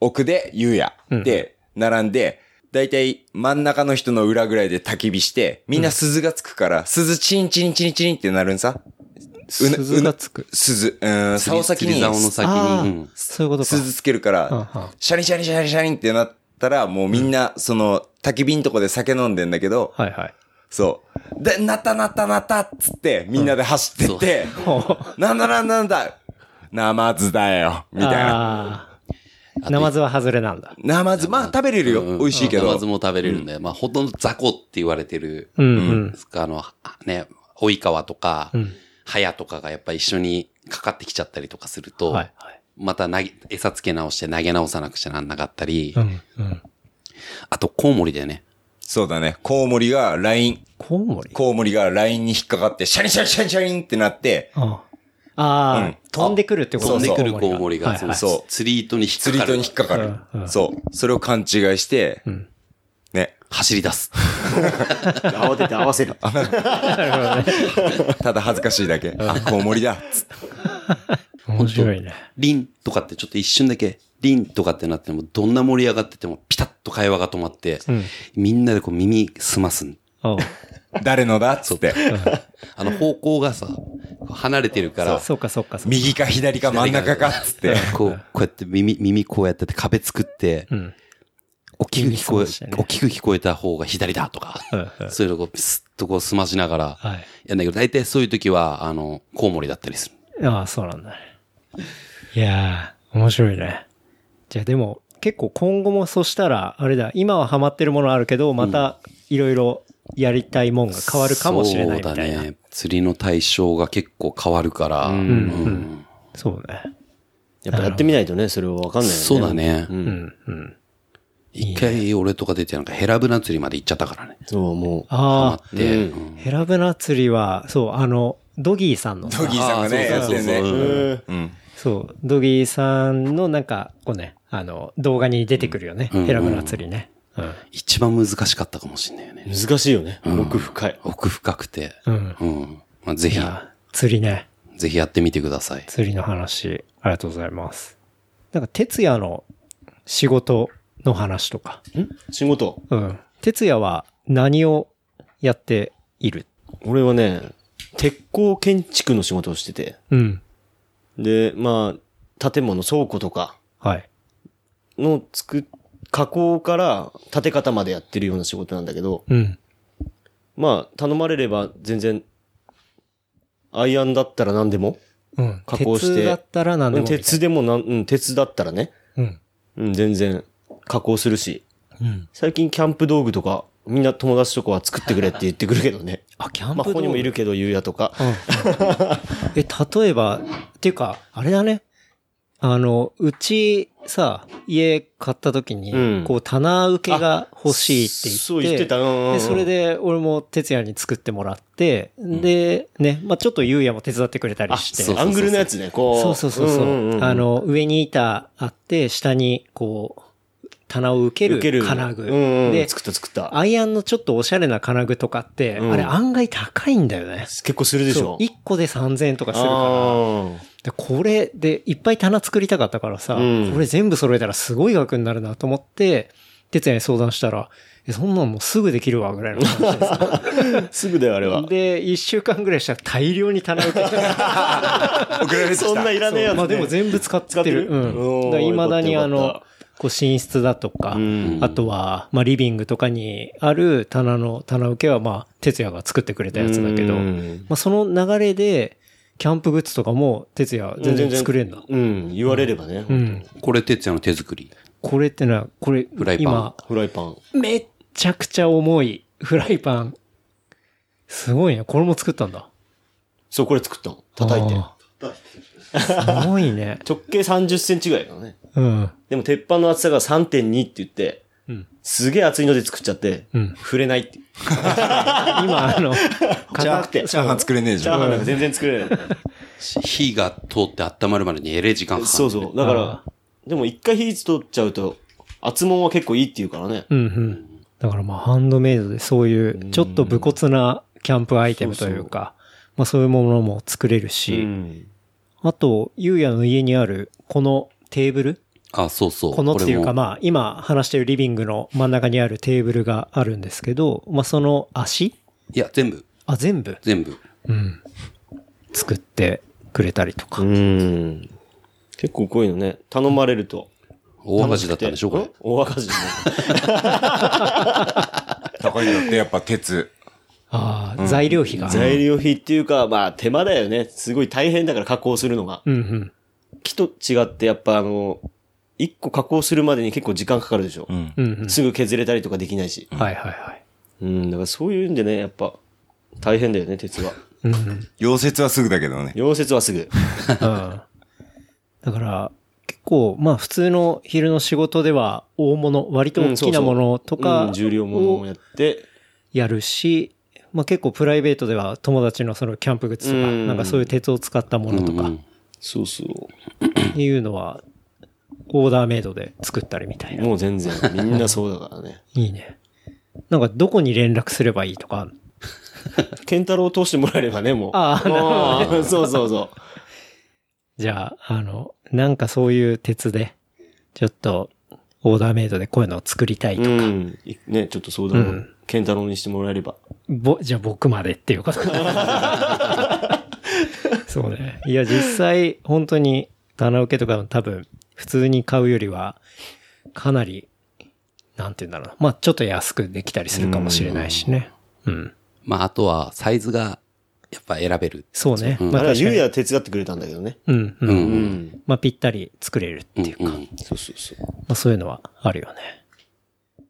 C: 奥で優也で並んで、だいたい真ん中の人の裏ぐらいで焚き火して、みんな鈴がつくから、鈴チンチンチンチンってなるんさ。うな
B: 鈴がつく。
C: 鈴、うん、
E: 釣
C: 竿
E: り
C: 先
E: 釣り竿の
C: に
E: 先
B: ああ
E: に。うん
B: そういうことか。
C: 鈴つけるから、
B: うんうん
C: シャリシャリシャリシャリンってなったら、もうみんな、その、焚き火んとこで酒飲んでんだけど、
B: はいはい。
C: そう。で、なったなったなったっつって、みんなで走ってって、なんだなんだなんだ、ナマズだよ、みたいな。
B: ああ。ナマズは外れなんだ。
C: ナマズ、まあ食べれるよ、
E: うん
C: 美味しいけ
E: ナ
C: ど
E: マズ。も食べれるんで、まあ、ほとんど雑魚って言われてる、
B: うんうん。
E: あの、はね、及川とか、ハヤとかがやっぱ一緒にかかってきちゃったりとかすると、
B: はいはい。
E: また投げ、餌つけ直して投げ直さなくちゃなんなかったり、
B: うんうん。
E: あとコウモリだよね。
C: そうだね、コウモリがライン、
B: コウモリ
C: コウモリがラインに引っかかって、シャリシャリシャリシャリンってなって、
B: ああ。ああ
C: うん
B: 飛んでくるってこと
E: 飛ん
B: ね
E: でくるコウモリ
B: は
E: が、
B: い
E: そ
B: はい
E: の
C: そう
E: 釣り糸に引っか
C: 釣り
E: か
C: 糸
E: る
C: に。引っかかる
B: う。ん
C: そう。それを勘違いして、ね、
E: 走り出す。
F: 慌てて合わせる。
C: ただ恥ずかしいだけ。あ、コウモリだ。つって
B: 面白いね。
E: リンとかってちょっと一瞬だけ、リンとかってなっても、どんな盛り上がっててもピタッと会話が止まって、みんなでこう耳すますん。
B: あ
C: 誰のだっつって。
E: あの方向がさ、離れてるか
B: あ。
E: ら、
B: そうかそうかそうか。
C: 右か左か真ん中かっつって。
E: (laughs) こう、こうやって耳、耳こうやってて壁作って、
B: ん
E: 大きく聞こ
B: 耳澄まして
E: え、
B: ね
E: 大きく聞こえた方が左だとか、
B: うんうん
E: そういうのをこう、ピスッとこう済ましながら、
B: はい。
E: やんだけど、大体そういう時は、あの、コウモリだったりする。
B: ああ、そうなんだね。いやー、面白いね。じゃあでも、結構今後もそしたら、あれだ、今はハマってるものあるけど、またいろいろやりたいもんが変わるかもしれないみたいな。
E: そうだね。釣りの対象が結構変わるから、うん
B: そうね。
F: やっぱやってみないとね、それはわかんないよね。
E: そうだ。ね。
B: うん、うん。
E: 一回俺とか出てなんかヘラブナ釣りまで行っちゃったからね。
F: そう、もう。
E: あ
B: ああ、
E: って、
B: ヘラブナ釣りは、そう、あの、ドギーさんのさ
C: ドギーさんがね、
E: あ
C: や
E: ー
C: っ
E: そう
C: て
E: そう
C: る
E: そうそう
C: ね。
E: うん
C: うん。
B: そう、ドギーさんのなんか、こうね、あの、動画に出てくるよね。ヘラブナ釣りね。うん。
E: 一番難しかったかもしれないよね。
F: 難しいよね。奥深い。
E: 奥深くて。
B: うん。
E: うん。まあ、ぜひ、
B: 釣りね。
E: ぜひやってみてください。
B: 釣りの話、ありがとうございます。なんか、哲也の仕事の話とか。
F: 仕事。
B: うん。哲也は何をやっている
F: 俺はね、鉄鋼建築の仕事をしてて。
B: うん。
F: で、まあ、建物、倉庫とか
B: はい。
F: の作っ、加工から建て方までやってるような仕事なんだけど、
B: うん。
F: まあ、頼まれれば全然、アイアンだったら何でも。
B: うん。
F: 加工して
B: 鉄だったら何でもみたいな。
F: 鉄でもなん、うん、鉄だったらね。
B: うん。
F: うん、全然、加工するし。
B: うん。
F: 最近キャンプ道具とか、みんな友達とかは作ってくれって言ってくるけどね。
B: あ、 (laughs) キャンプ
F: まあ、ここにもいるけど、ゆうやとか。
B: (laughs) え、例えば、っていうか、あれだね。あの、うち、さ、家買った時に、
F: うん
B: こう、棚受けが欲しいって言って。
F: そう言ってた。うんうんうん
B: で、それ、で、俺も哲也に作ってもらって、で、ね、まあちょっとゆうやも手伝ってくれたり
F: あ、
B: して。
F: そうアングルのやつね、こう。
B: そうそうそうそう、
F: んんん
B: あ、の、上に板あって、下に、こう、棚を受け
F: 受け
B: る
F: る。
B: 金具。
F: うんうん
B: で、
F: 作った作った。
B: アイアンのちょっとおしゃれな金具とかって、
F: うん
B: あれ案外高いんだよね。
F: 結構するでしょ。
B: 1個で3000円とかするか
F: あ
B: ら。でこれでいっぱい棚作りたかったからさ、
F: うん
B: これ全部揃えたらすごい額になるなと思って、哲也に相談したら、えそんなんもうすぐできるわ、ぐらいの話でさ。
F: ーすぐだよ、あれ (laughs) は。
B: で、1週間ぐらいしたら大量に棚受
F: (laughs)
B: けた。
C: 送られてきた。
F: そんないらねえやつ、ね。
B: まあでも全部使ってる。
F: 使ってる
B: うん。
F: おー
B: だいまだに
F: よか
B: あ
F: ったよか
B: の
F: っ、
B: こう寝室だとか、
F: うん
B: あとは、まあリビングとかにある棚の、棚受けはまあ、哲也が作ってくれたやつだけど、
F: う
B: ま
F: ん
B: あその流れで、キャンプグッズとかも、哲也全然作れんだ。
F: うん、言われればね。
B: うん。
E: これ、哲也の手作り。
B: これってのは、これ
E: フライ、パン
B: 今、
F: フライパン。
B: めっちゃくちゃ重いフライパン。すごいね。これも作ったんだ。
F: そう、これ作ったの。叩いて。
B: あー。すごいね。
F: 直径30センチぐらいだね。
B: うん。
F: でも鉄板の厚さが3.2って言って、
B: ん
F: すげえ厚いので作っちゃって、
B: うん
F: 触れないっていう。
B: 今、あの、
C: チャ
F: 硬
C: ー
F: くて。
C: チャーハン作れねえ
F: チ
C: じ
F: ャ
C: ゃ
F: ー
C: ん。
F: ハンなんか全然作れ
B: (laughs)
F: ない。
E: 火が通って温まるまでにえれえ時間かかる。
F: そうそう。だか
B: あ
F: ら、でも一回火取っちゃうと、厚もんは結構いいって言うからね。
B: うんうん。だからまあ、ハンドメイドでそういう、ちょっと武骨なキャンプアイテムというか、まあそういうものも作れるし、
F: ん。
B: あと、ゆうやの家にある、このテーブル
E: あ、そうそう。
B: このっていうか
E: あ。
B: まあ、今話してるリビングの真ん中にあるテーブルがあるんですけど、まあその足
E: いや、全部。
B: あ、全部
E: 全部。
B: うん。作ってくれたりとか。
F: うん。結構こういうのね、頼まれると。
E: 大赤字だったんでしょ、これ。
F: ん大赤字だね。
C: 高いのってやっぱ鉄。
B: ああ、材料費が。
F: 材料費っていうか、まあ手間だよね。すごい大変だから加工するのが。
B: うんうん。
F: 木と違ってやっぱあの、一個加工するまでに結構時間かかるでしょ。
C: ん
B: うんうん。
F: すぐ削れたりとかできないし。
B: はいはいはい。
F: うん、だからそういうんでね、やっぱ、大変だよね、鉄は。
B: うんうん。
C: 溶接はすぐだけどね。
F: 溶接はすぐ。
B: うんだから、結構、まあ普通の昼の仕事では大物、割と大きなものと
F: う
B: か
F: ん重量もの
B: を
F: もやって、
B: やるし、まあ結構プライベートでは友達のそのキャンプグッズとか、
F: うん
B: なんかそういう鉄を使ったものと
E: う
B: か
E: ん
F: そうそう。
B: っていうのは、オーダーメイドで作ったりみたいな。
F: もう全然、みんなそうだから
B: (laughs)
F: ね。
B: いいね。なんかどこに連絡すればいいとかある、
F: ケンタロウを通してもらえればね、もう。
B: ああ
F: あー、そうそうそ。
B: じゃあ、あの、なんかそういう鉄で、ちょっとオーダーメイドでこういうのを作り (laughs) たいうとか、
F: うん。ね、ちょっと相談を、
B: うん
F: ケンタロウにしてもらえれば。
B: ぼ、じゃあ僕までっていうこと。そうね。いや、実際、本当に、棚受けとかも多分、普通に買うよりは、かなり、なんて言うんだろうな。まあ、ちょっと安くできたりするかもしれないしね。うん。
E: まあ、あとは、サイズが、やっぱ選べる。
B: そうね。
E: うん
B: ま
F: あれは
B: 確か
F: ゆう
B: に
F: や手伝ってくれたんだけどね。
B: うん、う。
E: うんん。
F: ん。
B: まあ、ぴったり作れるっていうか。
E: う
B: ま
E: ん
F: そうそうそう。
B: あ、そういうのはあるよね。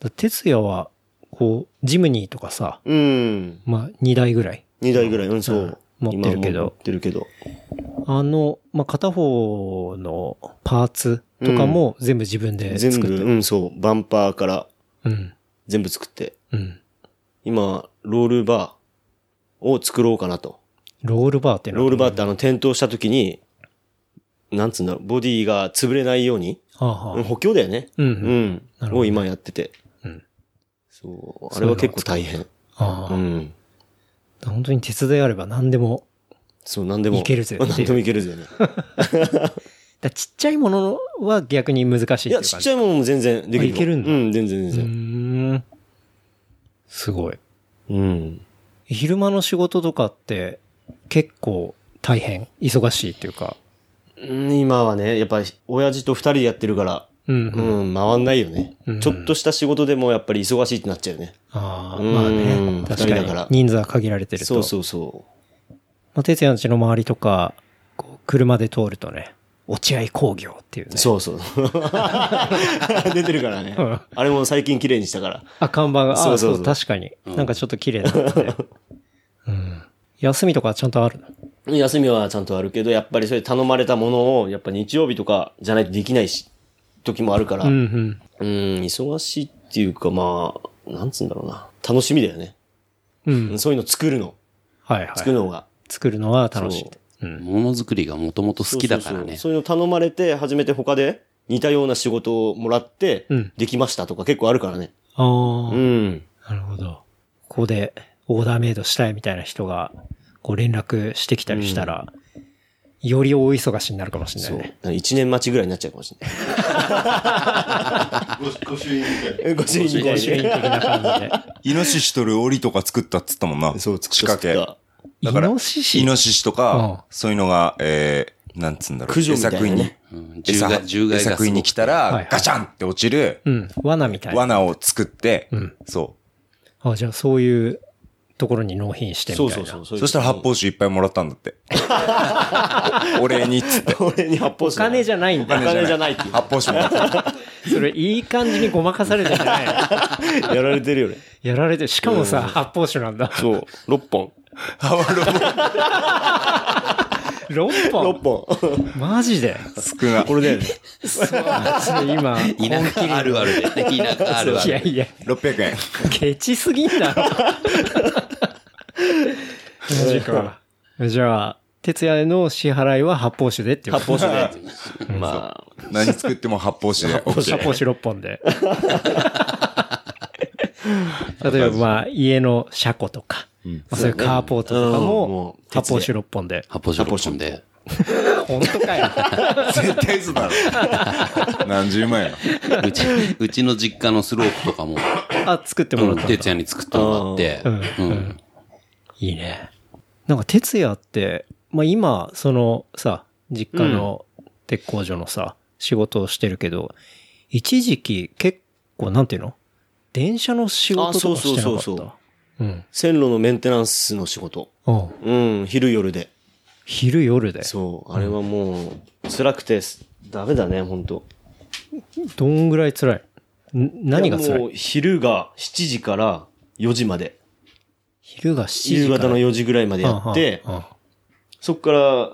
B: だ哲也は、こう、ジムニーとかさ、
F: うん。
B: まあ、2台ぐらい。
F: 2台ぐらい、うん、そう。
B: うん持ってるけど
F: 今はもう持ってるけど。
B: あの、まあ、片方のパーツとかも全部自分で
F: 全
B: 作っ
F: 部、
B: てる。
F: うん、そう。バンパーから
B: うん。
F: 全部作って。
B: うん。
F: 今、ロールバーを作ろうかなと。
B: ロールバーっていうの
F: ロールバー
B: ー
F: ってあの、転倒した時に、なんつうんだろう、ボディが潰れないように、
B: はあ
F: うん
B: はあ
F: 補強だよね。
B: うん
F: う
B: うん。
F: ん。
B: なるほど
F: を今やってて。
B: うん
F: そう。あれは結構大変。
B: ああ
F: うん。
B: 本当に鉄であれば何でも。
F: そう、 (laughs) なんでも。
B: いけるぜ
F: 何でもいけるぜね。
B: だちっちゃいものは逆に難しいってい
F: い
B: う
F: や、
B: 感じ。
F: ちっちゃいものも全然できるよ。
B: あいけるんだ
F: うん、全然
B: う
F: 全
B: ーん。すごい。
F: 然。うん。
B: 昼間の仕事とかって結構大変、忙しいっていうか。
F: うん今はね、やっぱり親父と二人でやってるから、
B: うん、うん。
F: うん、回んないよね
B: うん。
F: ちょっとした仕事でもやっぱり忙しいってなっちゃうよね。
B: ああ、
F: うん
B: まあね。
F: 二
B: 確
F: 人だか
B: からに。人数は限られてると。
F: そうそうそ
B: まあ、哲也の家の周りとか、こう車で通るとね、落合工業っていうね。
F: そうそう。 (laughs) 出てるからね
B: うん。
F: あれも最近綺麗にしたから。
B: あ、看板が、あ、そ
F: そううそうそう
B: 確かに。なんかちょっと綺麗になってて。
F: (laughs)
B: うん。休みとかちゃんとあるの
F: 休みはちゃんとあるけど、やっぱりそれ頼まれたものを、やっぱ日曜日とかじゃないとできないし、時もあるから、う、
B: うんん
F: 忙しいっていうか、まあ、なんつうんだろうな。楽しみだよね。
B: うん。うん。
F: そういうの作るの。
B: はいは
F: 作る
B: い。
F: のが。
B: 作るのは楽しいって。
E: ものづくりがもともと好きだからね。
F: そうそうそうそういうの頼まれて、初めて他で似たような仕事をもらって、
B: うん
F: できましたとか結構あるからね。
B: ああ、
F: うん。
B: なるほど。ここでオーダーメイドしたいみたいな人が、こう連絡してきたりしたら、より大忙しになるかもしれない
F: そう。だ
B: ね。
F: から一年待ちぐらいになっちゃうかもしれ
D: ご主人みたいな。
F: ない。ご主人みた
B: 主義
F: い
B: 的な感 (laughs) じで。
C: イノシシ取る檻とか作ったっつったもんな。
F: に。そう、作った
C: 仕掛
F: 作
C: け。
F: っ
B: イ
C: だから
B: ノシシ
C: イノシシと
B: うん
C: か、そういうのが、えー、なんつうんだろう。
F: 駆除みたいなね
C: 餌食に
E: うん獣
C: 餌
E: 害獣害
C: 餌
E: がす
C: 食い
E: ご
C: に
E: く
C: 来た
B: はいはい
C: ら、ガチャンって落ちる
B: うん。罠みたいな。
C: 罠を作って
B: うん、
C: そ
B: あ、じゃあそういうところに納品して
F: た
B: みた
F: そ
B: いうな。
F: そうそ
C: う。
F: う。ういう
C: そしたら発泡酒いっぱいもらったんだって。お礼にっつって。
F: 俺に発泡
B: お
F: 酒。
B: 金じ
F: ゃ
B: ゃないん
F: お
B: だ。
F: 金じゃないっていう。
C: 発泡酒もらった。
B: (laughs) それいい感じにごまかされてんじゃない
F: やられてるよね。
B: (laughs) やられて、しかもさ、発泡酒なんだ。
F: そう。6本。
B: 6本
F: 6本。
B: マジで
C: 少な。
F: これ
B: (laughs)
F: だよね。
B: 今、
E: 田舎あるあるでね。田舎あるあ
B: いや
E: る。
B: いや、
C: 600円。
B: ケチすぎんだろ。マジか。じゃあ、徹夜の支払いは発泡酒でっていうこ
F: 発
B: と
F: 泡酒で。まあ、
C: 何作っても発泡酒で OK。
B: 発泡酒6本で。例えば、まあ、家の車庫とか、まあ、そういうカーポートとか
F: うん
B: も
F: も、う
B: 発泡酒6本で。
E: 発泡酒6本で。
B: 本当かよ。
C: 絶対嘘だろ。何十万円。
E: うち、うちの実家のスロープとかも、
B: あ、作ってもら
E: う
B: っ
E: ん
B: たんだ。
E: 哲也に作ったのがあって、
B: うん
E: うん。
B: いいね。なんか、哲也って、まあ今、そのさ、実家の鉄工所のさ、仕事をしてるけど、一時期結構、なんていうの電車の仕事とかしてなかった。
F: あそうそうそうそう
B: うん。
F: (laughs) 線路のメンテナンスの仕事。
B: うん。
F: うん、昼夜で。
B: 昼夜で。
F: そう、あれはもう、辛くて、ダメだね、本当
B: どんぐらい辛いん何が辛
F: も
B: いう
F: 昼が7時から4時まで。
B: 昼が7
F: 夕
B: 時から。
F: 方の4時ぐらいまでやって、
B: うんうんうん
F: そっから、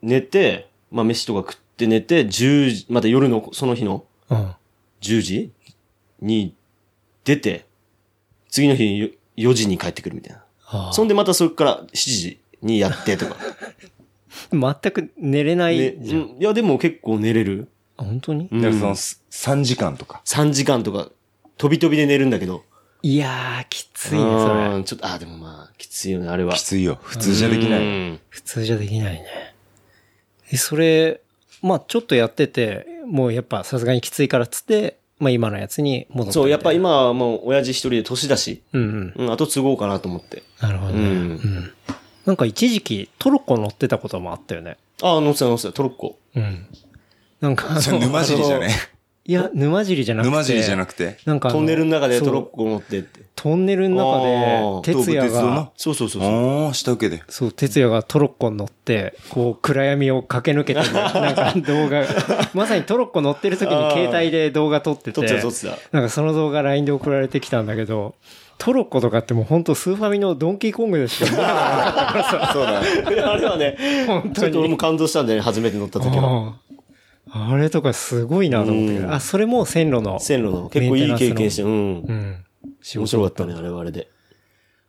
F: 寝て、まあ飯とか食って寝て、10時、また夜の、その日の
B: うん。
F: 10時に出て、次の日よ4時に帰ってくるみたい
B: あ
F: な。そんでまたそこから7時にやっ
B: (laughs)
F: てとか。
B: あ全く寝れない
F: ね
B: じゃん。
F: うんいや、でも結構寝れる。
B: あ本当に
F: うん
C: だからその、3時間とか。
F: 3時間とか、飛び飛びで寝るんだけど。
B: いやー、きついね、それ
F: う。んちょっと、あー、でもまあ、きついよね、あれは。
C: きついよ。普通じゃできな
F: う
C: い。
F: ん
B: 普通じゃできないね。え、それ、まあちょっとやってて、もうやっぱさすがにきついからっつって、まあ今のやつに戻った
F: そう、やっぱ
B: 今。
F: 今はもう、親父一人で年だし、
B: うんうん。
F: うん、後継ごうかなと思って。
B: なるほど
F: う
B: ね。
F: ん。
B: うん。なんか一時期トロッコ乗ってたこともあったよね。
F: あー、乗ってた乗ってた、トロッコ。
B: うん。なんかあの、
C: それ沼尻じゃね。
B: いや、沼尻じゃなくて。
C: 沼尻じゃなくて。
B: なんかあ
F: トンネルの中で
B: そう
F: トロッコ乗ってって。
B: トンネルの中で、
F: あー
B: 哲也
C: 東武鉄道
B: が
C: の、
F: そうそうそうそう。
C: おー、下請けで。
B: そう、哲也がトロッコに乗って、こう、暗闇を駆け抜けてる、なんか動
F: (laughs)
B: 画、まさにトロッコ乗ってる時に携帯で動画撮ってて、
F: 撮ってた撮ってた。
B: なんかその動画 LINE で送られてきたんだけど、トロッコとかってもう本当スーファミのドンキーコングで
F: (laughs)
B: しか見なかっ
C: そうだね。
F: いや (laughs) あれはね、
B: 本当に
F: ちょっと俺も感動したんだよね、初めて乗った
B: た
F: 時は。
B: うんあれとかすごいなと思ったけ
F: う
B: ど、
F: ん
B: あ、それも線路の。
F: 線路の、結構いい経験して、う。
B: うんん。仕
F: 面
B: 事
F: 白
B: だ
F: か
B: っ
F: ったた
B: ん
F: ね、
B: だ
F: あれはあれで。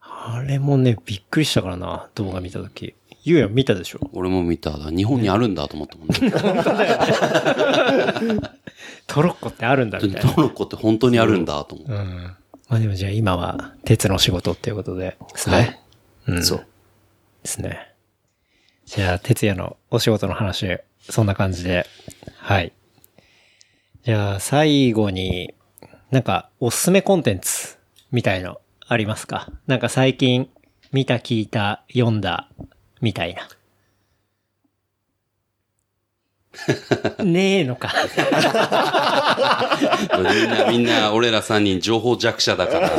B: あれもね、びっくりしたからな、動画見た時。ゆうや見たでしょ
E: 俺も見た。日本にあるんだと思ったもんね。
B: トロッコってあるんだみたいな。
E: トロッコって本当にあるんだと思っ
B: うん。まあでもじゃあ今は、鉄の仕事っていうことで。ですね。
E: はい
B: うん。
F: そう。
B: ですね。じゃあ、哲也のお仕事の話、そんな感じで。はい。じゃあ、最後に、なんか、おすすめコンテンツ、みたいの、ありますかなんか最近、見た、聞いた、読んだ、みたいな。ねえのか。
E: た。みんな、みんな、俺ら3人情報弱者だから。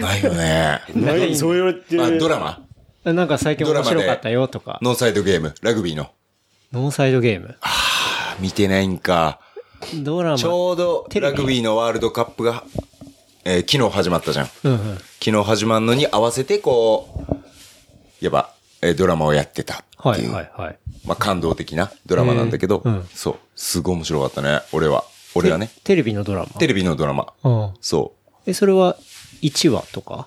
C: ないよね。
F: 何そう言われて
C: まあ、
F: る
C: ドラマ
B: なんか最近面白かったよとか。
C: ノーサイドゲーム、ラグビーの。
B: ノンサイドゲーム。
C: あ見てないんか。
B: ドラマ。
C: ちょうど
B: テレ
C: ラ
B: ビ
C: グビーのワールドカップが、えー昨日始まったじゃん。
B: うんうん。
C: 昨日始まるのに合わせてこう、やっぱ、えードラマをやってたっ
B: は
C: てい、
B: いうはいはい。
C: まあ感動的なドラマなんだけど、
B: へーうん
C: そう、すごい面白かったね、俺は。俺はね、
B: テテレビのドラマ。
C: テレビのドラマ。
B: うん。
C: そ
B: え、それは1話とか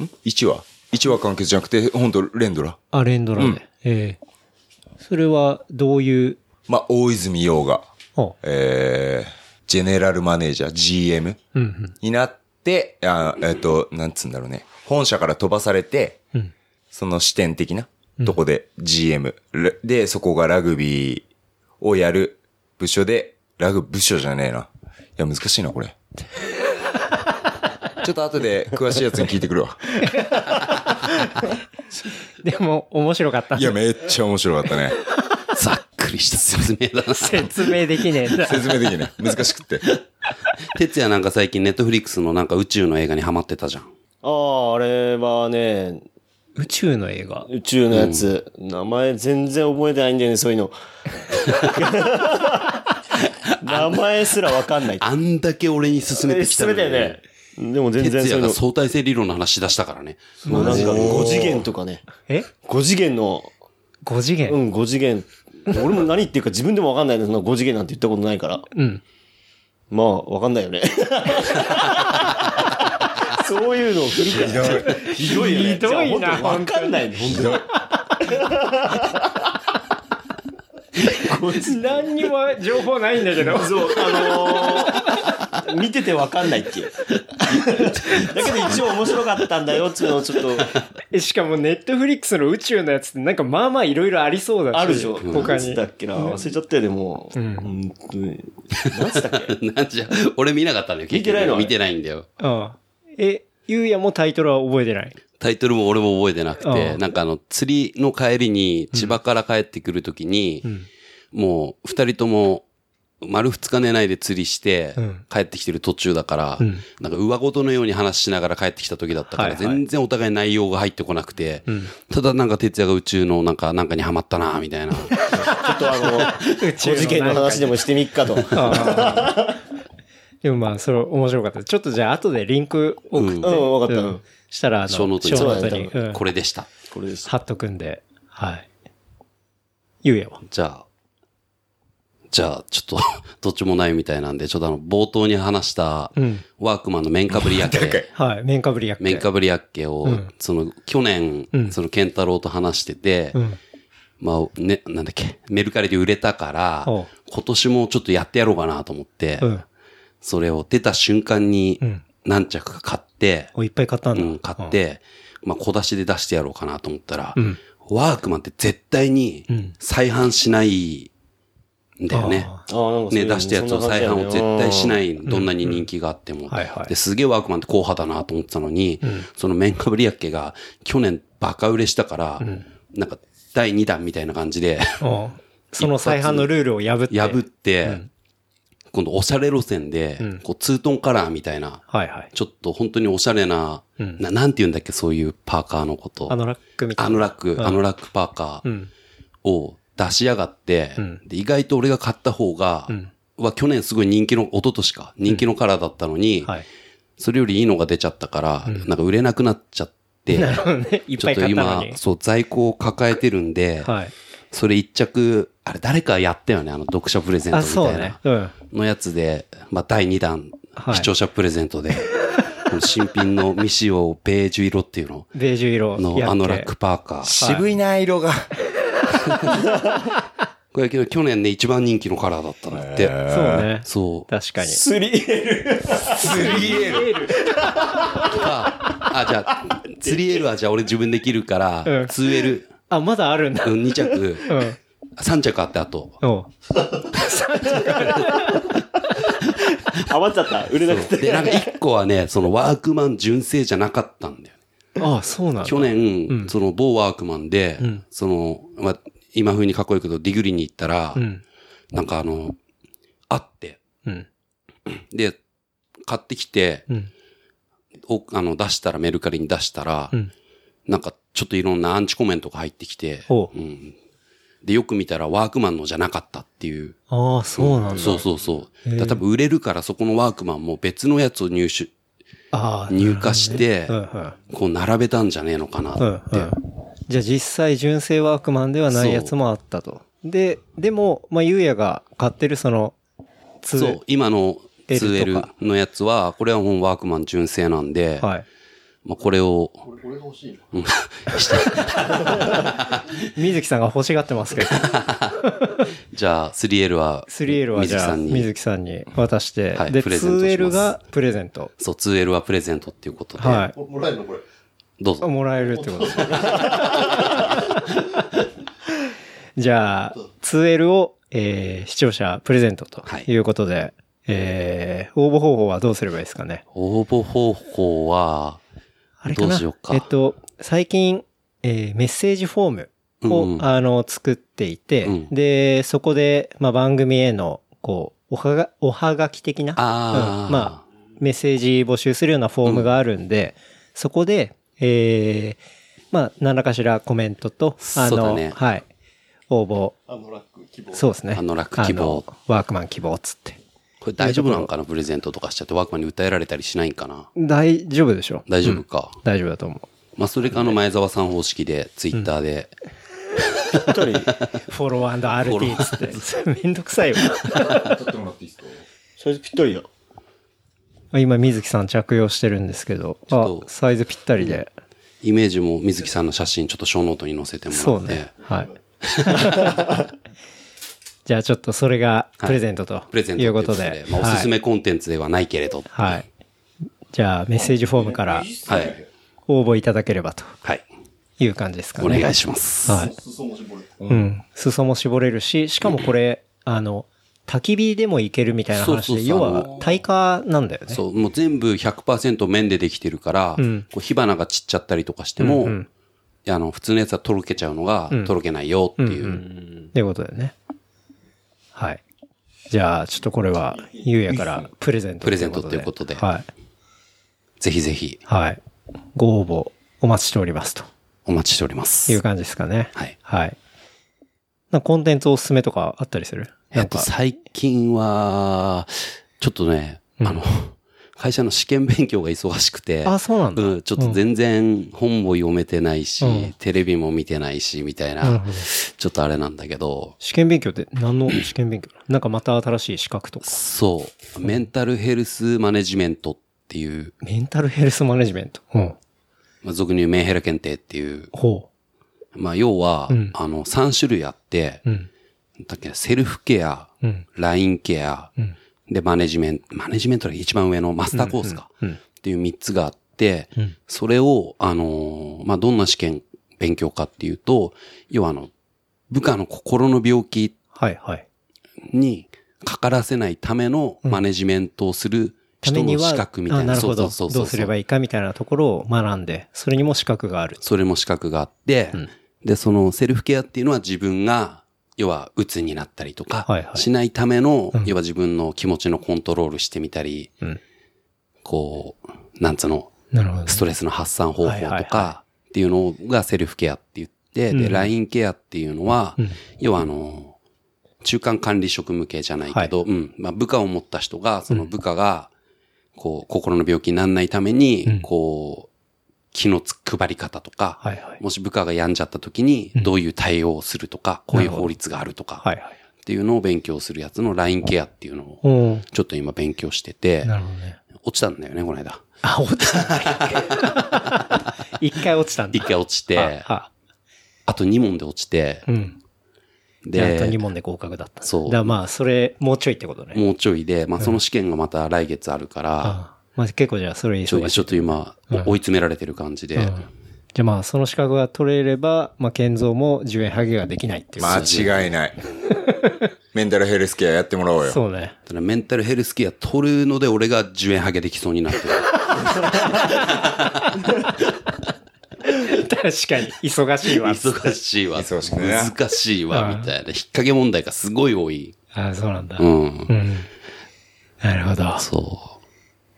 C: う。ん ?1 話 ?1 話完結じゃなくて、ほんと、連ドラ。
B: あ、レンドラで。
C: うん
B: ええそれはどういう、
C: まあ、大泉洋が、
B: あ、
C: えー、ジェネラルマネージャー、GM
B: うんうん。
C: になって、あえっ、と、なんつうんだろうね。本社から飛ばされて、
B: うん
C: その視点的なとこで GM、らで、そこがラグビーをやる部署で、ラグ、部署じゃねえな。いや、難しいな、
B: (laughs)
C: これ。ちょっと後で詳しいやつに聞いてくるわ。
B: でも、面白かった。
C: いや、めっちゃ面白かったね。
E: ざっくりした
F: (laughs)
E: 説明だな。
B: 説明できねえんだ。
C: (laughs) 説明できない。難しくって。
E: 哲也なんか最近ネットフリックスのなんか宇宙の映画にハマってたじゃん。
F: ああ、あれはね、
B: 宇宙の映画。
F: 宇宙のやつ、名前全然覚えてないんだよね、そ
B: (laughs)
F: ういうの。名前すらわかんない。
E: あんだけ俺に勧めてきた
F: 勧めたよね。。でも全然
E: 哲
F: そうい
E: 也
F: う
E: が
F: の。
E: 相対性理論の話し出したからね。
F: もうなんか5次元とかね。
B: え
F: 5次元の、
B: ?5 次元、
F: (laughs) う
B: うん、
F: ん、5次元。俺も何言ってるか自分でもわかんないの、その5次元なんて言ったことないから。まあ、わかんない (laughs) よね。そういうのを振り返って。ひどいよね。
B: ひどいな
F: じゃあ本当わかんないね、本当
B: 何にも情報ないんだけど。
F: そう、あのー見ててわかんないっていう。だけど一応面白かったんだよっていうのをちょっと、
B: えしかも、ネットフリックスの宇宙のやつって、なんかまあまあいろいろありそうだし。
F: あるでし (laughs) ょ。
B: 他
F: なんつっ
B: に
F: た。っけな忘れちゃったよね、もう。うん。何つったっけ
E: (laughs) なんじゃ、俺見なかったのよ。
F: 見てない
E: 結
F: の
E: 局見てないんだよ。
B: ああえ、ゆうやもタイトルは覚えてない。
E: タイトルも俺も覚えてなく
B: あ
E: て、
B: あ
E: なんかあの、釣りの帰りに、千葉から帰ってくるときに、もう、二人とも、丸二日寝ないで釣りして
B: ん、
E: 帰ってきてる途中だから、
B: うん
E: なんか上ごとのように話しながら帰ってきた時だったから、
B: はいはい
E: 全然お互い内容が入ってこなくて、
B: ん
E: ただなんか哲也が宇宙のなんか、なんかにハマったなみた
B: (laughs)
E: いな。
F: ちょっとあ (laughs) の、
B: 宇
F: 小事件の話でもしてみっかと。
B: ああでもまあ、それ面白かった。ちょっとじゃあ、後でリンク送って。
E: うん
F: うんわかった
B: うんしたら、あの、
E: 小ノートに
B: 小ノートに
F: そ
B: うん
E: これでした。
F: これです。
B: 貼っとくんで、はい。ゆうやは。
E: じゃあ、じゃあ、ちょっと、 (laughs) どっちもないみたいなんで、ちょっとあの、冒頭に話した、
B: うん。
E: ワークマンの面かぶりやけ、
B: はい。面かぶりやっけ
E: 面かぶりやっけを、
B: ん
E: その、去年、
B: うん
E: その、健太郎と話してて、
B: うん。
E: まあ、ね、なんだっけ、メルカリで売れたから、
B: おう
E: 今年もちょっとやってやろうかなと思って、
B: うん。
E: それを出た瞬間に
B: うん、
E: 何着か買って、
B: お、いっぱい買ったん
E: う
B: だ。
E: ん、買っ。て、まあ、小出しで出してやろうかなと思ったら、
B: うん。
E: ワークマンって絶対に
B: ん
E: 再販しないんだよね。
B: あ
F: ああ、なんかそうい
E: ね、
F: うの
E: 出したやつを再販を絶対しない。どんなに人気があっても。
B: はいはい
E: ですげえワークマンって硬派だなと思ってたのに、そのメンカブリアッケが去年バカ売れしたから、なんか第2弾みたいな感じで
B: おその再販のルールを破って。
E: 破って、今度おしゃれ路線で、こうツートンカラーみたいな、
B: はいはい。
E: ちょっと本当におしゃれな、ななんて言うんだっけ、そういうパーカーのこと。
B: あのラックみたいな。
E: あのラック、あのラックパーカーを出しやがって、で意外と俺が買った方が、は去年すごい人気の、一昨年か、人気のカラーだったのに、
B: はい。 (laughs)
E: それよりいいのが出ちゃったから、なんか売れなくなっちゃって、
B: なるほどね。いっ
E: ち
B: ぱ
E: ょ
B: い買
E: っと
B: ったの
E: 今
B: に、。
E: そう、在庫を抱えてるんで、
B: はい。
E: それ一着、あれ誰かやったよね、あの読者プレゼント
B: あ、
E: み
B: そう
E: た
B: だ
E: い
B: ね
E: な。。
B: うん。
E: のやつで、まあ第2弾、
B: はい
E: 視聴者プレゼ
B: (laughs)
E: ントで、この新品の未使用ベージュ色っていうの、
B: ベージュ色やっけ。
E: のあのラックパーカー。
C: 渋いな、色が。
E: これけど去年ね、一番人気のカラーだったんだって。
B: そうね。
E: そう。
B: 確かに。
F: すりえる。
C: 3L。
E: あ、じゃあ、3L はじゃあ俺自分できるから、
B: うん
E: 2L、
B: あ、まだあるんだ。
E: う
B: うん
E: 2着、
B: ん。
E: 3着あってあと。
B: おう
F: (laughs) 余っちゃった。売れなくて。
E: で、なんか1個はね、そのワークマン純正じゃなかったんだよね。
B: あ、そうなんだ。
E: 去年、その某ワークマンで、
B: ん
E: その、まあ、今風にかっこいいけど、ディグリに行ったら、
B: うん。
E: なんかあの、あって、
B: うん。
E: で、買ってきて、
B: うん。
E: おあの出したら、メルカリに出したら、
B: うん
E: なんかちょっといろんなアンチコメントが入ってきて、
B: ほう
E: うんで、よく見たらワークマンのじゃなかったっていう。
B: ああ、そうなんだ。
E: そうそうそう。だから多分売れるからそこのワークマンも別のやつを入手、
B: ああ、
E: 入荷して
B: うんうん
E: こう並べたんじゃねえのかなって。
B: うんうんじゃあ実際純正ワークマンではないやつもあったと。で、でも、まあ、ゆうやが買ってるその、ツ
E: そう、今の
B: L と
E: 2L
B: か
E: のやつは、これはもうワークマン純正なんで、
B: はい。
E: まあこれを、
B: 水木さんが欲しがってますけど、
E: (laughs) じゃあ 3L は、
B: 3L はじゃあ、
E: 水木さんに
B: 水木さんに渡して、
E: はい
B: で、
E: プレゼントします
B: 2L がプレゼント。
E: そう、2L はプレゼントっていうことで、
B: は
D: もらえるのこれ。
E: どう
B: い。
E: ぞ。
B: もらえるって
E: (laughs)
B: ことですね。じゃあ、2L を、えー視聴者プレゼントと
E: はい
B: いうことで、えー応募方法はどうすればいいですかね。
E: 応募方法は、
B: あれかな
E: どうしようか
B: えっと、最近、えーメッセージフォームを、
E: うんうん
B: あの、作っていて、
E: うん
B: で、そこで、まあ、番組への、こう、おはが、おはがき的な、
E: あー
B: うんまあ、メッセージ募集するようなフォームがあるんで、そこで、えーまあ、何らかしらコメントと、あ
E: そうだ
B: の、
E: ね
B: はい、応募、
D: あのラック希望。
B: そうですね。
E: あの楽希望
B: あのワークマン希望っつって。
E: これ大丈夫なんかなプレゼントとかしちゃってワークマンに訴えられたりしないんかな
B: 大丈夫でしょ
E: 大丈夫か。
B: 大丈夫だと思
E: (laughs)
B: う。
E: まあそれかあの前澤さん方式で、ツイッターで、
B: フォロー &RT っつって。それめんどくさいわ。 (laughs)
C: 撮ってもらっていいですか
F: それぴったりだ。
B: 今、水木さん着用してるんですけど、あ
E: ょっ、と
B: サイズぴったりで。
E: イメージも水木さんの写真ちょっと小ノートに載せてもらって。
B: そうね。はい。 (laughs) じゃあちょっとそれがプレゼントと
E: プレゼント
B: いうこと
E: と
B: で。
E: まあ、おすす
B: はい
E: めコンテンツではないけれど。
B: はい。じゃあメッセージフォームから
E: はい。
B: 応募いただければと
E: はい。
B: いう感じですかね。
E: お願い
B: し
E: します。
B: はい。うん。裾も絞れるし、しかもこれ、あの、焚き火でもいけるみたいな話で、
E: そう
B: 要
E: そうそう
B: は耐火なんだよね。
E: そう、もう全部100%面でできてるから、
B: ん
E: こう火花が散っちゃったりとかしても、あの、普通のやつはとろけちゃうのが、とろけないよっていう。
B: ってことだよね。はい。じゃあ、ちょっとこれは、ゆうやからプレゼント
E: プレゼントということで
B: はい。
E: ぜひぜひ
B: はい。ご応募お待ちしておりますと
E: お待ちしておりま
B: い
E: す
B: う。感じですかね。
E: はい。
B: はい。なんかコンテンツおすすめとかあったりする
E: え
B: な
E: っ
B: ん
E: と、
B: か、
E: 最近は、ちょっとね、あの、 (laughs) 会社の試験勉強が忙しくて、
B: あ、そうなんだ。
E: うん、ちょっと全然本も読めてないし、
B: うん
E: テレビも見てないし、みたいな、
B: ほど
E: ちょっとあれなんだけど、
B: 試験勉強って何の試験勉強なんかまた新しい資格とか。
E: そう、メンタルヘルスマネジメントっていう、
B: メンタルヘルスマネジメント。うん。
E: まあ俗に言うメンヘラ検定っていう、
B: ほ
E: まあ、要は、
B: ん
E: あの、3種類あって、
B: う。うん。
E: だっけセルフケア、
B: うん。
E: ラインケア、
B: うん
E: で、マネジメント、マネジメントの一番上のマスターコースか、
B: うんうんうん
E: っていう3つがあって、
B: ん
E: それを、あのーまあ、どんな試験、勉強かっていうと、要はあの、部下の心の病気
B: はいはい。
E: にかからせないためのマネジメントをする
B: た
E: 人
B: めに
E: の
B: は、
E: 資格みたいな。
B: あなるほど。
E: そ
B: ど
E: うそうそうそう
B: うすればいいかみたいなところを学んで、それにも資格がある。
E: それも資格があって、で、そのセルフケアっていうのは自分が、要は、鬱になったりとか
B: はいは、い
E: しないための、要は自分の気持ちのコントロールしてみたり、
B: うん
E: こう、なんつうの、
B: なるほどね
E: ストレスの発散方法
B: はいはいは
E: とか、っていうのがセルフケアって言って、
B: うん
E: で、ラインケアっていうのは、
B: うん
E: 要はあの、中間管理職向けじゃないけど、うん。まあ、部下を持った人が、その部下が、こう、心の病気にならないために、
B: うん
E: こう、気のつ配り方とか、
B: はいはい。
E: もし部下が病んじゃった時に、どういう対応をするとか、こういう
B: なるほど
E: 法律があるとか、
B: はいはい。
E: っていうのを勉強するやつのラインケアっていうのを、
B: おー
E: ちょっと今勉強してて、
B: なるほどね。
E: 落ちたんだよね、この間。
B: あ、落ちた。
E: (laughs)
B: 一回落ちたんだ。
E: 一回落ちて、
B: は
E: あと2問で落ちて、
B: うん。で、あと2
E: で、
B: 問で合格だった。
E: そう
B: だからまあ、それ、もうちょいってことね。
E: もうちょいで、まあその試験がまた来月あるから、
B: ああまあ、結構じゃあ、それ
E: ちょ
B: 忙しい。
E: ちょっと今、追い詰められてる感じで
B: う、んじゃあまあ、その資格が取れれば、まあ、建造も10円ハゲができないっていう。
C: 間違いない。メンタルヘルスケアやってもらおうよ。
B: そうね。 (laughs)
E: ただメンタルヘルスケア取るので俺が10円ハゲできそうにな
B: (laughs)
E: ってる。
B: 確かに、忙しいわ。
E: 忙しいわ。
C: 忙しくね
E: 難しいわ、
B: うん
E: みたいな。引っ掛け問題がすごい多い。
B: ああ、そうなんだ。
E: うん。
B: うん。なるほど。
E: そう。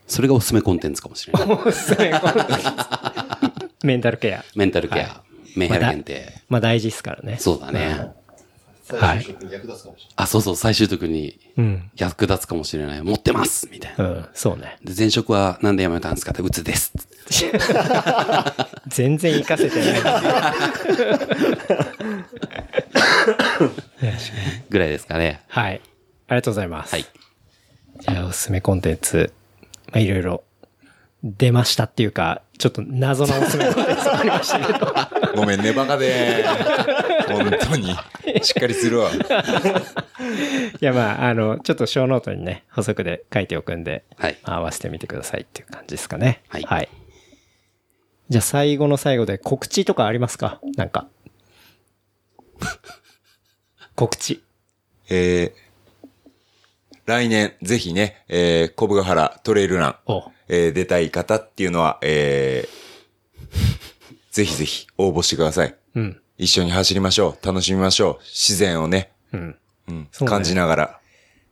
E: それがおすすめコンテンツかもし
B: (laughs)
E: れない。
B: おすすめコンテンツメンタルケア。
E: メンタルケア、メンヘラ検定。
B: まあ大事ですからね。
E: そうだね。はい。あ、そうそう、最終得に
B: うん。
E: 役立つかもしれない。持ってますみたいな。
B: うん、そうね。
E: で前職はなんで辞めたんですかって、うつです。
B: 全然活かせて (laughs) ない。
E: ぐらいですかね。
B: はい。ありがとうございます。
E: はい。
B: じゃあ、おすすめコンテンツ、まあ、いろいろ出ましたっていうか、ちょっと謎のおすすめコンテンツがありましたけど。
C: ごめんね、バカ
B: (laughs)
C: で。本当に。しっかりするわ。
B: いや、まあ、あの、ちょっと小ノートにね、補足で書いておくんで、
E: はい
B: まあ合わせてみてくださいっていう感じですかね。
E: はい
B: じゃあ、最後の最後で告知とかありますかなんか。 (laughs) 告知。
C: えー来年、ぜひね、えー、小部ヶ原トレイルラン、
B: お
C: えー出たい方っていうのは、えーぜひぜひ応募してください。
B: うん。
C: 一緒に走りましょう。楽しみましょう。自然をね、
B: うん。
C: うん
B: そうね
C: 感じながら。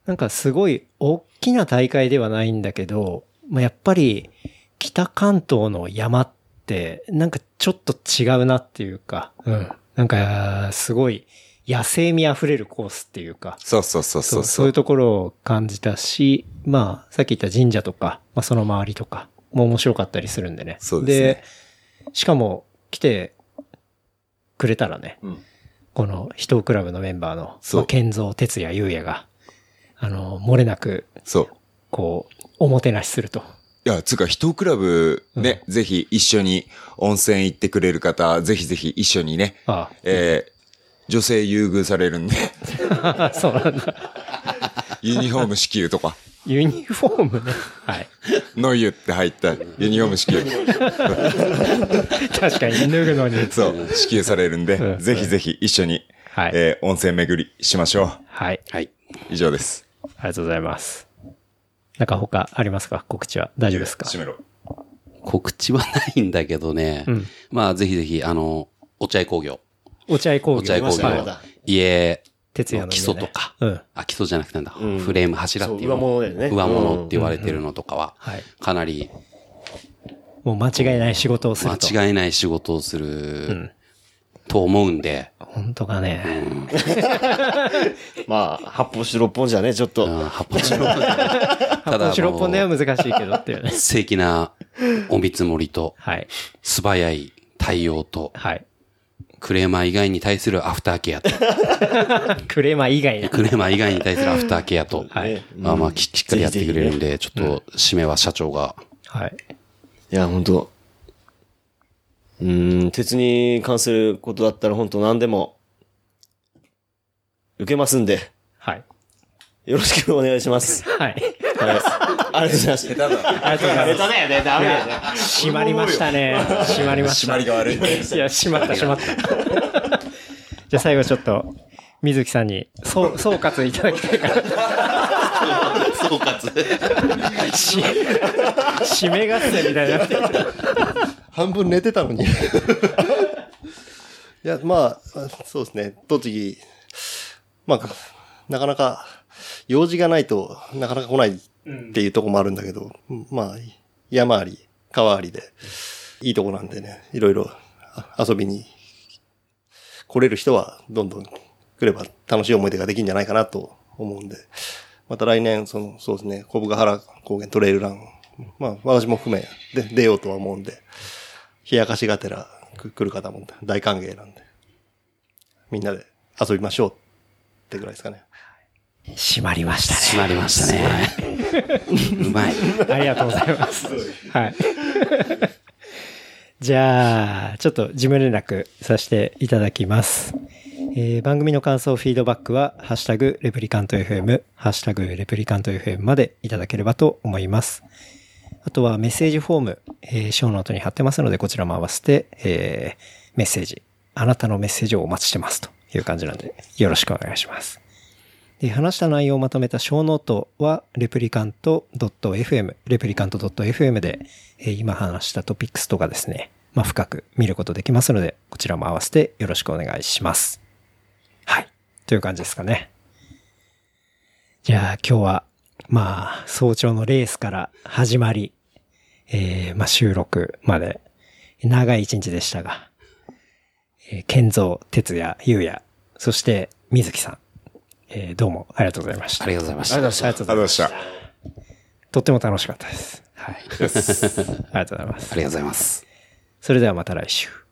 B: なんかすごい大きな大会ではないんだけど、まあ、やっぱり北関東の山ってなんかちょっと違うなっていうか、うん。なんかすごい野生味あふれるコースっていうか、
C: そうそうそうそう。
B: そういうところを感じたし、まあさっき言った神社とか、まあその周りとかも面白かったりするんでね。
C: そうですね
B: でしかも来てくれたらね、
C: うん
B: この秘湯クラブのメンバーの、
C: そう
B: まあ、健三哲也優也が、あの、漏れなく、
C: そう。
B: こう、おもてなしすると。
C: いや、つうか、人クラブね、ぜひ一緒に温泉行ってくれる方、ぜひぜひ一緒にね、
B: あ
C: えー女性優遇され
B: (laughs)
C: るんで、
B: あ、そうなん
C: (laughs)
B: だ。
C: ユニフォーム支給とか、
B: ユニフォームね。はい。
C: ノイユって入ったユニフォーム支給、
B: (laughs) 確かに脱ぐ
C: (laughs)
B: のに。
C: そう、支給されるんで
B: う、ん
C: ぜひぜひ一緒に、
B: はい
C: えー温泉巡りしましょう。
B: はい。
E: はい。
C: 以上です。
B: ありがとうございます。なんか他ありますか告知は。大丈夫ですか
C: 締めろ。
E: 告知はないんだけどね。
B: うん
E: まあ、ぜひぜひ、あの、お茶屋工業。
B: お茶屋工業。
E: お茶屋工業
F: 出ました。
E: 家、
B: 哲也の、ね、
E: 基礎とか
B: うん。
E: あ、基礎じゃなくてなんだ、
F: うん
E: フレーム柱っていうの。
F: そう上物だよね
E: 上物って言われてるのとかは、
B: はい。
E: かなり
B: もう間違いない仕事をすると。
E: 間違いない仕事をすると思うんで、
B: 本当かね。
F: まあ、発泡酒6本じゃね、ちょっと。
E: うん、八本白。た
B: も
E: だ、
B: ちろん、ポンで
E: も
B: は
E: う
B: 難しいけどっていうね。
E: 正規なお見積もりと、
B: (laughs) はい。
E: 素早い対応と、
B: はい。
E: クレーマー以外に対するアフターケアと、 (laughs)
B: クレーマー以外な。
E: クレーマー以外に対するアフターケアと、
B: はい。
E: まあまあ、きしっかりやってくれるんで、ちょっと、締めは社長が、
B: はい。
F: いや、本当うーん、鉄に関することだったら本当何でも、受けますんで、
B: はい。
F: よろしくお願いします。
B: はい。
F: はい。ありがとうございます。
B: ありがとうございます。
F: だよね、ダメだよね。
B: 閉まりましたね。閉まりまし
C: 締
B: た
C: ま。りが悪い。
B: いや、閉まった、閉まった。 (laughs) じゃあ最後ちょっと、水木さんに、そう、総括いただきたいから。
E: (laughs) 総括。
B: し締め合戦みたいになってる。
D: 半分寝てたのに。い (laughs) や、まあ、あそうですね。栃木、まあ、なかなか、用事がないとなかなか来ないっていうとこもあるんだけど、まあ、山あり、川ありで、いいとこなんでね、いろいろあ遊びに来れる人はどんどん来れば楽しい思い出ができるんじゃないかなと思うんで、また来年、その、そうですね、小部ヶ原高原トレイルラン、まあ、私も含め、で、出ようとは思うんで、冷やかしがてらく来る方も大歓迎なんで、みんなで遊びましょうってぐらいですかね。
B: 閉まりました
E: 締まりましたね。 (laughs) うまい。
B: ね。 (laughs) ありがとうございます。はい。 (laughs) じゃあ、ちょっと事務連絡させていただきます。えー番組の感想、フィードバックは、ハッシュタグ、レプリカント FM、ハッシュタグ、レプリカント FM までいただければと思います。あとはメッセージフォーム、えー、ショーノートに貼ってますので、こちらも合わせて、えーメッセージ、あなたのメッセージをお待ちしてますという感じなんで、よろしくお願いします。で、話した内容をまとめたショーノートは、レプリカント .fm、レプリカント .fm で、えー今話したトピックスとかですね、まあ、深く見ることできますので、こちらも合わせてよろしくお願いします。はい。という感じですかね。じゃあ今日は、まあ、早朝のレースから始まり、えー、まあ収録まで、長い一日でしたが、えー、健三、哲也、優也、そして、水木さん、えーどうもありがとうございました。
E: ありがとうございまし
F: あり
E: た。
F: がとうございまし
B: とう
C: ありがとうございました。
B: た。とっても楽 (laughs) しかったです。はい。ありがとうございます
E: あ。りがとうございます。
B: それではまた来週。